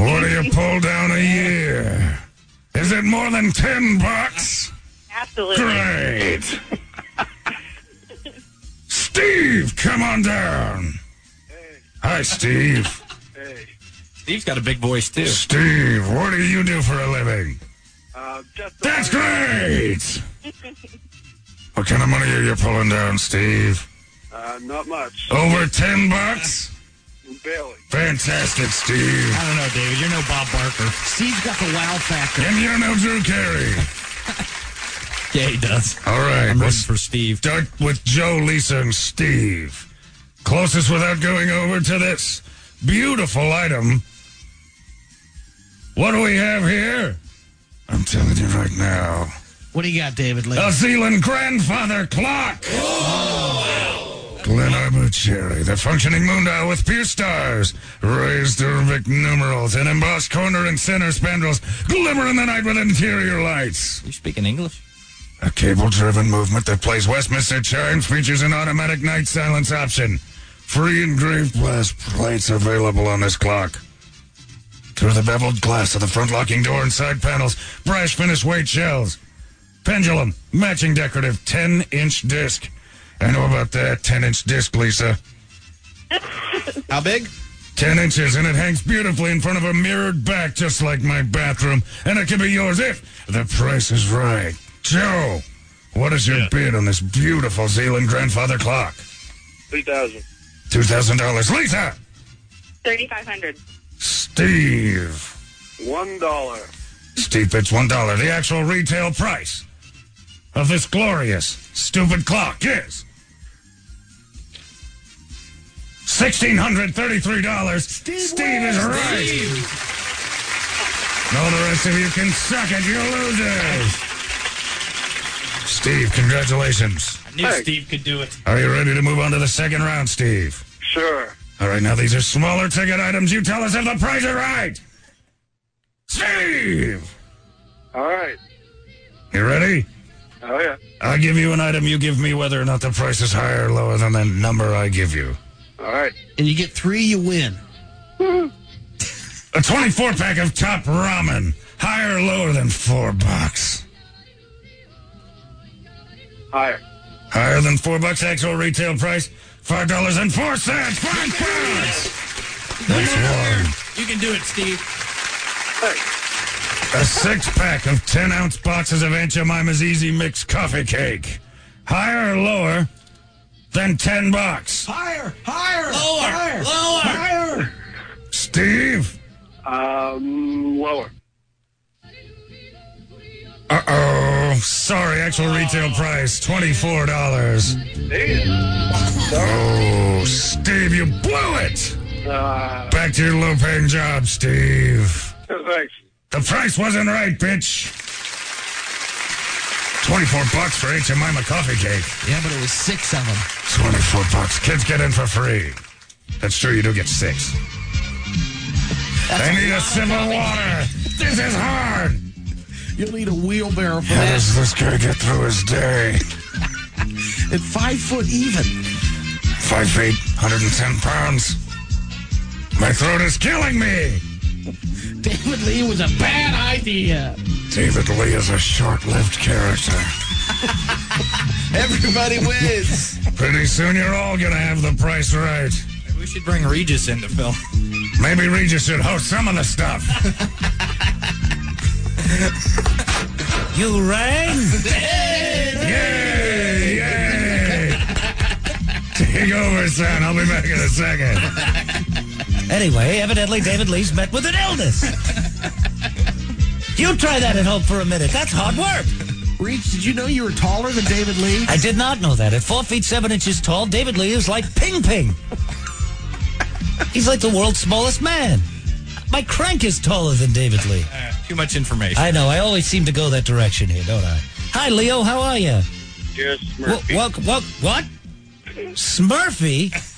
What do you pull down a year? Is it more than 10 bucks?
Absolutely.
Great. Steve, come on down. Hi, Steve.
Steve's got a big voice too.
Steve, what do you do for a living?
Uh,
That's great. What kind of money are you pulling down, Steve?
Uh, not much.
Over 10 bucks?
Barely.
Fantastic, Steve.
I
don't know, David. You're no Bob Barker.
Steve's got the wow factor.
And you're no Drew Carey.
Yeah, he does.
All right,
I'm
let's
rooting for Steve.
Start with Joe, Lisa, and Steve. Closest without going over to this beautiful item. What do we have here? I'm telling you right now.
What do you got, David Lee?
A Zealand grandfather clock. Glen Arbor Cherry, the functioning moon dial with pierced stars, raised Arabic numerals, and embossed corner and center spandrels glimmer in the night with interior lights.
You speaking English?
A cable driven movement that plays Westminster chimes features an automatic night silence option. Free engraved glass plates available on this clock. Through the beveled glass of the front locking door and side panels, brass finished weight shells. Pendulum, matching decorative 10 inch disc. I know about that 10 inch disc, Lisa.
How big?
10 inches, and it hangs beautifully in front of a mirrored back, just like my bathroom. And it can be yours if the price is right. Joe, what is your bid on this beautiful Zealand grandfather clock?
3000
$2,000. Lisa!
3500
Steve.
One dollar.
Steve bits $1. The actual retail price of this glorious, stupid clock is. $1,633. Steve, is
wins.
right. All the rest of you can suck it. You're losers. Steve, congratulations.
I knew Steve could do it.
Are you ready to move on to the second round, Steve?
Sure.
All right, now these are smaller ticket items. You tell us if the price is right. Steve,
All right.
you ready?
Oh yeah.
I'll give you an item. You give me whether or not the price is higher or lower than the number I give you.
All right.
And you get three, you win. a 24 pack of top ramen. Higher or lower than four bucks?
Higher.
Higher than four bucks. Actual retail price five dollars and four cents. Five bucks. That's one.
You can do it, Steve.
A six pack of 10 ounce boxes of Aunt Jemima's Easy Mix coffee cake. Higher or lower than 10 bucks?
Higher, higher,
Lower,
higher,
lower.
higher.
Steve?
Um, lower.
Uh oh. Sorry, actual retail price $24. Oh, Steve, you blew it!
Uh,
Back to your low paying job, Steve.
thanks.
The price wasn't right, bitch. 24 bucks for Aunt Jemima coffee cake.
Yeah, but it was six of them.
24 bucks. Kids get in for free. That's true, you do get six. I need a sip of water. This is hard.
You'll need a wheelbarrow for
How
that.
does this guy get through his day?
At five foot even.
Five feet, 110 pounds. My throat is killing me.
David Lee was a bad idea.
David Lee is a short lived character.
Everybody wins.
Pretty soon you're all gonna have the price right.
Maybe we should bring Regis in to film.
Maybe Regis should host some of the stuff.
You rang?
Yay! Yay! Take over, son. I'll be back in a second.
Anyway, evidently David Lee's met with an illness. You try that at home for a minute. That's hard work.
Reach, did you know you were taller than David Lee?
I did not know that. At four feet seven inches tall, David Lee is like Ping Ping. He's like the world's smallest man. My crank is taller than David Lee.
Uh, Too much information.
I know. I always seem to go that direction here, don't I? Hi, Leo. How are you?
Yes,
Wha- wha- wha- what? Smurfy?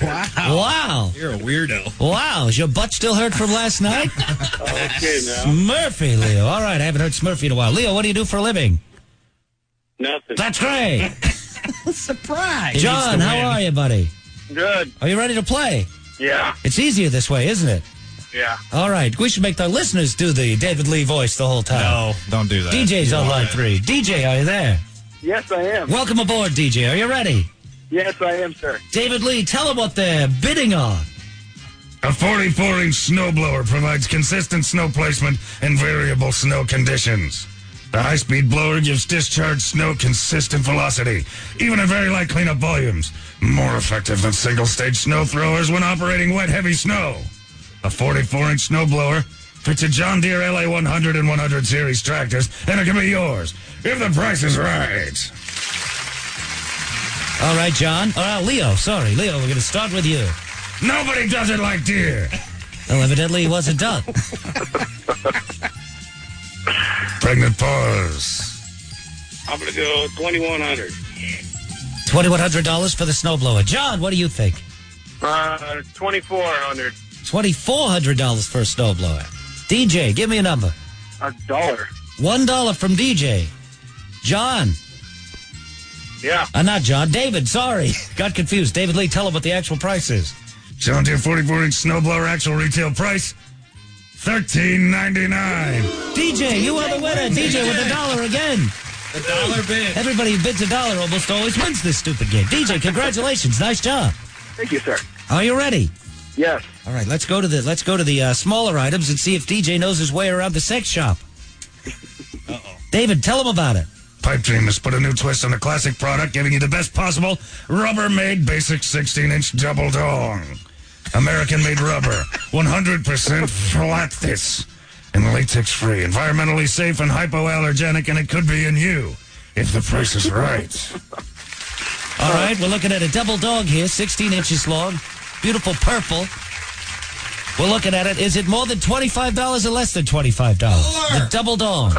Wow. Wow.
You're a weirdo.
Wow. Is your butt still hurt from last night?
Okay, now.
Smurfy, Leo. All right. I haven't heard Smurfy in a while. Leo, what do you do for a living?
Nothing.
That's great.
Surprise.
John, how are you, buddy?
Good.
Are you ready to play?
Yeah.
It's easier this way, isn't it?
Yeah.
All right. We should make the listeners do the David Lee voice the whole time. No,
don't do that.
DJ's
You
on
don't
line
do
three. DJ, are you there?
Yes, I am.
Welcome aboard, DJ. Are you ready?
Yes, I am, sir.
David Lee, tell them what they're bidding on.
A 44 inch snowblower provides consistent snow placement in variable snow conditions. The high speed blower gives discharged snow consistent velocity, even at very light cleanup volumes. More effective than single stage snow throwers when operating wet, heavy snow. A 44 inch snowblower fits a John Deere LA 100 and 100 series tractors, and it can be yours if the price is right.
All right, John. All right, Leo. Sorry, Leo. We're going to start with you.
Nobody does it like Deere.
Well, evidently he wasn't done.
Pregnant pause.
I'm gonna go twenty-one hundred.
Twenty-one hundred dollars for the snowblower. John, what do you think?
Uh, twenty-four hundred.
Twenty-four hundred dollars for a snowblower. DJ, give me a number.
A dollar.
One dollar from DJ. John.
Yeah.
Uh, not John. David. Sorry, got confused. David Lee, tell him what the actual price is.
John Deere 44 inch snowblower actual retail price $13.99.
DJ, you are the winner. DJ with a dollar again. A dollar bid. Everybody who bids a dollar almost always wins this stupid game. DJ, congratulations. Nice job.
Thank you, sir.
Are you ready?
Yes.
All right, let's go to the let's go to the uh, smaller items and see if DJ knows his way around the sex shop. Uh-oh. David, tell him about it.
Pipe Dream has put a new twist on the classic product, giving you the best possible rubber-made basic 16-inch double dong. American-made rubber, 100% flatness, and latex-free, environmentally safe and hypoallergenic, and it could be in you if the price is right.
All right, we're looking at a double dog here, 16 inches long, beautiful purple. We're looking at it. Is it more than $25 or less than $25? The double dog.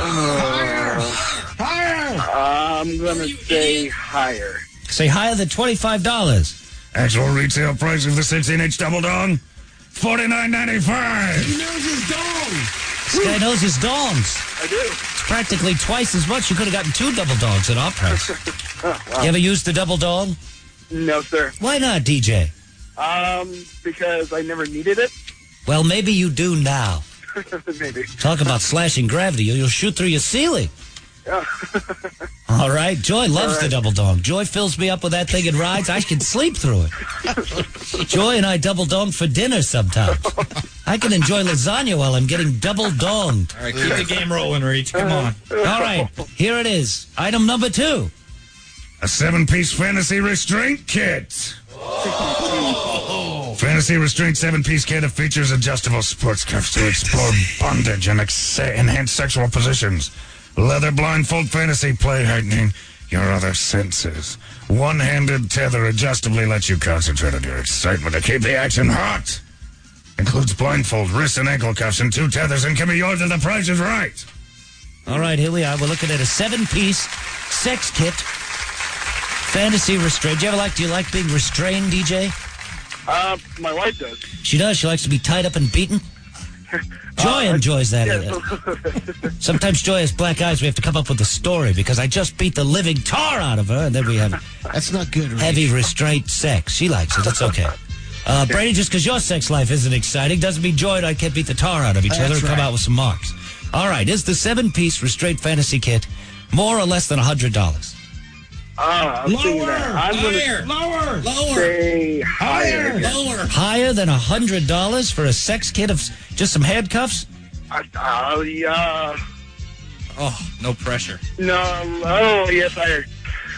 higher. Uh, I'm gonna say higher.
Say higher than $25.
Actual retail price of the 16-inch double dong, $49.95.
He knows his dong.
This guy knows his dongs.
I do.
It's practically twice as much. You could have gotten two double dogs at our price.
Oh, wow.
You ever used the double dog?
No, sir.
Why not, DJ?
Um, because I never needed it.
Well, maybe you do now.
Maybe.
Talk about slashing gravity. You'll shoot through your ceiling.
Yeah.
All right. Joy loves
All
the
right.
double dong. Joy fills me up with that thing and rides. I can sleep through it. Joy and I double dong for dinner sometimes. I can enjoy lasagna while I'm getting double donged.
All right, keep the game rolling, Reach. Come on.
All right. Here it is. Item number two.
A seven-piece fantasy restraint kit. Fantasy Restraint 7 piece kit that features adjustable sports cuffs to explore bondage and ex- enhance sexual positions. Leather blindfold fantasy play heightening your other senses. One handed tether adjustably lets you concentrate on your excitement to keep the action hot. Includes blindfold, wrist, and ankle cuffs, and two tethers, and can be yours if the price is right.
All right, here we are. We're looking at a seven-piece sex kit, fantasy restraint. Do you ever like? Do you like being restrained, DJ?
Uh, my wife does.
She does. She likes to be tied up and beaten. Joy
Uh,
enjoys that. eh? Sometimes Joy has black eyes. We have to come up with a story because I just beat the living tar out of her, and then we have
that's not good. Reach.
heavy restraint sex. She likes it. It's okay. Uh, Brady, just because your sex life isn't exciting doesn't mean Joy and I can't beat the tar out of each other
That's
and come
right.
out with some marks. All right, is the seven-piece restraint fantasy kit more or less than hundred dollars?
Ah, I'm thinking that. I'm
Higher.
gonna
Lower.
say higher. again.
Higher than hundred dollars for a sex kit of s- just some handcuffs?
I- Uh, yeah.
Oh, no pressure.
No. Oh, yes, higher.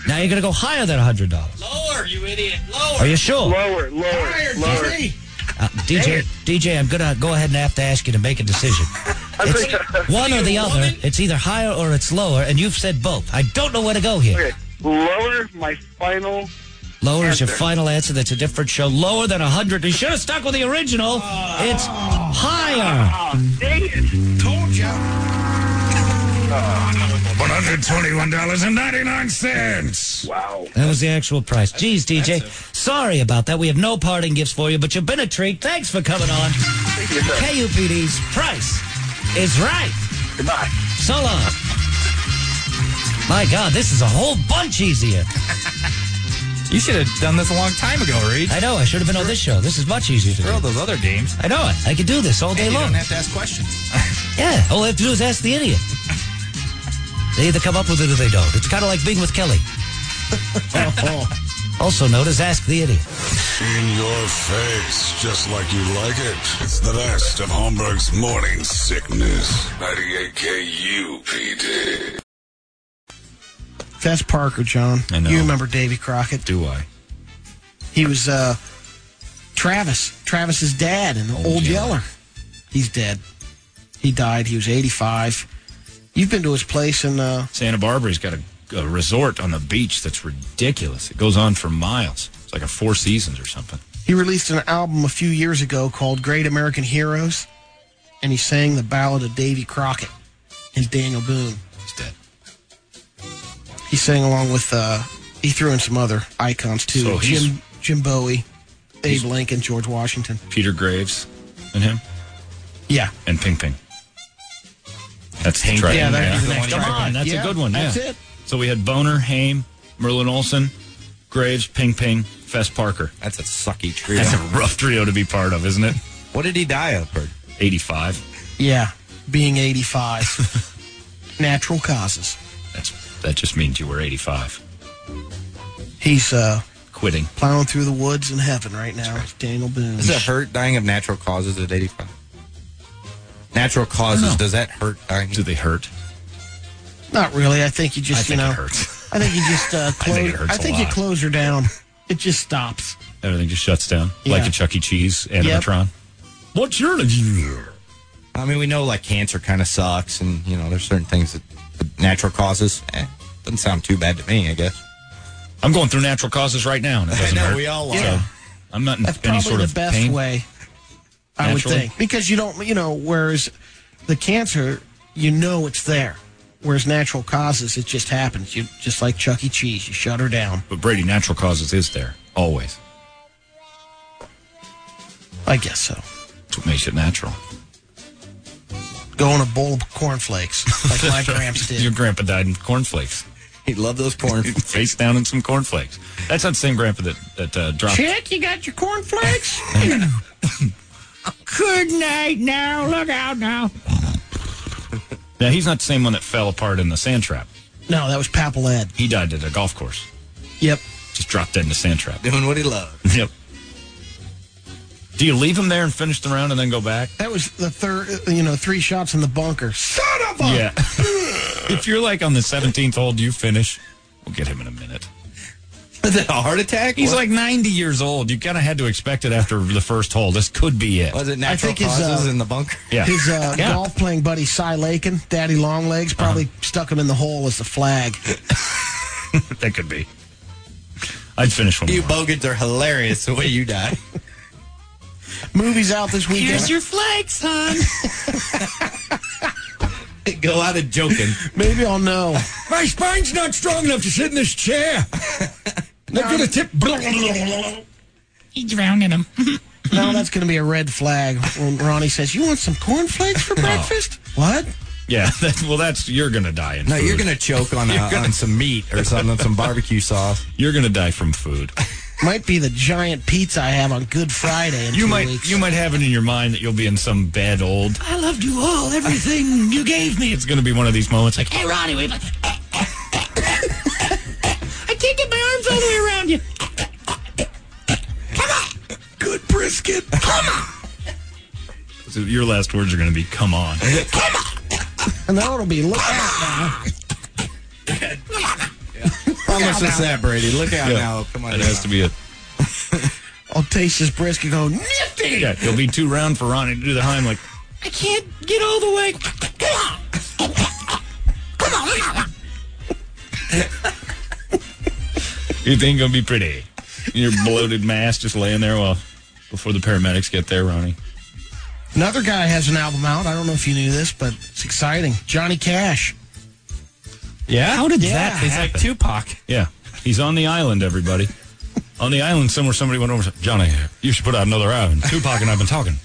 Now you're gonna go higher than hundred dollars.
Lower, you idiot. Lower.
Are you sure?
Lower. Lower. lower.
Uh, DJ, DJ, I'm gonna go ahead and have to ask you to make a decision. It's one or the other. It's either higher or it's lower, and you've said both. I don't know where to go here.
Okay. Lower. My final.
Lower is
Answer.
your final answer. That's a different show. Lower than hundred. You should have stuck with the original. It's higher.
Oh, dang it. Uh,
Told you.
$121.99.
Wow.
That was the actual price. Jeez, DJ. Sorry about that. We have no parting gifts for you, but you've been a treat. Thanks for coming on.
Thank you, sir.
KUPD's price is right.
Goodbye.
So long. My God, this is a whole bunch easier.
You should have done this a long time ago, Reach.
I know. I should have been on this show. This is much easier to
Throw
do.
those other games.
I know it. I could do this all day
You
long.
don't have to ask questions.
Yeah. All I have to do is ask the idiot. They either come up with it or they don't. It's kind of like being with Kelly. also known as Ask the Idiot.
In your face, just like you like it. It's the best of Holmberg's morning sickness. E 98 KUPD.
That's Parker, John.
I know.
You remember Davy Crockett?
Do I?
He was uh, Travis, Travis's dad, in
Oh,
Old, Yeller. He's dead. He died. He was 85. You've been to his place in uh,
Santa Barbara's got a, a resort on the beach that's ridiculous. It goes on for miles. It's like a Four Seasons or something.
He released an album a few years ago called Great American Heroes, and he sang the ballad of Davy Crockett and Daniel Boone.
He's dead.
He sang along with uh, he threw in some other icons too:
So he's-
Jim Jim Bowie, Abe
he's-
Lincoln, George Washington.
Peter Graves and him
Yeah,
and Ping Ping. That's the triad.
Yeah, that'd be the
Yeah.
next
Come
triad.
on, that's
Yeah,
a good one.
that's
yeah.
it.
So we had Boner, Haim, Merlin Olsen, Graves, Ping Ping, Fess Parker.
That's a sucky trio.
That's a rough trio to be part of, isn't it?
What did he die of? Bert?
85.
yeah, being 85, natural causes.
That's That just means you were 85.
He's uh,
Quitting.
plowing through the woods in heaven right now. Daniel Boone.
Does it hurt dying of natural causes at 85? Natural causes, does that hurt dying? Do
they hurt?
Not really. I think you just
I think
you know.
it hurts.
I think you just uh,
I
close.
think it hurts a
you
lot.
close her down. It just stops.
Everything just shuts down. Like
Yeah.
a Chuck E. Cheese animatron. What's your
I mean, we know like cancer kind of sucks, and you know there's certain things that the natural causes. Eh, doesn't sound too bad to me, I guess.
I'm going through natural causes right now, and it doesn't
I know,
hurt.
we all are.
So, I'm not in any
Probably
sort
the
of
best
pain.
way. I would
Naturally?
think because you don't you know whereas the cancer you know it's there, whereas natural causes it just happens. You just like Chuck E. Cheese, you shut her down.
But Brady, natural causes is there always.
I guess so.
That's what makes it natural.
Go on a bowl of cornflakes like my gramps did.
Your grandpa died in cornflakes.
He loved those corn
face down in some cornflakes. That's not the same grandpa that that uh, dropped.
Chick, you got your cornflakes? Good night now. Look out now.
Now he's not the same one that fell apart in the sand trap.
No, that was Papal Ed.
He died at a golf course.
Yep.
Just dropped dead in the sand trap.
Doing what he loved.
Yep. Do you leave him there and finish the round and then go back?
That was the third, uh, you know, three shots in the bunker. Son of a!
Yeah. if you're like on the 17th hole, do you finish? We'll get him in a minute.
Is it a heart attack?
He's like 90 years old. You kind of had to expect it after the first hole. This could be it.
Was it
I
natural
think his,
causes
uh,
in the bunker?
Yeah.
His uh,
Yeah. Uh-huh.
golf playing buddy Cy Lakin, Daddy Longlegs, probably stuck him in the hole as the flag.
that could be. I'd finish one.
You bogans are hilarious the way you die.
Movies out this weekend.
Here's your flag, son.
Go out of joking.
Maybe I'll know.
My spine's not strong enough to sit in this chair. They're gonna tip.
He drowned in him.
no, that's going to be a red flag when Ronnie says, "You want some cornflakes for breakfast?" What?
Yeah. That, well, that's you're gonna die. In
No,
food.
you're gonna choke on,
You're
uh,
gonna-
on some meat or something, on some barbecue sauce.
You're gonna die from food.
Might be the giant pizza I have on Good Friday. In
You
two
might
Weeks.
you might have it in your mind that you'll be in some bed old.
I loved you all, everything you gave me.
It's gonna be one of these moments like
Hey, Ronnie, wait. I can't get my arms all the way around you.
Good brisket.
so your last words are gonna be "Come on."
And now it'll be look out now.
How much is that, Brady? Look out
Yeah.
now. Come on.
That has to be it.
I'll taste this brisket. Go nifty.
Yeah, you'll be too round for Ronnie to do the Heimlich.
I can't get all the way.
It ain't gonna be pretty. Your bloated mass just laying there while before the paramedics get there, Ronnie.
Another guy has an album out. I don't know if you knew this, but it's exciting. Johnny Cash.
Yeah.
How did Yeah. that
He's like Tupac. Yeah. He's on the island, everybody. on the island somewhere, somebody went over. and said, Johnny, you should put out another album. Tupac and I've been talking.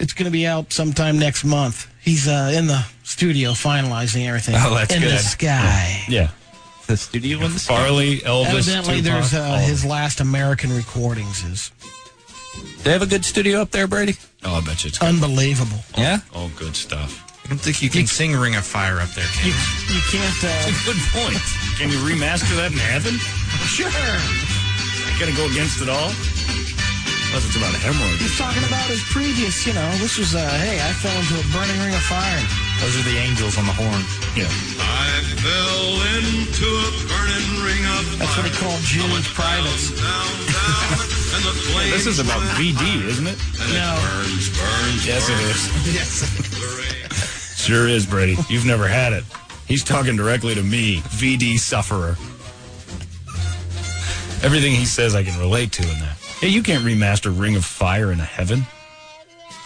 It's going to be out sometime next month. He's uh, in the studio finalizing everything.
Oh, that's
in the
good.
sky.
Yeah.
The studio in the sky.
Farley, Elvis,
Evidently,
Tupac, Oh.
there's
all
uh,
of them.
his last American recordings is
They have a good studio up there, Brady.
Oh, I bet
Uh,
you it's good.
unbelievable.
Yeah.
all good stuff.
I don't think you can sing "Ring of Fire" up there. Can you?
You can't. Uh,
That's a good point. Can you remaster that in heaven?
sure.
I gotta go against it all. Unless it's about hemorrhoids.
He's talking about his previous. You know, this was. Uh, hey, I fell into a burning ring of fire.
Those are the angels on the horn.
Yeah.
I fell into a burning ring of
That's what he called June's privates.
and the flame.
This is about VD, isn't it?
No,
burns, burns.
Yes, it is.
yes.
Sure is, Brady. You've never had it. He's talking directly to me, VD sufferer. Everything he says, I can relate to in that. Yeah, you can't remaster Ring of Fire into heaven.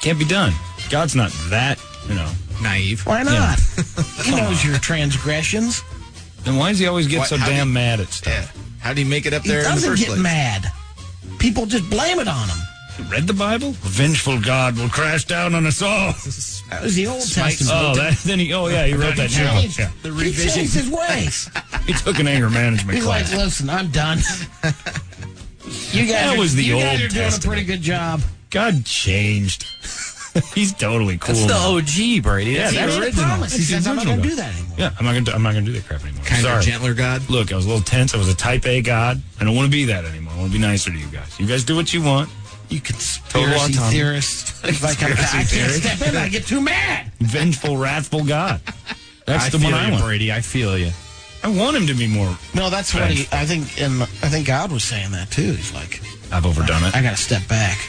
Can't be done. God's not that, you know.
Naive.
Why not? He knows your transgressions.
Then why does he always get
What-
so
how do
damn
you-
mad at stuff?
Yeah. How do you make it up
He
there in the
doesn't
first
get
place?
mad. People just blame it on him.
You Read the Bible? A vengeful God will crash down on us all.
That was the Old Testament.
Oh, that, then he. Oh, yeah, he wrote that down.
changed.
Yeah.
he changed his ways.
He took an anger management
He's like,
class.
listen, I'm done. you guys,
That
are-
was the
you guys
Old
are doing a
Testament.
pretty good job.
God changed. He's totally cool.
That's the
now.
OG, Brady.
Yeah,
That's the
that's
original.
original.
He says, "I'm not gonna
original
do
guy.
that
Yeah, I'm not gonna. Do, I'm not gonna do that crap anymore.
Kinder,
Sorry.
gentler
God. Look, I was a little tense. I was a Type A God. I don't want to be that anymore. I want to be nicer to you guys. You guys do what you want. You conspiracy
Conspiracy
theorist.
Like, I, I can't
theorist.
step in. I get too mad.
Vengeful, wrathful God. That's the one I want.
Brady. I feel you.
I want him to be more.
No, that's what he. I think, and I think God was saying that too. He's like,
I've overdone it.
I got to step back.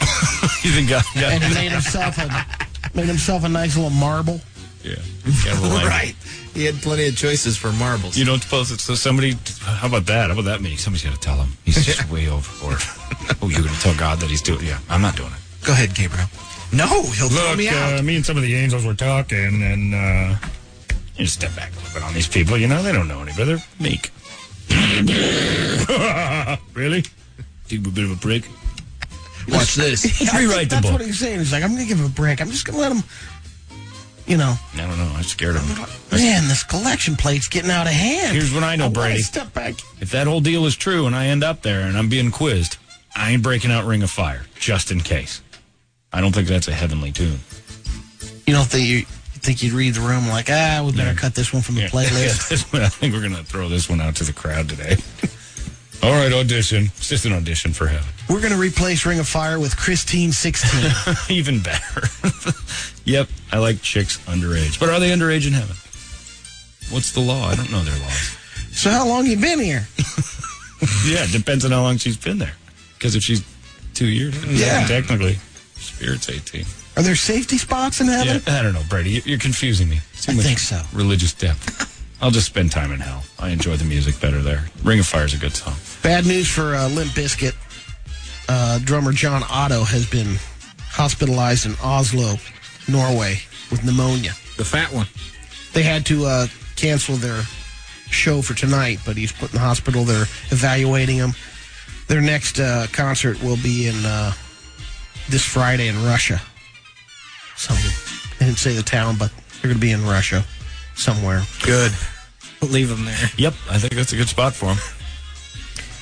you think God?
and he made himself a made himself a nice little marble.
Yeah.
right. He had plenty of choices for marbles.
You don't suppose it's so somebody? How about that? How about that meeting? Somebody's got to tell him he's just way overboard. oh, you're going to tell God that he's doing? Yeah, I'm not doing it.
Go ahead, Gabriel. No, he'll
Look,
throw me out.
Uh, me and some of the angels were talking, and uh, you just step back a little bit on these people. You know, they don't know any better. Meek. really? Think I'm a bit of a prick. Watch this.
I think
Rewrite the
That's
book.
what he's saying. He's like, I'm going to give him a break. I'm just going to let him, you know.
I don't know. I scared him.
Man, this collection plate's getting out of hand.
Here's what I know,
I wanna
Brady.
Step back.
If that whole deal is true and I end up there and I'm being quizzed, I ain't breaking out Ring of Fire just in case. I don't think that's a heavenly tune.
You don't think you think you'd read the room like, ah, we better cut this one from the playlist.
Yeah, this one, I think we're going to throw this one out to the crowd today. All right, audition. It's just an audition for heaven.
We're going to replace Ring of Fire with Christine 16.
Even better. yep, I like chicks underage. But are they underage in heaven? What's the law? I don't know their laws.
so how long you been here?
yeah, it depends on how long she's been there. Because if she's two years,
Yeah.
technically, spirit's 18.
Are there safety spots in heaven?
Yeah, I don't know, Brady. you- You're confusing me. Too
I
much
think so.
Religious depth. I'll just spend time in hell. I enjoy the music better there. Ring of Fire is a good song.
Bad news for uh, Limp Bizkit. Uh, drummer John Otto has been hospitalized in Oslo, Norway, with pneumonia.
The fat one.
They had to uh, cancel their show for tonight, but he's put in the hospital. They're evaluating him. Their next uh, concert will be in uh, this Friday in Russia. So I didn't say the town, but they're going to be in Russia somewhere.
Good. Leave him there.
Yep, I think that's a good spot for him.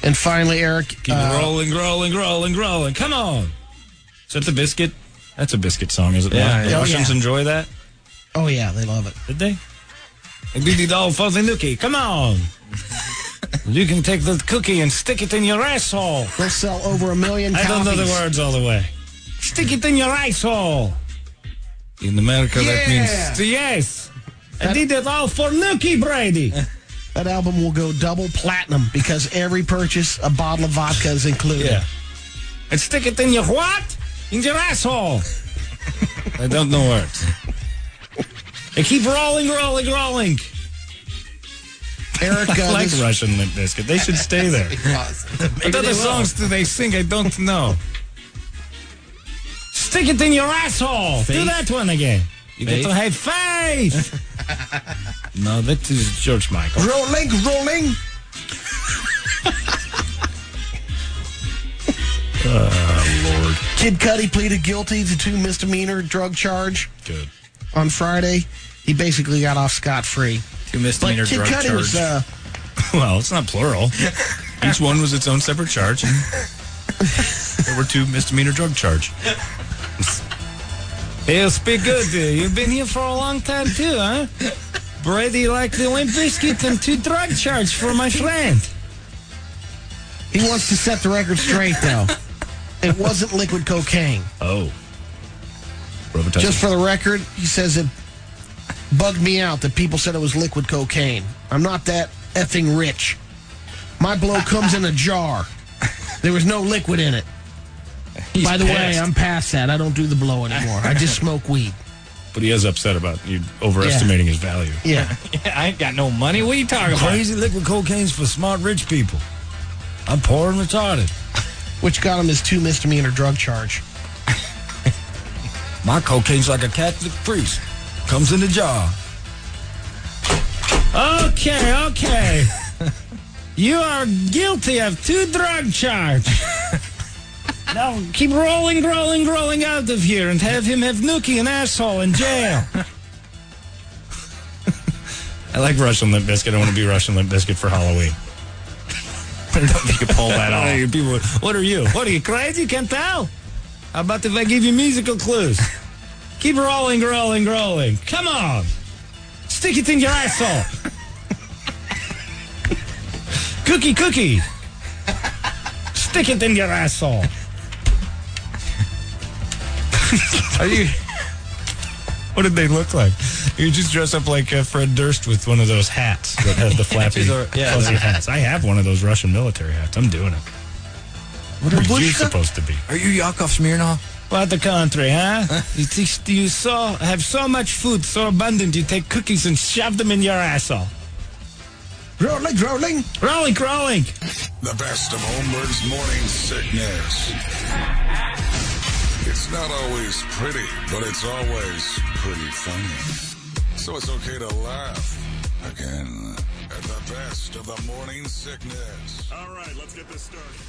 And finally, Eric.
Keep
uh,
rolling, rolling, rolling, rolling. Come on. Is that the biscuit? That's a biscuit song, is it?
Yeah,
not? The
yeah.
Russians
Oh, yeah.
enjoy that.
Oh yeah, they love it.
Did they? Goody doll fuzzy nookie. Come on. you can take the cookie and stick it in your asshole.
They'll sell over a million.
I don't know the
copies.
words all the way. Stick it in your asshole. In America,
Yeah.
that means yes. I did it all for Nookie Brady.
That album will go double platinum because every purchase, a bottle of vodka is included.
Yeah. And stick it in your what? In your asshole. I don't know words. I keep rolling, rolling, rolling.
Eric,
I
uh,
like
this-
Russian Limp Biscuit. They should stay there. what other songs do they sing? I don't know. Stick it in your asshole. Do
Faith?
that one again. You
Faith?
got to have faith. no, that is George Michael.
Rolling, rolling.
Uh,
Oh, Lord.
Kid Cudi pleaded guilty to two misdemeanor drug charge.
Good.
On Friday, he basically got off scot free.
Two misdemeanor
Kid
drug
Cudi was
charge.
uh,
Well, it's not plural. Each one was its own separate charge. there were two misdemeanor drug charge. It'll speak good. to you. You've been here for a long time too, huh? Brady like the limp biscuit and two drug charge for my friend.
he wants to set the record straight though. it wasn't liquid cocaine.
Oh.
Just for the record, he says it bugged me out that people said it was liquid cocaine. I'm not that effing rich. My blow comes in a jar. There was no liquid in it. By the way,
pissed.
I'm past that. I don't do the blow anymore. I just smoke weed.
But he is upset about you overestimating his value.
Yeah.
I ain't got no money. What are you talking about?
Crazy liquid cocaine's for smart rich people. I'm poor and retarded.
Which got him his two misdemeanor drug charge.
My cocaine's like a Catholic priest. Comes in the jar.
Okay, okay. you are guilty of two drug charge. now keep rolling, rolling, rolling out of here and have him have nookie and asshole in jail. I like Russian Limp Biscuit. I want to be Russian Limp Biscuit for Halloween. But I don't think you can pull that off. People, what are you? What are you crazy? You can't tell. How about if I give you musical clues?
Keep rolling, rolling, rolling. Come on. Stick it in your asshole. cookie, cookie. Stick it in your asshole.
Are you? What did they look like? You just dress up like uh, Fred Durst with one of those hats that has the flappy,
These are- yeah,
fuzzy
they're-
hats. I have one of those Russian military hats. I'm doing it. What are you supposed to be?
Are you Yakov Smirnov? What the country, huh? you, think you so have so much food, so abundant, you take cookies and shove them in your asshole. Rolling, rolling, rolling, rolling.
The best of Holmberg's morning sickness. It's not always pretty, but it's always pretty funny. So it's okay to laugh again at the best of the morning sickness.
All right, let's get this started.